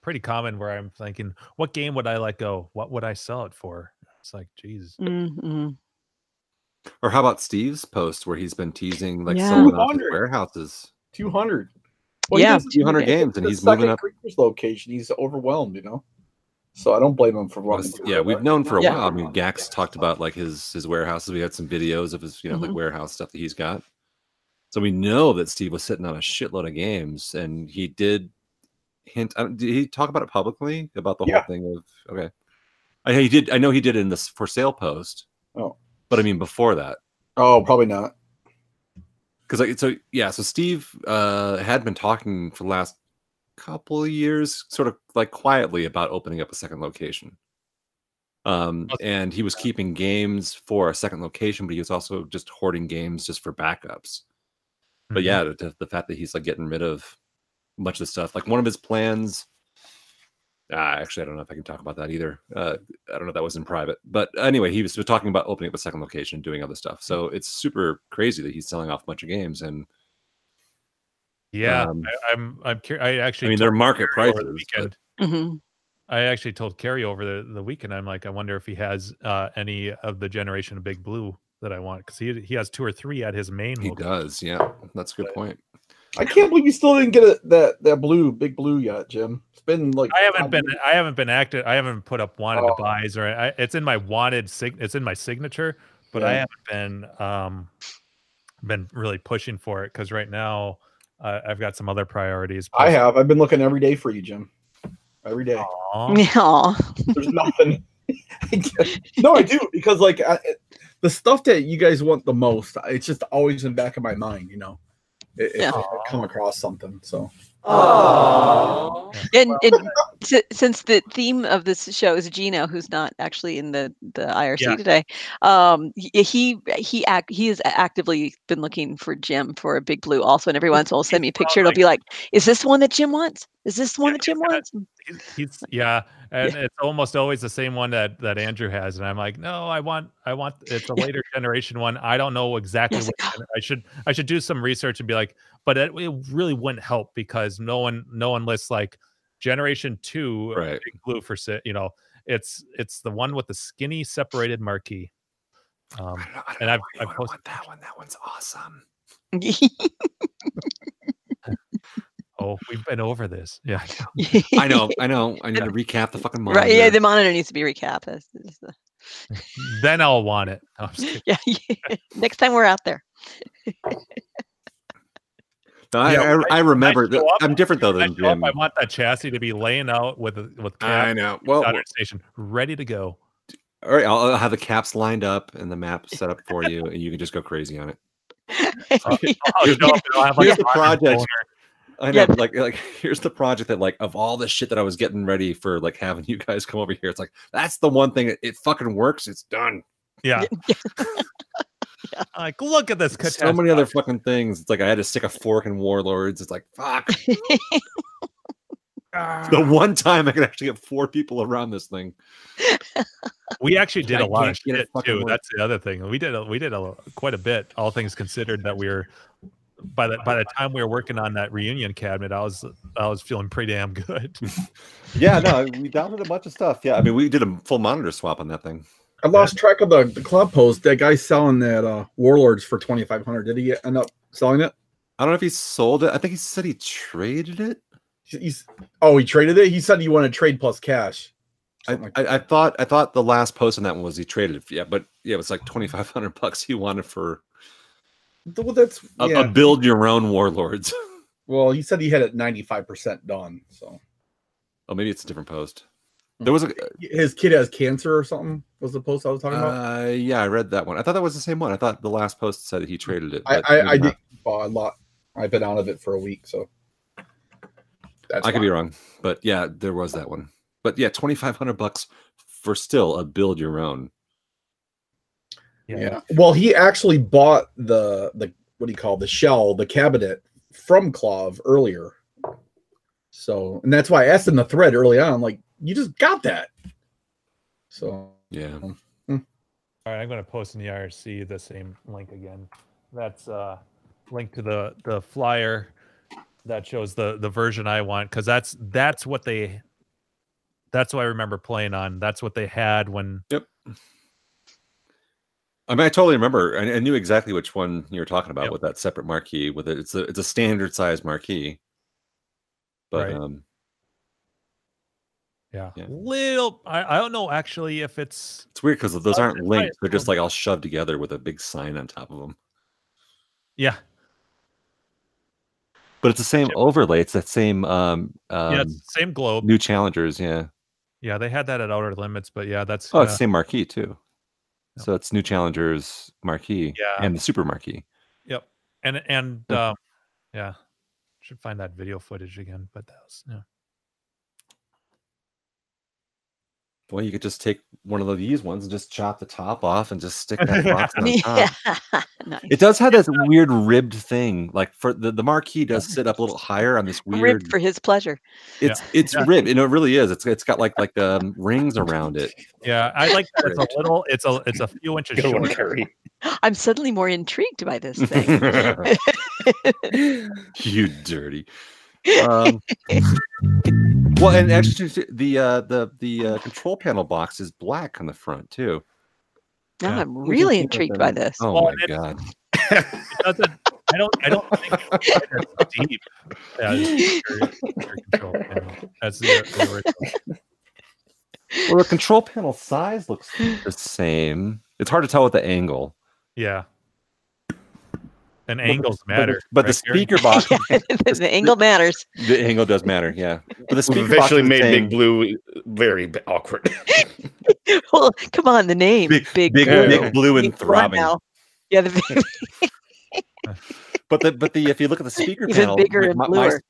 E: pretty common where I'm thinking, what game would I let go? What would I sell it for? It's like, geez,
B: Mm, mhm.
C: Or how about Steve's post where he's been teasing like
B: Yeah.
C: selling off his
F: 200.
C: warehouses?
F: 200.
B: Yeah.
F: he doesn't-
C: 200
B: Okay.
C: games and
F: the
C: he's
F: second
C: moving up.
F: Creatures location. He's overwhelmed, you know. So I don't blame him for wanting. to do
C: Yeah,
F: that.
C: we've known for a
B: Yeah.
C: while. I mean, Gax talked about like his his warehouses. We had some videos of his you know like
B: Mhm.
C: warehouse stuff that he's got. So we know that Steve was sitting on a shitload of games, and he did hint. I don't- Did he talk about it publicly about the
F: Yeah.
C: whole thing of okay? I he did. I know he did it in this for sale post.
F: Oh.
C: but I mean before that.
F: Oh, probably not.
C: because like so yeah so steve uh had been talking for the last couple of years sort of like quietly about opening up a second location um
E: Okay.
C: and he was keeping games for a second location but he was also just hoarding games just for backups but
E: Mhm.
C: yeah the- the, the fact that he's like getting rid of much of the stuff like one of his plans ah, actually i don't know if i can talk about that either uh, i don't know if that was in private but anyway he was talking about opening up a second location and doing other stuff so it's super crazy that he's selling off a bunch of games and
E: yeah.
C: um,
E: I, I'm I'm cur- I
C: i
E: actually
C: mean
E: told
C: they're market
E: Carrie over
C: prices
E: the
C: but-
E: weekend.
B: Mhm.
E: I actually told Carrie over the, the weekend. I'm like, I wonder if he has uh, any of the generation of Big Blue that I want because he he has two or three at his main.
C: he
E: location.
C: does yeah that's a good point
F: I can't believe you still didn't get a, that that blue big blue yet, Jim. It's been like
E: I haven't been I haven't been active. I haven't put up wanted
F: Oh.
E: to buys or I, it's in my wanted sig- it's in my signature, but I
F: Yeah.
E: haven't been um been really pushing for it because right now uh, I've got some other priorities.
F: I have. I've been looking every day for you, Jim. Every
E: <laughs>
F: day.
E: Aw.
B: Yeah.
F: There's nothing. <laughs> no, I do because like I, the stuff that you guys want the most, it's just always in the back of my mind. You know, if if
B: Yeah.
F: I come across something. So
B: And, and si- since the theme of this show is Gino, who's not actually in the, the IRC
E: Yeah.
B: today, um, he he he, act, he has actively been looking for Jim for a big blue also, and every once in a while, send me a picture. It'll be like, is this the one that Jim wants? Is this the one
E: Yeah,
B: that Jim
E: he's got-
B: wants?
E: He's, he's yeah, and it's almost always the same one that that Andrew has, and I'm like, no, I want I want it's a
B: Yeah.
E: later generation one. I don't know exactly
B: Yes,
E: what
B: oh.
E: gen- I should I should do some research and be like, but it, it really wouldn't help because no one no one lists like generation two of
C: Right.
E: Big blue for si- you know it's it's the one with the skinny separated marquee. Um,
C: I don't know- I don't
E: and
C: know
E: I've-
C: why you
E: I've
C: wouldn't
E: posted-
C: want that one that one's awesome
E: oh, we've been over this. Yeah,
C: <laughs> <laughs> i
B: <laughs>
C: know i know i need to recap the fucking monitor.
B: Right, yeah, the monitor needs to be recapped. That's- that's the-
E: then I'll want it. No, I'm
C: <laughs>
E: just kidding.
B: <laughs> Yeah, yeah. next time we're out there.
C: No, I,
E: Yeah,
C: I, I remember that
E: show up-
C: i'm different though
E: I,
C: than
E: show up,
C: jim
E: I want that chassis to be laying out with with
C: I
E: cab
C: know well
E: Saturn station ready
C: <laughs>
E: to go.
C: All right, I'll, I'll have the caps lined up and the map set up for you, and you can just go crazy on it.
B: <laughs>
E: I'll
C: Here's-
E: show up and I'll have like
C: here's
E: a
C: the
E: modern
C: project.
E: boner. <laughs>
C: I know,
B: Yeah.
C: like, like <laughs> here's the project that, like, of all the shit that I was getting ready for, like, having <laughs> you guys come over here, it's like that's the one thing that it fucking works. It's done. <laughs>
E: Yeah. <laughs> Like, look at this.
C: so many other
E: catastrophe.
C: fucking things. It's like I had to stick a fork in Warlords. It's like fuck.
F: Ah.
C: the one time I could actually get four people around this thing.
E: We actually did a
C: I
E: lot of
C: can't get it
E: shit
C: fucking
E: too.
C: work.
E: That's the other thing. We did a, we did a lo- quite a bit. All things considered, that we were by the by the time we were working on that reunion cabinet, I was I was feeling pretty
C: <laughs>
E: damn good.
C: Yeah, no, we downloaded a bunch of stuff. Yeah, I mean, we did a full monitor swap on that thing.
F: I lost track of the, the club post. That guy selling that uh, warlords for twenty five hundred. Did he end up selling it?
C: I don't know if he sold it. I think he said he traded it.
F: He's- He's oh, he traded it. He said he wanted to trade plus cash.
C: I,
F: Something like
C: I, I thought I thought the last post on that one was he traded it. Yeah, but yeah, it was like twenty five hundred bucks he wanted for
F: Well, that's
C: A,
F: yeah.
C: a build your own warlords. <laughs>
F: well, he said he had it ninety five percent done. So
C: Oh, maybe it's a different post. There
F: Hmm.
C: was a
F: his kid has cancer or something. Was the post I was talking about?
C: uh, yeah, I read that one. I thought that was the same one. I thought the last post said that he traded it.
F: I
C: but
F: I,
C: maybe
F: I
C: not.
F: did a lot. I've been out of it for a week, so that's
C: I could
F: why.
C: be wrong, but yeah, there was that one. But yeah, twenty five hundred bucks for still a build your own.
F: Yeah. Well, he actually bought the the what do you call it, the shell, the cabinet from Clov earlier. So, and that's why I asked in the thread early on, like, you just got that. So,
C: Yeah,
E: All right, I'm going to post in the IRC the same link again. That's uh link to the the flyer that shows the the version I want cuz that's that's what they that's what I remember playing on. That's what they had when
C: I mean, I totally remember. I, I knew exactly which one you were talking about
E: Yep.
C: with that separate marquee. With it, it's a it's a standard size marquee. But
E: Right.
C: um,
E: yeah.
C: Yeah.
E: Little I, I don't know actually if it's
C: it's weird because those
E: Oh,
C: aren't
E: that's right.
C: linked; they're just like all shoved together with a big sign on top of them.
E: yeah.
C: But it's the same
E: Yep.
C: overlay. It's that same um, um
E: yeah, it's the same globe.
C: new challengers. Yeah.
E: Yeah, they had that at Outer Limits, but yeah, that's uh,
C: Oh, it's
E: gonna-
C: the same marquee too.
E: Yeah.
C: So it's new challengers marquee
E: Yeah.
C: and the super marquee.
E: Yep. And and
C: Yeah.
E: um yeah. Should find that video footage again, but that was yeah.
C: Boy, you could just take one of these ones and just chop the top off and just
B: <laughs>
C: stick that box on top.
B: Yeah. <laughs> nice.
C: It does have
B: <laughs>
C: this weird ribbed thing. Like for the, the marquee does sit up a little higher on this weird.
B: Ribbed for his pleasure. <gasps>
C: it's it's
E: Yeah.
C: ribbed, and it really is. It's it's got like like um,
B: <laughs>
C: rings around it.
E: Yeah, I like that it's a little it's a
C: <laughs>
E: it's a few inches
D: Good one,
E: short.
D: Carrie.
B: I'm suddenly more intrigued by this thing.
C: <laughs> you dirty. Um, well, and actually, too, the uh, the the uh, control panel box is black on the front too.
B: Now
E: Yeah.
B: I'm really intrigued by this.
C: Oh
E: Well,
C: my
E: it's-
C: god!
E: It doesn't. I don't. I don't think it's as deep
C: Oh,
B: <laughs>
C: <laughs>
E: as your, your control panel. As the, the original.
C: Well, the control panel size looks the same. It's hard to tell with the angle,
E: Yeah. And
C: the-
E: angles
C: but the-
E: matter.
C: But the,
E: right, Gary?
C: speaker
E: <laughs>
C: box, <laughs>
B: the angle matters.
C: the angle does matter. Yeah, but the
D: We've
C: speaker box
D: officially
C: is the
D: made
C: same.
D: Big Blue very b- awkward. <laughs>
B: Well, come on, the name. Big, big,
C: big,
D: Blue.
C: big blue and
B: Come on
C: throbbing.
B: now. Yeah,
C: <laughs>
B: the big,
C: But the but the if you look at the speaker
B: <laughs> Even
C: panel,
B: bigger and bluer.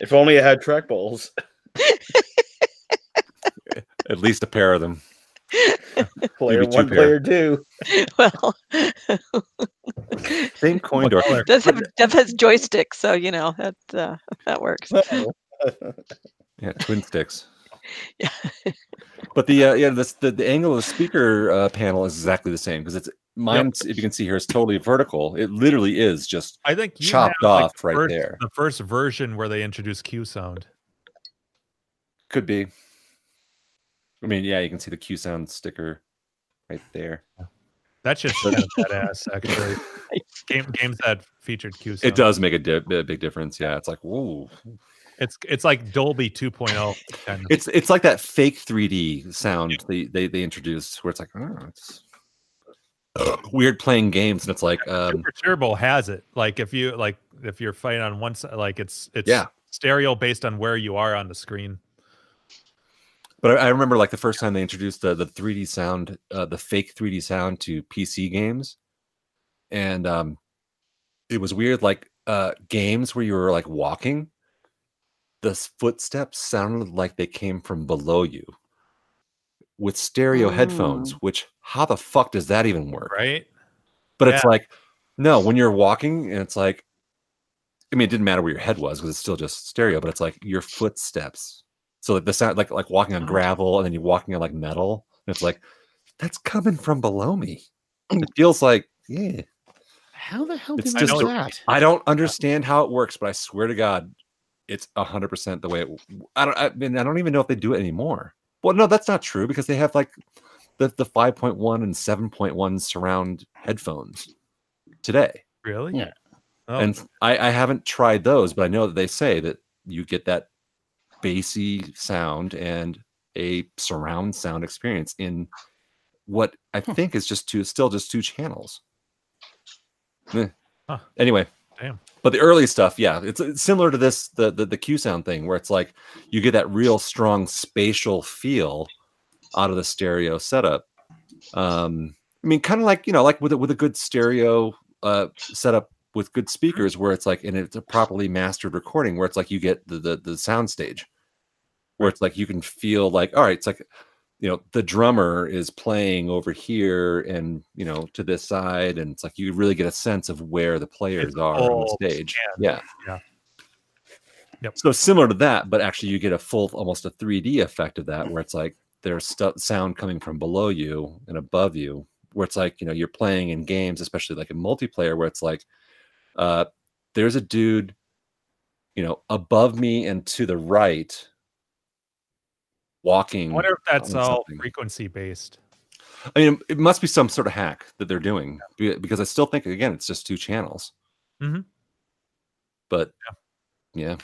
D: if only it had <laughs> trackballs.
C: at least a pair of them.
D: Player
C: Maybe two
D: one,
C: pair.
D: player two.
B: <laughs>
C: <laughs>
B: well,
C: Same coin door.
B: does have Dev has joysticks, so you know that uh, that works.
C: Yeah, twin sticks.
B: Yeah.
C: <laughs> But the uh, yeah, this, the the angle of the speaker uh, panel is exactly the same because it's mine's if you can see here, it's totally vertical. It literally is just
E: <laughs> I think you
C: chopped
E: have, like,
C: off
E: the
C: right
E: first-
C: there.
E: The first version where they introduced Q sound.
C: could be. I mean, yeah, you can see the Q sound sticker right there.
E: That's
C: <laughs>
E: just kind of badass, actually. Game, games that featured Q sound.
C: It does make a, di- a big difference. Yeah, it's like whoa.
E: It's it's like Dolby 2.0. Kind of.
C: It's it's like that fake 3D sound they, they they introduced where it's like oh, it's <clears throat> weird playing games and it's like um
E: Super Turbo has it. Like if you like if you're fighting on one side, like it's it's
C: Yeah.
E: stereo based on where you are on the screen.
C: But I, I remember like the first time they introduced the the 3D sound, uh, the fake 3D sound to PC games, and um, it was weird. Like uh, games where you were like walking, the s- footsteps sounded like they came from below you with stereo headphones. Which how the fuck does that even work?
E: Oh. Right?
C: But it's
E: Yeah.
C: like no, when you're walking, and it's like, I mean, it didn't matter where your head was because it's still just stereo. But it's like your footsteps. So like the sound, like like walking
D: Uh-huh.
C: on gravel, and then you walking on like metal, and it's like that's coming from below me. It feels like yeah.
D: How the hell
C: It's
D: did
C: just
D: you
E: a-
D: do that?
C: I don't understand how it works, but I swear to God, it's hundred percent the way. It, I don't. I mean, I don't even know if they do it anymore. Well, no, that's not true because they have like the the five point one and seven point one surround headphones today,
E: Really?
D: Yeah.
E: Oh,
C: and I, I haven't tried those, but I know that they say that you get that bassy sound and a surround sound experience in what I
E: Hmm.
C: think is just two, still just two channels. Eh.
E: Huh.
C: Anyway,
E: Damn.
C: But the early stuff, yeah, it's, it's similar to this the, the the Q sound thing where it's like you get that real strong spatial feel out of the stereo setup. Um, I mean, kind of like you know, like with a, with a good stereo uh, setup with good speakers, where it's like, and it's a properly mastered recording, where it's like you get the the, the sound stage, where it's like you can feel like, all right, it's like, you know, the drummer is playing over here, and you know, to this side, and it's like you really get a sense of where the players are on
E: all
C: the stage.
E: scanned.
C: Yeah.
E: Yeah. Yep.
C: So similar to that, but actually you get a full, almost a 3D effect of
E: Mm.
C: that, where it's like there's stu- sound coming from below you and above you, where it's like you know you're playing in games, especially like in multiplayer, where it's like uh, there's a dude, you know, above me and to the right,
E: I
C: walking.
E: wonder if that's
C: on
E: all
C: something.
E: frequency based.
C: I mean, it must be some sort of hack that they're doing be- because I still think again it's just two channels.
E: Mhm.
C: But yeah.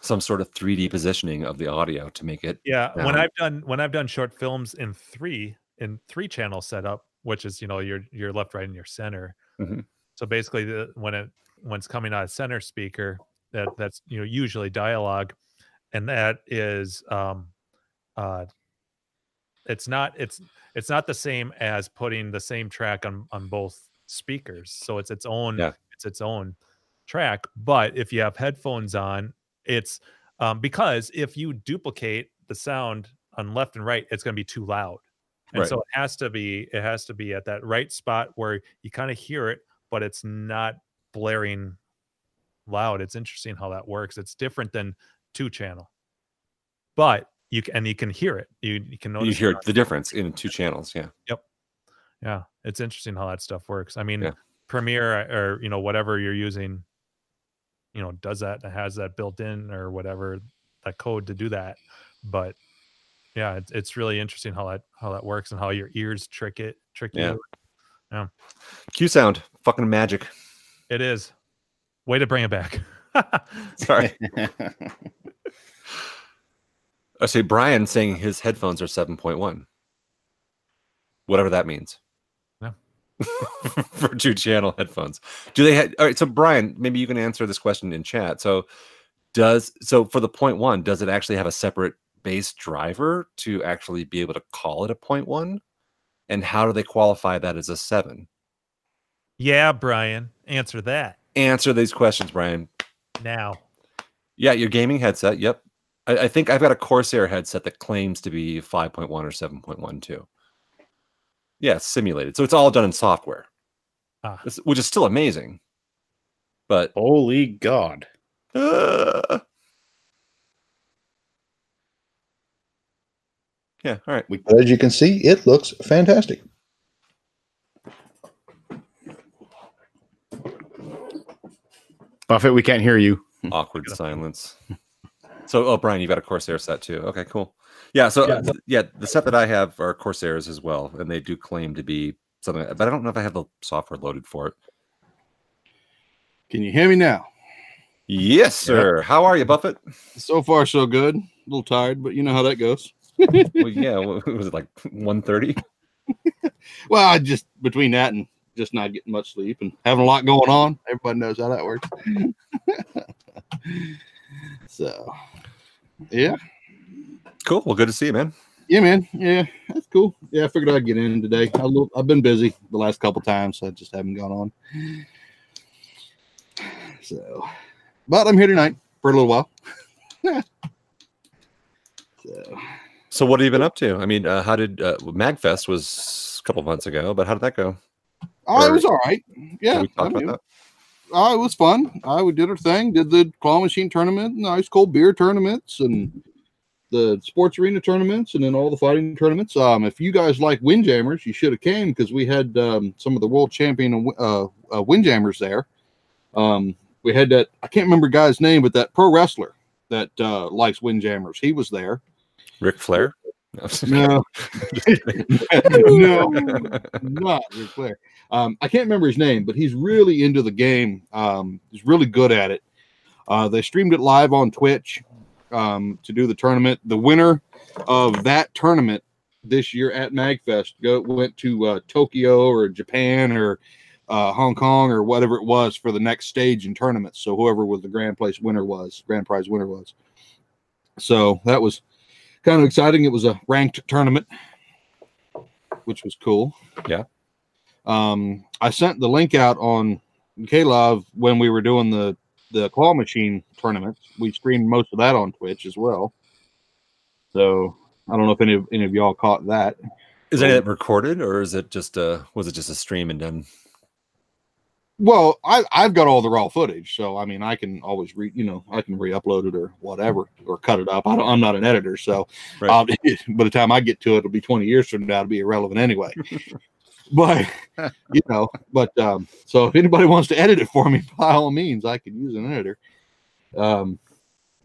C: some sort of 3D positioning of the audio to make it.
E: Yeah, when
C: Yeah.
E: I've done when I've done short films in three in three channel setup, which is you know your your left, right, and your center.
C: Mhm.
E: So basically, the, when it when it's coming out of center speaker, that that's you know usually dialogue, and that is um, uh, it's not it's it's not the same as putting the same track on on both speakers. So it's its own
C: Yeah.
E: it's its own track. But if you have headphones on, it's um, because if you duplicate the sound on left and right, it's going to be too loud. And
C: Right.
E: so it has to be it has to be at that right spot where you kind of hear it, but it's not blaring loud. It's interesting how that works. It's different than two channel, but you can, and you can hear it. You you can
C: you
E: notice. it
C: hear
E: on-
C: the difference in two channels. Yeah.
E: yeah, it's interesting how that stuff works. I mean,
C: Yeah.
E: Premiere uh, or you know whatever you're using, you know, does that has that built in or whatever that code to do that. But yeah, it's it's really interesting how that how that works and how your ears trick it trick
C: Yeah.
E: you.
C: Q sound, fucking magic.
E: It is way to bring it back. <laughs>
C: <laughs> Sorry. I say Oh, Brian saying his headphones are 7.1. Whatever that means.
E: Yeah.
C: <laughs> For two channel headphones. Do they ha- All right, so Brian, maybe you can answer this question in chat. So does so for the point 1, does it actually have a separate base driver to actually be able to call it a point 1? And how do they qualify that as a 7?
E: yeah, Brian, answer that
C: Answer these questions, Brian.
E: now.
C: Yeah, your gaming headset. Yep. I, I think I've got a Corsair headset that claims to be 5.1 or 7.1 too. Yeah, it's simulated. So it's all done in software,
E: Ah.
C: This- which is still amazing. But
D: Holy God.
C: uh, yeah, all right.
I: But as you can see, it looks fantastic.
D: Buffett, we can't hear you.
C: Awkward silence. So, oh, Brian, you got a Corsair set too. Okay, cool. Yeah. So, uh, th- yeah, the set that I have are Corsairs as well, and they do claim to be something, but I don't know if I have the software loaded for it.
J: Can you hear me now?
C: Yes, sir. How are you, Buffett?
J: So far, so good. A little tired, but you know how that goes.
C: well, yeah, <laughs> wa- was it like 1.30?
J: Well, I just between that and just not getting much sleep and having a lot going on, everybody knows how that works. <laughs> so, yeah,
C: Cool. Well, good to see you, man.
J: yeah, man, yeah, that's cool. Yeah, I figured I'd get in today. I lo- I've been busy the last couple times, so I just haven't gone on. So, but I'm here tonight for a little while. <laughs> so.
C: So, what have you been up to? I mean, uh, how did uh, Magfest was a couple months ago, but how did that go?
J: Oh, it
C: Or-
J: was all right.
C: Have
J: Yeah,
C: we
J: I
C: talked
J: mean,
C: about
J: uh, it was fun. I we did our thing, did the claw machine tournament and the ice cold beer tournaments and the sports arena tournaments and then all the fighting tournaments. Um, if you guys like windjammers, you should have came because we had um, some of the world champion uh, uh, windjammers there. Um, we had that I can't remember the guy's name, but that pro wrestler that uh, likes windjammers, he was there.
C: that? Ric Flair? No, I'm just-
J: No, <laughs> no, not Ric Flair. Um, I can't remember his name, but he's really into the game. Um, he's really good at it. Uh, they streamed it live on Twitch um, to do the tournament. The winner of that tournament this year at Magfest go went to uh, Tokyo or Japan or uh, Hong Kong or whatever it was for the next stage in tournaments. So whoever was the grand place winner was grand prize winner was. So that was kind of exciting. It was a ranked tournament, which was cool.
C: Yeah.
J: Um, I sent the link out on Klov when we were doing the the claw machine tournament. We streamed most of that on Twitch as well. So I don't know if any of any of y'all caught that.
C: <laughs> Is it recorded or is it just a was it just a stream and done?
J: Well, I I've got all the raw footage, so I mean I can always re you know I can re-upload it or whatever or cut it up. I don't, I'm not an editor, so
C: Right.
J: um, <laughs> by the time I get to it, it'll be 20 years from now. It'll be irrelevant anyway. but you know, but um, so if anybody wants to edit it for me, <laughs> by all means, I could use an editor. Um,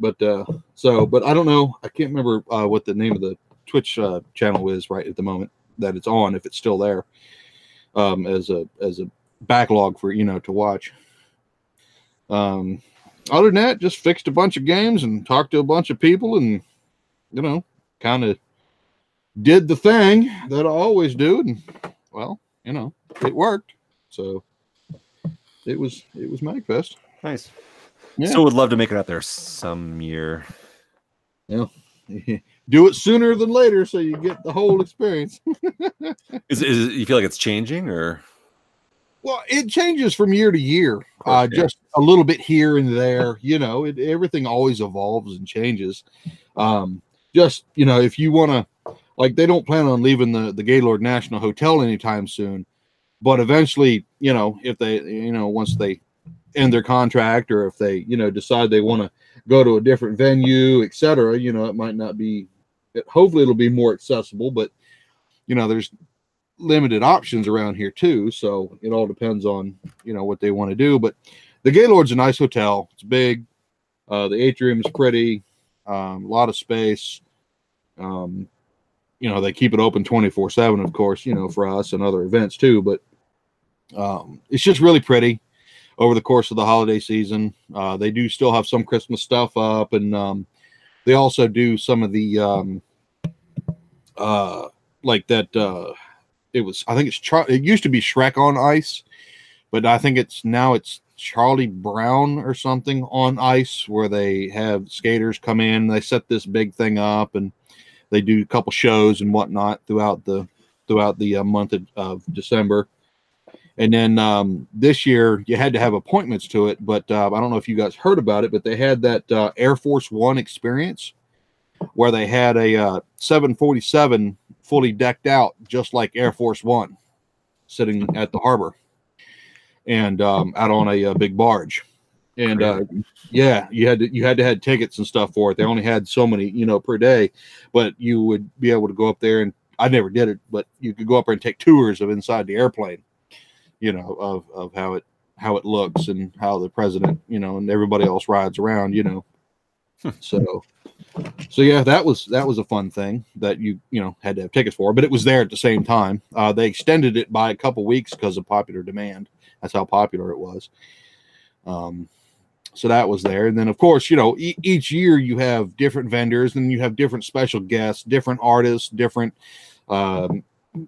J: but uh, so, but I don't know. I can't remember uh, what the name of the Twitch uh, channel is right at the moment that it's on, if it's still there, um, as a as a backlog for you know to watch. Um, other than that, just fixed a bunch of games and talked to a bunch of people, and you know, kind of did the thing that I always do, and well, you know, it worked. So it was it was Magfest.
C: Nice.
J: Yeah.
C: Still would love to make it out there some year.
J: Yeah. <laughs> do it sooner than later so you get the whole experience.
C: Is, is you feel like it's changing or
J: Well, it changes from year to year, uh,
C: yeah.
J: just a little bit here and there. You know, it, everything always evolves and changes. Um, just you know, if you want to, like, they don't plan on leaving the the Gaylord National Hotel anytime soon, but eventually, you know, if they, you know, once they end their contract or if they, you know, decide they want to go to a different venue, etc., you know, it might not be. It, hopefully, it'll be more accessible, but you know, there's limited options around here too. So it all depends on you know what they want to do. But the Gaylord's a nice hotel. It's big. Uh, the atrium is pretty. Um, a lot of space. Um, you know they keep it open twenty four seven, of course. You know for us and other events too. But um, it's just really pretty. Over the course of the holiday season, uh, they do still have some Christmas stuff up, and um, they also do some of the um, uh, like that uh, it was I think it's Char- it used to be Shrek on Ice, but I think it's now it's Charlie Brown or something on ice where they have skaters come in, they set this big thing up and they do a couple shows and whatnot throughout the throughout the uh, month of, of December. And then um, this year you had to have appointments to it, but uh, I don't know if you guys heard about it, but they had that uh, Air Force One experience where they had a uh, 747 fully decked out, just like Air Force One, sitting at the harbor and um, out on a, uh big barge. And uh, yeah, you had to, you had to had tickets and stuff for it. They only had so many, you know, per day, but you would be able to go up there and I never did it, but you could go up there and take tours of inside the airplane, you know, of of how it how it looks and how the president, you know, and everybody else rides around, you know. So so yeah, that was that was a fun thing that you you know had to have tickets for, but it was there at the same time. Uh, they extended it by a couple weeks because of popular demand. That's how popular it was. Um, so that was there, and then of course you know e- each year you have different vendors, and you have different special guests, different artists, different um,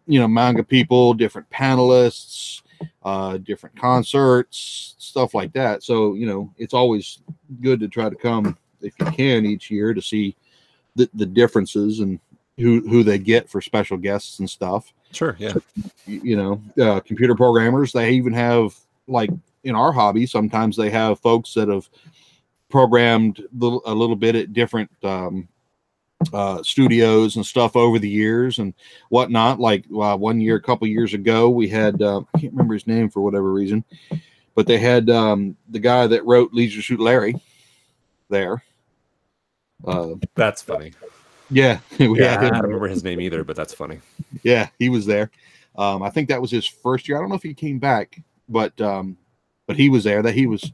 J: you know manga people, different panelists, uh, different concerts, stuff like that. So you know it's always good to try to come if you can each year to see the, the differences and who who they get for special guests and stuff.
C: sure, yeah.
J: You, you know, uh, computer programmers. They even have like in our hobby. Sometimes they have folks that have programmed little, a little bit at different um, uh, studios and stuff over the years and whatnot. Like uh, one year, a couple years ago, we had uh, I can't remember his name for whatever reason, but they had um, the guy that wrote Leisure Suit Larry there. Uh,
C: That's funny.
J: yeah, <laughs> we
C: Yeah,
J: had him
C: I don't remember his name either, but that's funny.
J: yeah, he was there. Um, I think that was his first year. I don't know if he came back, but um, but he was there. That he was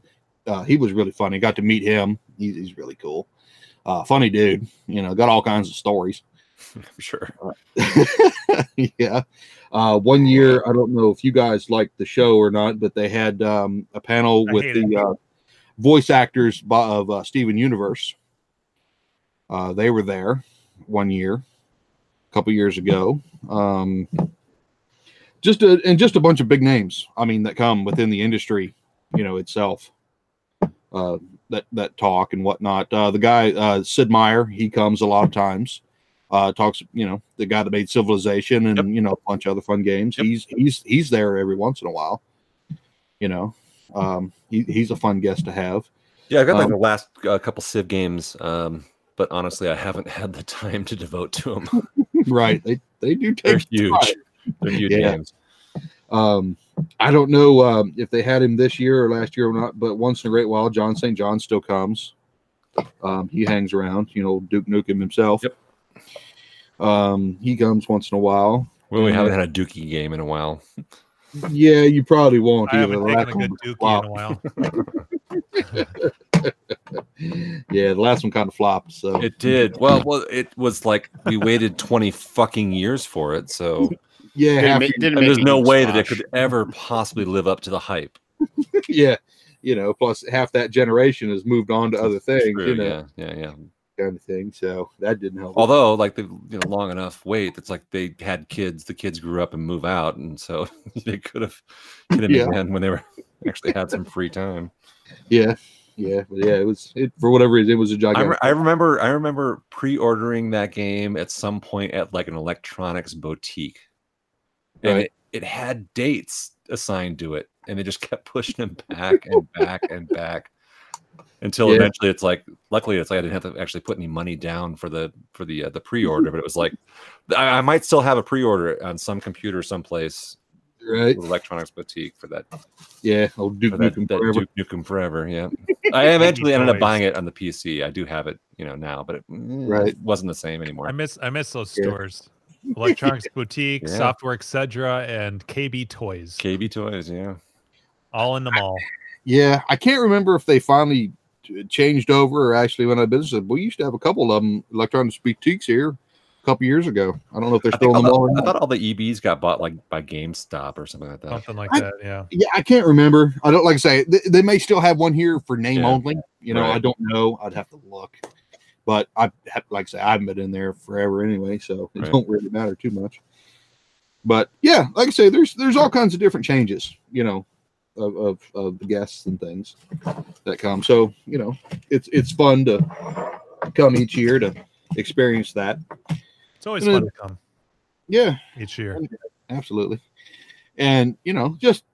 J: uh, he was really funny. Got to meet him. He's, he's really cool. Uh, funny dude. You know, got all kinds of stories.
C: I'm sure.
J: <laughs> yeah. Uh, one year, I don't know if you guys liked the show or not, but they had um, a panel
E: I
J: with
E: hate
J: the
E: it.
J: uh, voice actors by, of uh, Steven Universe. Uh, they were there one year. a couple years ago. Um, just a, and just a bunch of big names. I mean, that come within the industry, you know itself. Uh, that that talk and whatnot. Uh, the guy uh, Sid Meier, he comes a lot of times. Uh, talks, you know, the guy that made Civilization and you know a bunch of other fun games. He's he's he's there every once in a while. You know, um, he, he's a fun guest
E: <laughs>
J: to have.
C: Yeah, I've got like
J: Um,
C: the last uh, couple Civ games, um, but honestly, I haven't <laughs> had the time to devote to them.
J: right. They they do
C: They're
J: take
C: huge.
J: time.
C: They're huge
J: Yeah.
C: games.
J: Um, I don't know um, if they had him this year or last year or not, but once in a great while, John St. John still comes. Um, he hangs around, you know, Duke Nukem himself.
C: Yep.
J: Um, he comes once in a while.
C: Well, we haven't had a Dookie game in a while.
J: Yeah, you probably won't
E: I
J: either.
E: haven't
J: The
E: taken
J: last
E: a
J: one
E: good
J: was
E: dookie
J: flop.
E: in a while.
J: Yeah, the last one kind of flopped. So
C: It did. Well, well, it was like we waited 20 fucking years for it.
J: <laughs>
C: So
J: yeah,
D: Didn't
J: half-
D: make- didn't
C: and
D: make
C: there's
D: it
C: no
D: to
C: way that it
D: Smash.
C: could <laughs> ever possibly live up to the hype.
J: <laughs> yeah, you know, plus half that generation has moved on to other things,
C: True,
J: you know,
C: yeah, yeah, yeah.
J: kind of thing. So that didn't help.
C: Although, like the you know, long enough wait, it's like they had kids. The kids grew up and move out, and so <laughs> they could have hit it
J: Yeah.
C: again when they were <laughs> actually had some free time.
J: yeah, yeah, but yeah. It was it for whatever reason. It was a
C: I,
J: gigantic.
C: re- I remember, I remember pre-ordering that game at some point at like an electronics boutique, and
J: Right.
C: it, it had dates assigned to it, and they just <laughs> kept pushing them back and back and back until
J: Yeah.
C: eventually it's like. Luckily, it's like I didn't have to actually put any money down for the for the uh, the pre-order, but it was like I, I might still have a pre-order on some computer someplace,
J: right?
C: electronics boutique for that
J: Yeah, old Duke
C: for that,
J: Nukem
C: that
J: forever.
C: Duke Nukem Forever. <laughs> Yeah, I eventually ended up
E: toys.
C: buying it on the PC. I do have it, you know, now, but it mm,
J: Right.
C: wasn't the same anymore.
E: I miss I miss those
J: Yeah.
E: stores. Electronics Boutique,
C: Yeah.
E: Software Excedra, and KB Toys,
C: KB Toys, yeah.
E: all in the mall.
J: Yeah, I can't remember if they finally t- changed over or actually went out of business. We used to have a couple of them, Electronic Boutiques here a couple years ago. I don't know if they're
C: I, think
J: still
C: all
J: in the mall. or
C: the, I
J: not.
C: thought all the EBs got bought like by GameStop or something like that.
E: Something like
J: I-
E: that. Yeah.
J: Yeah, I can't remember. I don't like I say they, they may still have one here for name
C: Yeah.
J: only. You know,
C: Right.
J: I don't know. I'd have to look. But I have, like I say I haven't been in there forever anyway, so it
C: Right.
J: don't really matter too much. But yeah, like I say, there's there's all kinds of different changes, you know, of of, of the guests and things that come. So you know, it's it's fun to come each year to experience that.
E: It's always
J: And
E: fun to come
J: Yeah,
E: each year.
J: absolutely. And you know, just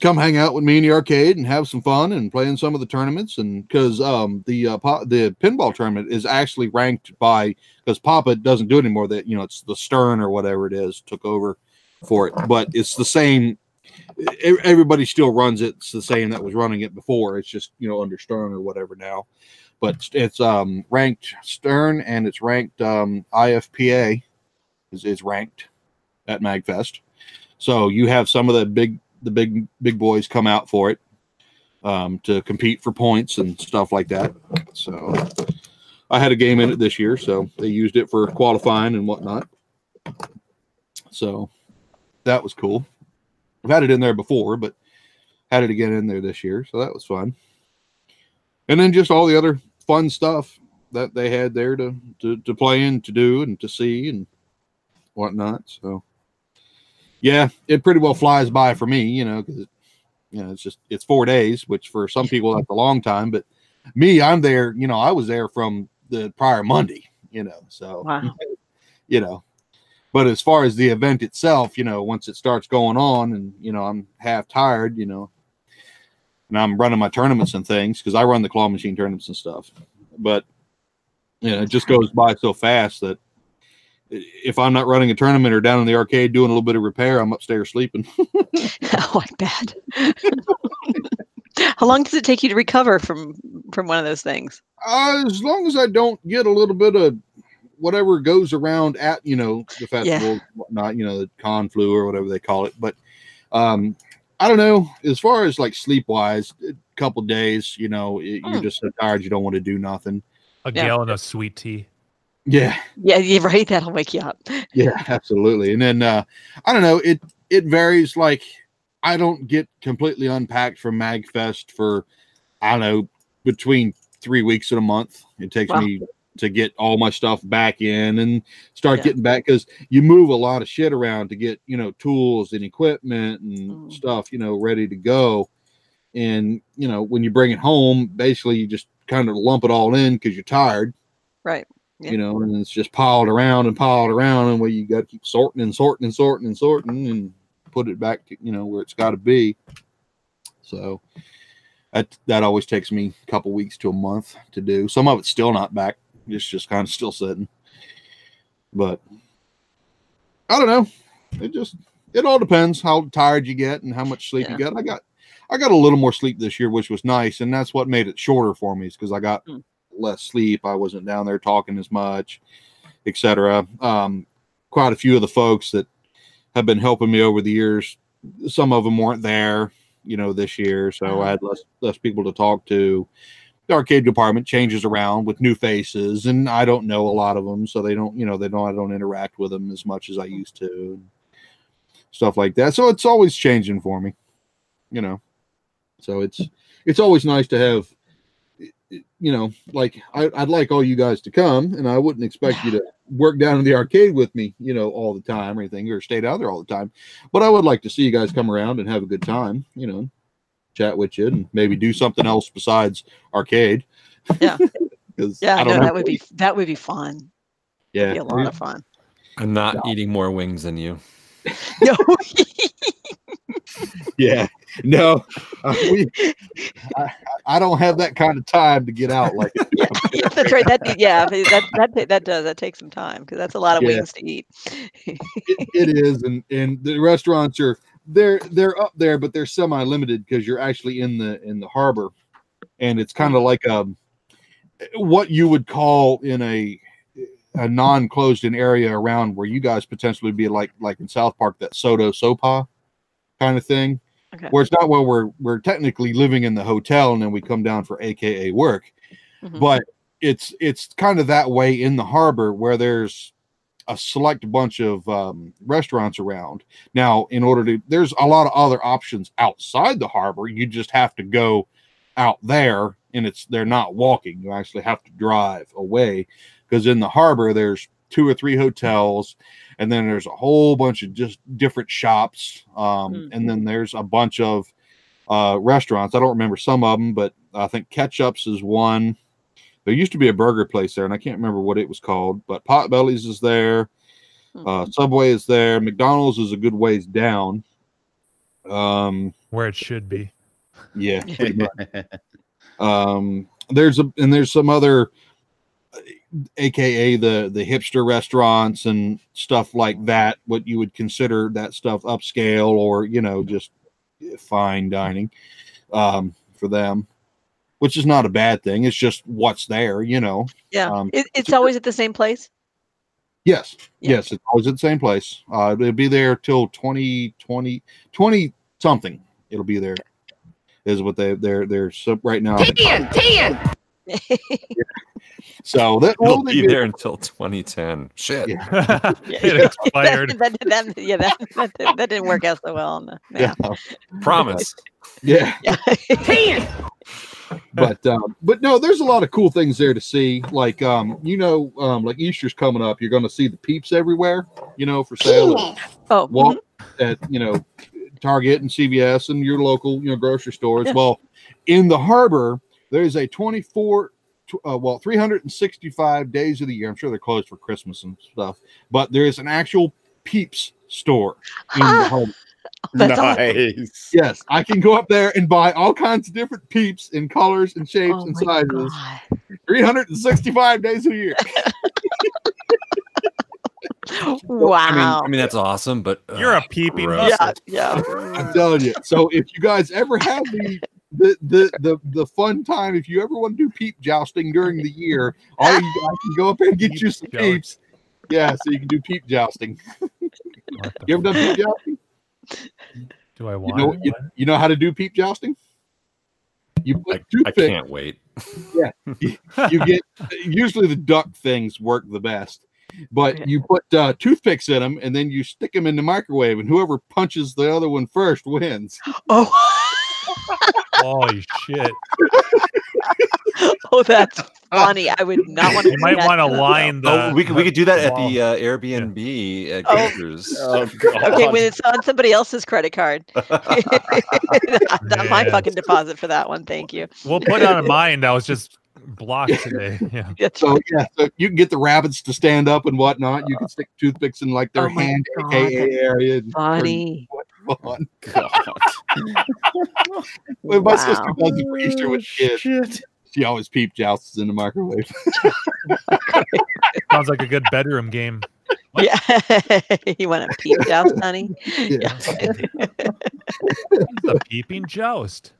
J: come hang out with me in the arcade and have some fun and play in some of the tournaments. And because um, the uh, po- the pinball tournament is actually ranked by because Papa doesn't do it anymore. That you know, it's the Stern or whatever it is took over for it, but it's the same. e- Everybody still runs it. It's the same that was running it before. It's just you know under Stern or whatever now, but it's, it's um ranked Stern and it's ranked um IFPA is, is ranked at Magfest. So you have some of the big the big big boys come out for it um, to compete for points and stuff like that. So I had a game in it this year, so they used it for qualifying and whatnot. So that was cool. I've had it in there before, but had it again in there this year, so that was fun. And then just all the other fun stuff that they had there to to, to play in, to do, and to see and whatnot. So yeah, it pretty well flies by for me, you know, because you know it's just it's four days, which for some people that's a long time, but me, I'm there. You know, I was there from the prior Monday. You know, so
B: Wow.
J: <laughs> you know, but as far as the event itself, you know, once it starts going on, and you know, I'm half tired, you know, and I'm running my tournaments and things because I run the claw machine tournaments and stuff, but you know, it just goes by so fast that. i- If I'm not running a tournament or down in the arcade doing a little bit of repair, I'm upstairs sleeping. <laughs>
B: Oh, <laughs> I bet. <laughs> How long does it take you to recover from from one of those things?
J: Uh, as long as I don't get a little bit of whatever goes around at you know the festival, and whatnot, you know the con flu or whatever they call it. But um, I don't know. As far as like sleep wise, a couple days, you know, it,
B: Hmm.
J: you're just so tired you don't want to do nothing.
E: A
B: Yeah.
E: gallon of sweet tea.
J: Yeah,
B: Yeah, you're right. <laughs> That'll wake you up.
J: <laughs> yeah, absolutely. And then uh, I don't know. It it varies. Like I don't get completely unpacked from Magfest for I don't know between three weeks and a month. It takes
B: Wow.
J: me to get all my stuff back in and start
B: Yeah.
J: getting back because you move a lot of shit around to get you know tools and equipment and
B: Mm.
J: stuff you know ready to go and you know when you bring it home basically you just kind of lump it all in because you're tired
B: Right. Yeah.
J: you know and it's just piled around and piled around and where you got to keep sorting and sorting and sorting and sorting and put it back to you know where it's got to be so that that always takes me a couple weeks to a month to do some of it's still not back it's just kind of still sitting but i don't know it just it all depends how tired you get and how much sleep you get i got i got a little more sleep this year which was nice and that's what made it shorter for me is because i got less sleep i wasn't down there talking as much etc um quite a few of the folks that have been helping me over the years some of them weren't there you know this year so i had less less people to talk to the arcade department changes around with new faces and i don't know a lot of them so they don't you know they don't i don't interact with them as much as i used to and stuff like that so it's always changing for me you know so it's it's always nice to have you know like I, i'd like all you guys to come and i wouldn't expect
B: <sighs>
J: you to work down in the arcade with me you know all the time or anything or stay down there all the time but i would like to see you guys come around and have a good time you know chat with you and maybe do something else besides arcade
B: Yeah.
J: <laughs> 'Cause
B: Yeah,
J: I
B: I
J: don't
B: know
J: know.
B: that would be that would be fun.
J: yeah
B: Be a lot of fun.
C: I'm not eating more wings than you.
B: No,
J: <laughs> yeah no uh,
B: <laughs>
J: we, I, I don't have that kind of time to get out like
B: yeah, <laughs> that's right. That
J: <laughs>
B: yeah, that that ta- that does that takes some time because that's a lot of
J: Yeah.
B: wings to eat. <laughs>
J: it, it is and and the restaurants are they're they're up there but they're semi-limited because you're actually in the in the harbor and it's kind of like um what you would call in a a non-closed in area around where you guys potentially be like like in south park that soto sopa kind of thing
B: Okay.
J: where it's not where we're we're technically living in the hotel and then we come down for aka work
B: Mhm.
J: but it's it's kind of that way in the harbor where there's a select bunch of um, restaurants around now in order to there's a lot of other options outside the harbor you just have to go out there and it's they're not walking you actually have to drive away because in the harbor there's two or three hotels and then there's a whole bunch of just different shops um, and then there's a bunch of uh, restaurants i don't remember some of them but i think ketchups is one there used to be a burger place there and i can't remember what it was called but potbellies is there uh, subway is there mcdonald's is a good ways down um,
E: where it should
J: <laughs>
E: be. <laughs>
J: yeah, pretty much. um, there's a and there's some other, uh, aka the the hipster restaurants and stuff like that. What you would consider that stuff upscale or you know just fine dining um, for them, which is not a bad thing. It's just what's there, you know.
B: Yeah,
J: Um,
B: it, it's always at the same place. <laughs>
J: Yes. Yes. It's always at the same place. Uh, it'll be there till 2020, 20 something. It'll be there is what they, they're, they're so right now.
K: TNT!
J: <laughs> So that
C: will
J: well, they
C: be
J: do-
C: there until 2010. Shit.
B: It
J: <laughs>
B: that, that, that- yeah, that, that, that didn't work out so well. No. Yeah.
C: <laughs> Promise.
J: Yeah.
K: TNT!
J: but um, but no, there's a lot of cool things there to see. Like um, you know, um, like Easter's coming up, you're going to see the peeps everywhere. You know, for sale. at
B: <laughs> Oh,
J: Wal- at you know Target and CVS and your local you know grocery stores.
B: Yeah.
J: Well, in the harbor, there is a 24. tw- Uh, well, 365 days of the year. I'm sure they're closed for Christmas and stuff, but there is an actual Peeps store
B: mm-hmm.
J: in
B: Ah.
J: the <laughs> harbor.
K: That's awesome.
J: Yes, I can go up there and buy all kinds of different peeps in colors and shapes
B: oh
J: and sizes. 365 days a year.
C: I mean,
B: wow.
C: I mean that's awesome, but uh,
E: You're a peeping
B: yeah,
J: <laughs>
B: yeah.
J: I'm telling you. So if you guys ever have the the the the, the fun time, if you ever want to do peep jousting during the year, all you guys can go up there and get you some peeps. Yeah, so you can do peep jousting. you ever done peep jousting?
E: Do I
J: You
E: want?
J: know, you, you know how to do peep jousting? You put
C: I
J: toothpick-
C: can't wait.
J: yeah. you get usually the duck things work the best, but you put uh, toothpicks in them and then you stick them in the microwave, and whoever punches the other one first wins.
B: Oh,
E: Holy shit!
B: <laughs> oh,
J: <laughs>
B: that's funny. I would not want to.
E: You might want to line the.
C: oh, we could we could do that at the uh, Airbnb at
B: Oh.
C: Cruisers.
B: Oh, Okay, when it's on somebody else's credit
J: <laughs>
B: card. <laughs> not, not my
E: Yeah.
B: fucking deposit for that one. Thank you.
E: We'll put
C: <laughs>
E: it on mind. I was just blocked today. Yeah.
J: So yeah, so you can get the rabbits to stand up and whatnot. You can stick toothpicks in like their
B: Oh my
J: hand,
B: God,
J: aka
B: that's
J: area. and-
B: funny.
J: Come on. <laughs> Well, my sister
B: Wow.
J: does it for Easter with kids. She always peep jousts in
B: <laughs>
J: the microwave.
E: Sounds like a good bedroom game.
B: Yeah. <laughs> you want to peep out,
J: <laughs>
B: honey? Yeah.
E: The peeping joust.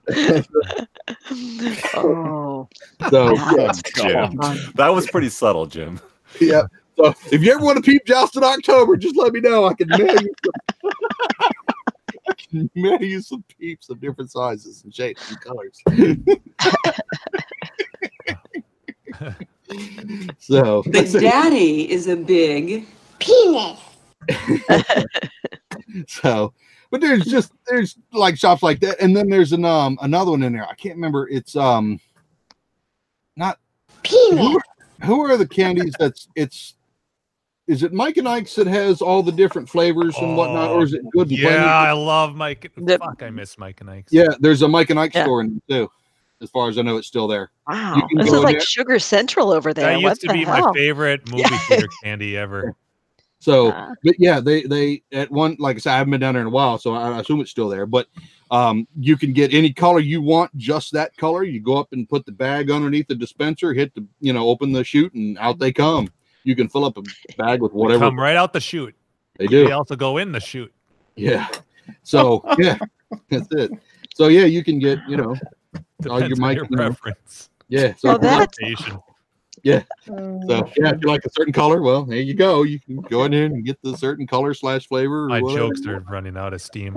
B: oh.
J: So
C: Yeah. That was pretty subtle, Jim.
J: yeah. So if you ever want to peep joust in October, just let me know. I can mail you some, <laughs> I can mail you some peeps of different sizes and shapes and colors. <laughs>
B: <laughs>
J: so
L: But daddy is a big penis.
J: <laughs> so but there's just there's like shops like that and then there's an um another one in there i can't remember it's um not
B: Oh,
J: who, are- who are the candies that's it's is it mike and ike's that has all the different flavors and whatnot or is it good and Plain?
E: Oh, Yeah, I love Mike. Fuck, I miss Mike and Ike.
J: yeah there's a mike and ike store in there, too as far as i know it's still there
B: Wow.
J: You can
B: This
J: go
B: is
J: in
B: like
J: there.
B: Sugar Central over there.
E: That
B: what
E: used to
B: the
E: be
B: hell?
E: my favorite movie theater
C: <laughs>
E: candy ever.
J: So, but yeah, they they at one like I said, I haven't been down there in a while, so I assume it's still there. But um, you can get any color you want, just that color. You go up and put the bag underneath the dispenser, hit the you know, open the chute, and out they come. You can fill up a bag with whatever
E: Come right out the chute.
J: they do.
E: They also go in the chute.
J: Yeah. So yeah, that's it. So yeah, you can get you know all
E: Depends on
J: mic-
E: your
J: you know,
E: preference.
J: Yeah. So
E: Oh,
J: if you like-
E: Location.
J: yeah. So yeah, if you like a certain color, well, there you go. You can go in here and get the certain color slash flavor. or
E: My
J: whatever.
E: jokes are running out of steam.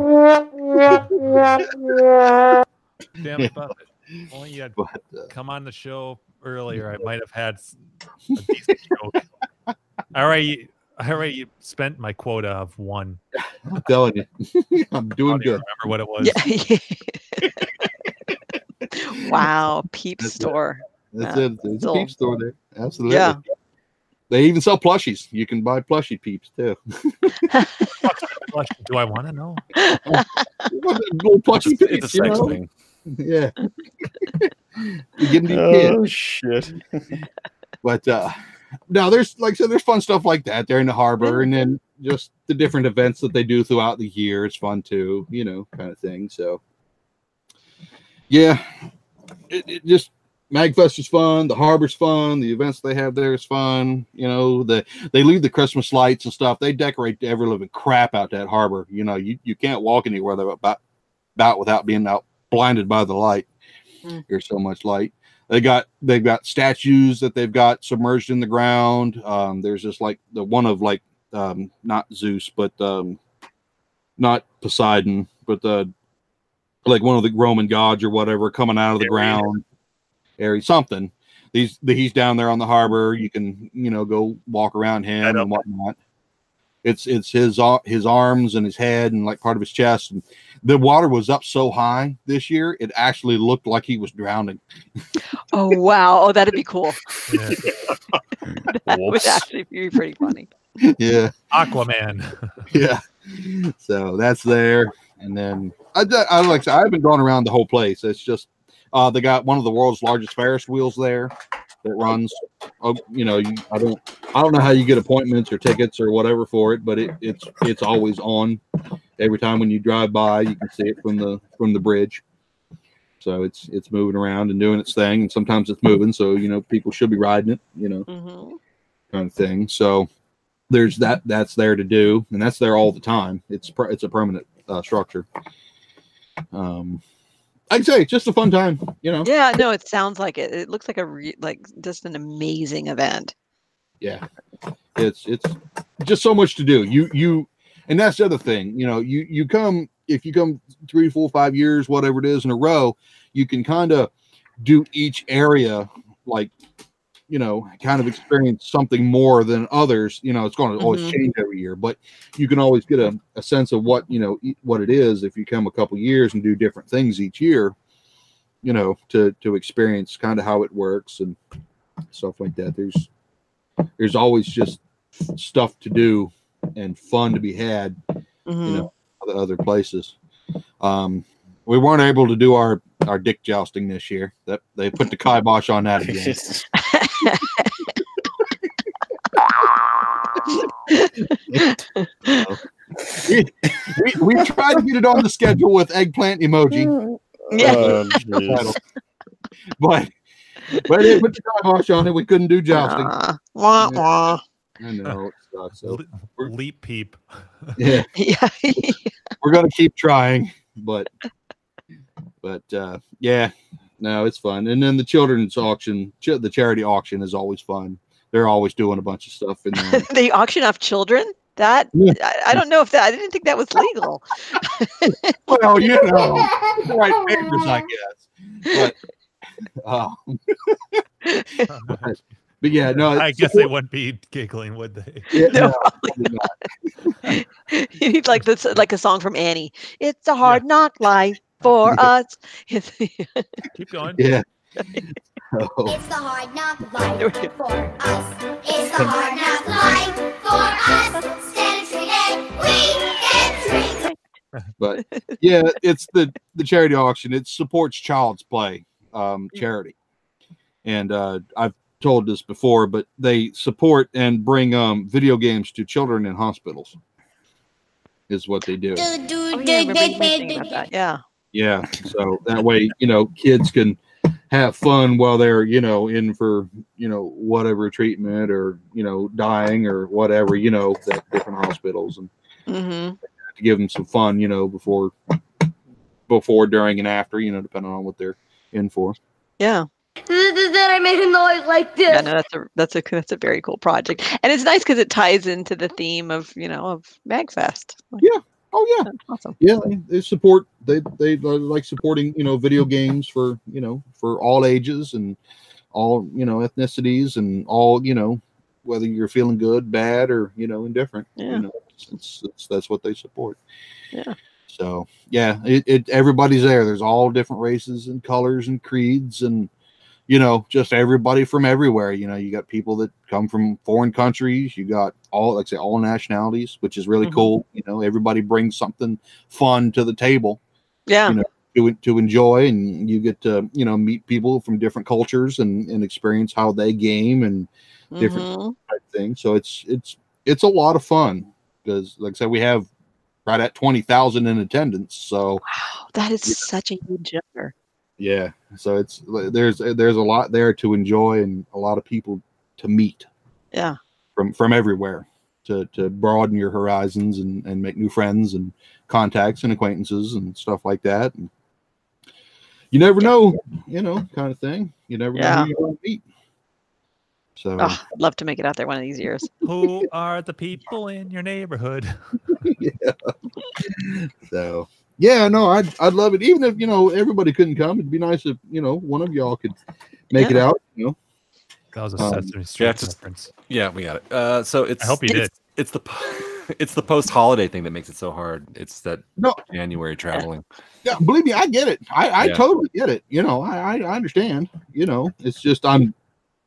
E: Damn it, Buffett. If Only
J: <laughs>
E: you had
J: uh,
E: come on the show earlier. I might have had s- a decent joke. I already, I already spent my quota of one.
J: I'm telling you, <laughs> I'm doing good.
E: Remember what it was?
B: <laughs> Yeah. wow, peep store.
J: That's
B: Yeah,
J: it. There's a
B: cool.
J: peep store there. Absolutely.
B: Yeah.
J: They even sell plushies. You can buy plushie peeps too. <laughs>
E: Flush- Do I want to know?
J: Little plushie
E: It's a-
J: peeps,
E: it's a
J: you
E: sex
J: know?
E: thing.
J: <laughs> Yeah. you give them to
E: Oh,
J: shit. <laughs> but uh no, there's like I said, there's fun stuff like that there in the harbor, and then just the different events that they do throughout the year. It's fun too, you know, kind of thing. So yeah, it, it just Magfest is fun. The harbor's fun. The events they have there is fun. You know, the they leave the Christmas lights and stuff. They decorate the every living crap out that harbor. You know, you, you can't walk anywhere there about about without being out blinded by the light.
B: Mm.
J: There's so much light. They got they've got statues that they've got submerged in the ground. Um, there's just like the one of like um, not Zeus, but um, not Poseidon, but uh, like one of the Roman gods or whatever coming out of the ground, Aries something. These the, he's down there on the harbor. You can you know go walk around him and whatnot. It's it's his ar- his arms and his head and like part of his chest. And the water was up so high this year, it actually looked like he was drowning. <laughs>
B: Oh wow. Oh, that'd be cool. <laughs>
E: Yeah.
B: that would
J: Whoops.
B: actually be pretty funny.
J: yeah,
E: Aquaman.
J: <laughs> yeah. So that's there, and then I, d- I like I said, I haven't gone around the whole place. It's just uh, they got one of the world's largest Ferris wheels there that runs. Oh, you know, you, I don't I don't know how you get appointments or tickets or whatever for it, but it, it's it's always on. Every time when you drive by, you can see it from the from the bridge. So it's it's moving around and doing its thing, and sometimes it's moving. So you know, people should be riding it. You know,
B: Mm-hmm.
J: kind of thing. So there's that that's there to do, and that's there all the time. It's per, it's a permanent uh, structure. Um, I'd say it's just a fun time, you know.
B: Yeah, no, it sounds like it. It looks like a re- like just an amazing event.
J: yeah it's it's just so much to do you you and that's the other thing you know you you come if you come three four five years whatever it is in a row you can kind of do each area like you know kind of experience something more than others you know it's going to always
G: Mhm.
J: change every year but you can always get a, a sense of what you know e- what it is if you come a couple years and do different things each year you know, to to experience kind of how it works and stuff like that. There's there's always just stuff to do and fun to be had, you
B: Mm-hmm.
J: know, other, other places. Um, we weren't able to do our our dick jousting this year. That they put the kibosh on
A: <laughs>
J: that again. we, we, we tried to get it on the schedule with eggplant emoji.
C: Oh,
K: Yeah.
D: Oh,
J: Um,
K: jeez.
J: but but they put the kibosh on it. We couldn't do jousting.
B: Wah, wah. <laughs>
J: I know. It
E: <laughs>
J: sucks. So <laughs> we're,
E: Leap peep. <laughs>
J: yeah.
B: yeah.
J: we're gonna keep trying, but but uh, yeah, no, it's fun. And then the children's auction, ch- the charity auction, is always fun. They're always doing a bunch of stuff in there.
B: they auction off children. That I, I don't know if that I didn't think that was legal. <laughs>
J: well, you know, the right papers, I guess. But, uh, but, but yeah, no,
E: I
J: it's-
E: guess they wouldn't be giggling, would
J: <laughs>
E: they?
J: Yeah, no,
B: you need like this, like a song from Annie. It's a hard knock life for us. <laughs>
E: Keep going.
J: yeah.
K: It's the hard knock life for us. It's the hard knock life for us. Sanitary day, we get treats.
J: but yeah, it's the the charity auction. It supports Child's Play um, charity, and uh, I've told this before, but they support and bring um, video games to children in hospitals. Is what they do.
B: Yeah.
J: Yeah, so that way you know kids can have fun while they're you know in for you know whatever treatment or you know dying or whatever you know at different hospitals and
B: Mm-hmm.
J: to give them some fun, you know, before, before, during, and after, you know, depending on what they're in for.
B: Yeah.
K: Then I made a noise like this.
B: Yeah, no, that's a that's a that's a very cool project, and it's nice because it ties into the theme of you know of Magfest.
J: Yeah. Oh yeah.
B: Awesome.
J: Yeah, they- they support. They they li- like supporting, you know, video games for you know for all ages and all you know ethnicities and all you know whether you're feeling good, bad, or you know indifferent.
B: Yeah.
J: You know, it's, it's, that's what they support.
B: Yeah.
J: So yeah, it, it everybody's there. There's all different races and colors and creeds and you know just everybody from everywhere. You know, you got people that come from foreign countries. You got all like I say all nationalities, which is really
B: Mhm.
J: cool. You know, everybody brings something fun to the table.
B: Yeah.
J: You know, to, to enjoy and you get to you know meet people from different cultures and, and experience how they game and different
B: Mhm.
J: type things so it's it's it's a lot of fun because like i said we have right at 20000 in attendance so
B: Oh, That is such a huge number.
J: yeah so it's there's there's a lot there to enjoy and a lot of people to meet
B: Yeah.
J: from from everywhere to to broaden your horizons and and make new friends and contacts and acquaintances and stuff like that and you never know you know kind of thing you never know
B: Yeah.
J: who you're going to meet so
B: Oh, I'd love to make it out there one of these years.
E: Who are the people in your neighborhood?
J: so yeah no i'd i'd love it even if you know everybody couldn't come it'd be nice if you know one of y'all could make it
E: Yeah.
J: out you know
E: That was a
J: Um,
E: Sesame
C: yeah,
E: Street
C: it's just-
E: reference.
C: Yeah, we got it. Uh, so it's.
E: hope you
C: it's,
E: did.
C: It's the po- <laughs> it's the post holiday thing that makes it so hard. It's that
J: No.
C: January traveling.
J: Yeah, believe me, I get it. I, I
C: Yeah.
J: totally get it. You know, I, I I understand. You know, it's just I'm,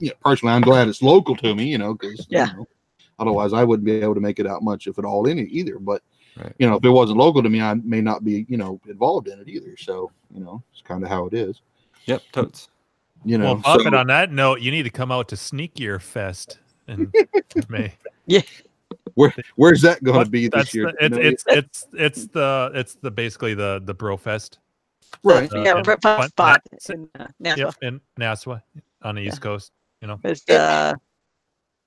J: you know, personally, I'm glad it's local to me. You know, because
B: Yeah.
J: you know, otherwise I wouldn't be able to make it out much if at all in it either. But you know, if it wasn't local to me, I may not be you know involved in it either. So you know, it's kind of how it is.
C: Yep, totes.
J: You know,
E: well, Buffett,
J: so-
E: on that note, you need to come out to Sneakier Fest
J: <laughs>
E: in May.
B: Yeah.
J: Where where's that going to
E: But
J: be
E: that's
J: this year?
E: the-
J: You
E: it's,
J: know,
E: it's it's it's the it's the basically the the Bro Fest.
J: Right.
E: Uh,
B: yeah,
E: in
B: Bro Fest
E: Fun-
B: spot
E: Na-
B: in, uh, Nashua.
E: Yep, in Nassau on the East Coast. You know,
B: It's, uh,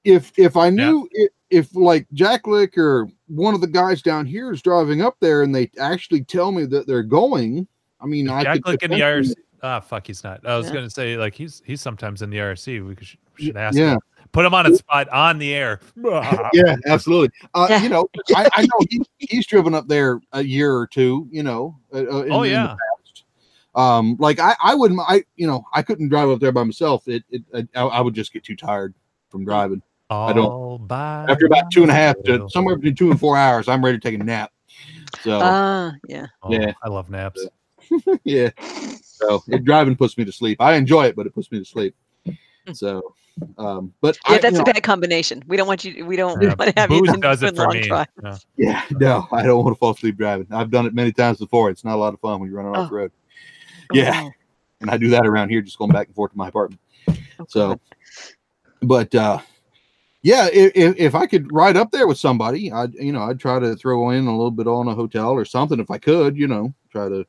J: if if I knew i- if, like Jack Lick or one of the guys down here is driving up there and they actually tell me that they're going, I mean, I
E: Jack
J: could
E: Lick in the
J: potentially-
E: IRC. Ah, fuck, he's not. I was
J: Yeah.
E: gonna say like he's he's sometimes in the IRC. We could, we should ask.
J: yeah.
E: him. Put him on a spot on the air.
J: <laughs> yeah, absolutely. Uh, you know, I, I know he, he's driven up there a year or two. You know, uh, uh,
E: <laughs>
J: in-
E: Oh
J: in the
E: yeah.
J: past. um, like I, I wouldn't, I, you know, I couldn't drive up there by myself. It, it I, I would just get too tired from driving. I don't.
E: All by
J: After about two and a half to somewhere between two and four hours, I'm ready to take a nap. So
B: ah, yeah.
E: Oh,
J: yeah,
E: I love naps.
J: yeah.
B: <laughs>
J: So it, driving puts me to sleep. I enjoy it, but it puts me to sleep. So, um, but
B: Hmm. Yeah,
J: I,
B: that's
J: you
B: a
J: know,
B: bad combination. We don't want you. We don't
J: Yeah,
B: want to have you
J: booze
B: in
J: does it
B: in
J: for
B: long
J: me.
B: drive.
J: Yeah, <laughs> no, I don't want to fall asleep driving. I've done it many times before. It's not a lot of fun when you're
B: Oh.
J: running off the road. Yeah, and I do that around here, just going back and forth to my apartment. So, but uh, yeah, if, if I could ride up there with somebody, I'd you know I'd try to throw in a little bit on a hotel or something if I could. You know, try to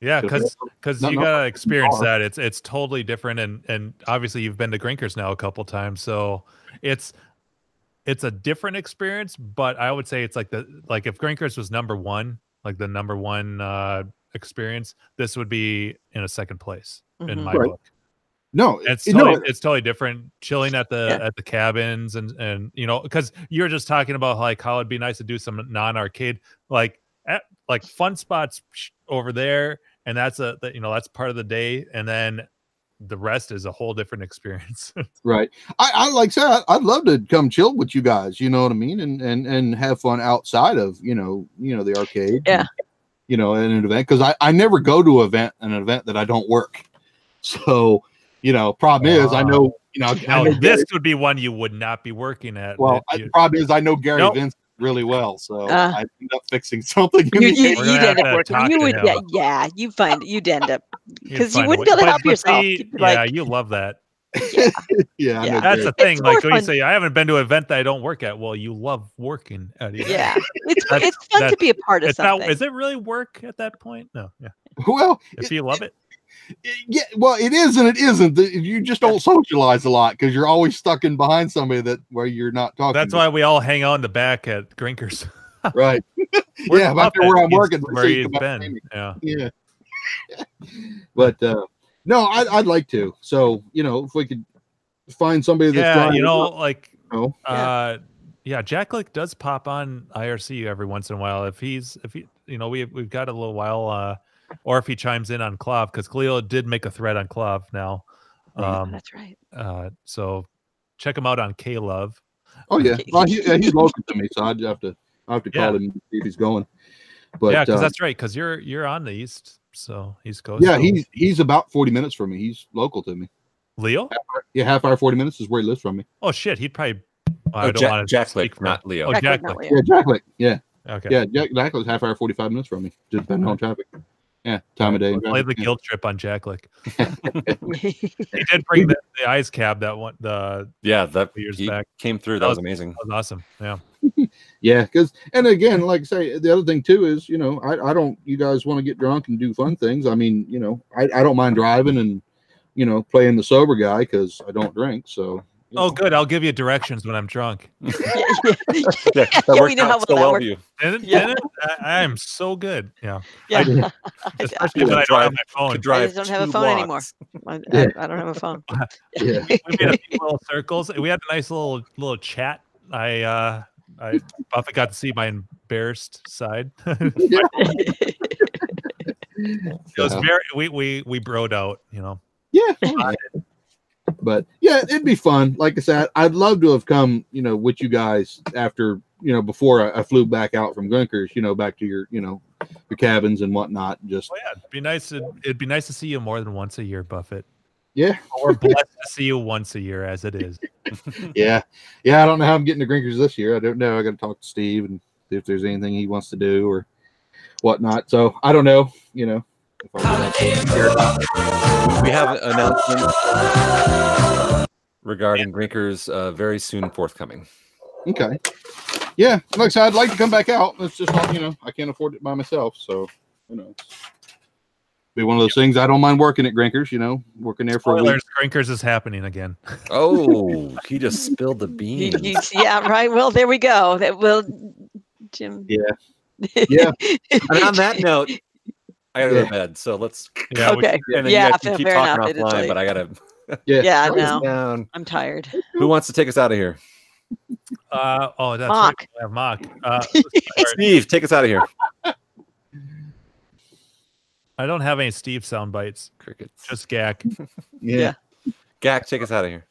E: Yeah,
J: Good
E: because
J: lord.
E: because
J: No,
E: you
J: no,
E: gotta experience
J: bar.
E: that. It's it's totally different, and and obviously you've been to Grinkers now a couple times, so it's it's a different experience. But I would say it's like the like if Grinkers was number one, like the number one uh experience, this would be in a second place in
B: Mm-hmm.
J: Mhm.
E: my
J: Right.
E: book.
J: No,
E: it's
J: it- no,
E: totally,
J: it-
E: it's totally different. Chilling at the at the cabins and and you know because you're just talking about like how it'd be nice to do some non arcade like at, like fun spots psh, over there, and that's a that, you know that's part of the day, and then the rest is a whole different <laughs>
J: <laughs>
E: experience.
J: Right. I, I like I said, I- I'd love to come chill with you guys. You know what I mean, and and and have fun outside of you know you know the arcade. Yeah. you know, at an event because I I never go to an event an event that I don't work. <laughs> So you know, problem is I know
E: <laughs>
J: you know I
E: now
J: know
E: this
J: Gary,
E: would be one you would not be working at.
J: <laughs> well.
E: that
J: I,
E: you-
J: problem is I know Gary
E: Nope.
J: Vincent really well, so
B: Uh.
J: I end up fixing <laughs> something. in
B: You,
J: the
B: you,
J: end.
B: you'd end up working. You would, yeah, yeah, you find you'd end up because you
E: find a
B: wouldn't be
E: way-
B: able to
E: but-
B: help
E: but
B: yourself.
E: see,
B: You'd be
E: yeah,
B: like,
E: you
B: <laughs>
E: love that.
J: <laughs> Yeah,
B: Yeah.
E: that's the
B: It's
E: thing.
B: more
E: Like when you
B: fun-
E: say I haven't been to an event that I don't work at, well, you love working at it.
B: Yeah. It's- it's fun to be a part of
E: it's not-
B: something.
E: is it really work at that point? No. Yeah.
J: Well,
E: if you love it,
J: yeah, well, it is and it isn't. The- You just don't socialize a lot because you're always stuck in behind somebody that where you're not talking.
E: that's
J: to.
E: why we all hang out in the back at Grinkers.
J: <laughs>
E: <laughs>
J: right.
E: We're
J: <laughs> yeah,
E: up
J: about
E: at
J: where I'm
E: he's-
J: working. they
E: Where
J: say,
E: he's
J: "Come up and
E: been.
J: see me."
E: Yeah.
J: Yeah. <laughs> But uh, no, I, I'd like to. So you know, if we could find somebody that's
E: Yeah,
J: driving
E: you know,
J: up,
E: like
J: you know,
E: uh yeah, Jack Lick does pop on IRC every once in a while. If he's if he you know, we we've got a little while uh or if he chimes in on Clav, because Cleo did make a thread on Clav now. Um
B: that's right.
E: Uh so check him out on K Love.
J: oh yeah, well, he, yeah, he's local to me, so I'd have to I have to call
E: Yeah.
J: him and see if he's going. But
E: yeah, because
J: uh,
E: that's right. Because you're you're on the east, so East Coast.
J: yeah,
E: so-
J: he's he's about forty minutes from me. He's local to me.
E: Leo.
J: Yeah, half hour forty minutes is where he lives from me.
E: Oh shit, he'd probably. I
C: Oh,
E: don't
C: Jack-
E: want to
C: Jack
E: speak
C: Lick,
E: for-
C: not Leo.
E: Oh,
C: Jack Lick,
E: Jack
C: not
E: Lick.
J: Yeah, Jack Lick. Yeah.
E: Okay.
J: Yeah, Jack Jack Lick's half hour forty five minutes from me, just depending on traffic. Yeah, time of day. and
E: Play
J: traffic,
E: the
J: yeah.
E: guilt trip on Jack Lick. he did bring the, the ice cab that one. The
C: Yeah, that
E: years
C: he
E: back
C: came through. That was
B: <laughs>
C: amazing.
E: That was awesome. Yeah.
J: Yeah, because and again, like I say, the other thing too is you know I, I don't you guys want to get drunk and do fun things. I mean you know I, I don't mind driving and you know playing the sober guy because I don't drink. So
E: Oh, good. I'll give you directions when I'm drunk.
C: that
B: we worked know out how well so that well for works.
C: you.
E: Didn't,
B: Yeah.
E: didn't it? I, I am so good. Yeah.
B: Yeah. <laughs>
E: I- Especially when I don't have my phone.
B: I just don't have a phone anymore. I,
E: Yeah.
B: I, I don't have a phone.
J: Yeah.
E: we made a few little circles. We had a nice little little chat. I uh I Buffett got to see my embarrassed side. <laughs> It was
J: Yeah.
E: very we we we broed out, you know.
J: yeah, but yeah, it'd be fun. Like I said, I'd love to have come you know with you guys after you know before I, I flew back out from Gunkers, you know back to your you know your cabins and whatnot. Just
E: Oh, Yeah, it'd be nice to it'd be nice to see you more than once a year, Buffett.
J: yeah,
E: We're blessed to see you once a year as it is.
J: yeah, yeah. I don't know how I'm getting to Grinkers this year. I don't know. I got to talk to Steve and see if there's anything he wants to do or whatnot. So I don't know. You know, if I'll be able to hear it out.
C: We have an announcement regarding Grinkers uh, very soon forthcoming.
J: okay. Yeah, like I said, I'd like to come back out. It's just not, you know, I can't afford it by myself. So you know, it's be one of those things. I don't mind working at Grinkers. You know, working there for a week.
E: Spoilers, Grinkers is happening again.
C: Oh, he just spilled
B: <laughs>
C: the
B: You-
C: beans.
B: you- yeah, right. Well, there we go. That will, Jim. <laughs>
J: Yeah. Yeah.
C: And on that note, I gotta go to
J: Yeah.
C: bed. So let's.
E: Yeah, we-
B: Okay.
C: And then
B: Yeah,
C: you guys can
B: fair-
C: keep
B: fair
C: talking
B: enough. It is
C: offline,
B: late.
C: but I gotta.
J: Yeah.
B: Yeah, no.
C: Down.
B: I'm tired. <laughs>
C: Who wants to take us out of here?
E: Uh oh that's
B: Mock.
E: right. we have mock. Uh,
C: Steve, take us out of here.
E: I don't have any Steve sound bites.
C: Crickets.
E: Just gack.
B: Yeah.
C: Gak, take us out of here.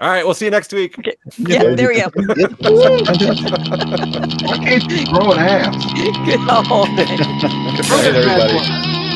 C: All right, we'll see you next week.
J: Yeah, there we go.
C: Woo!
J: Growing ass.
B: All right, everybody.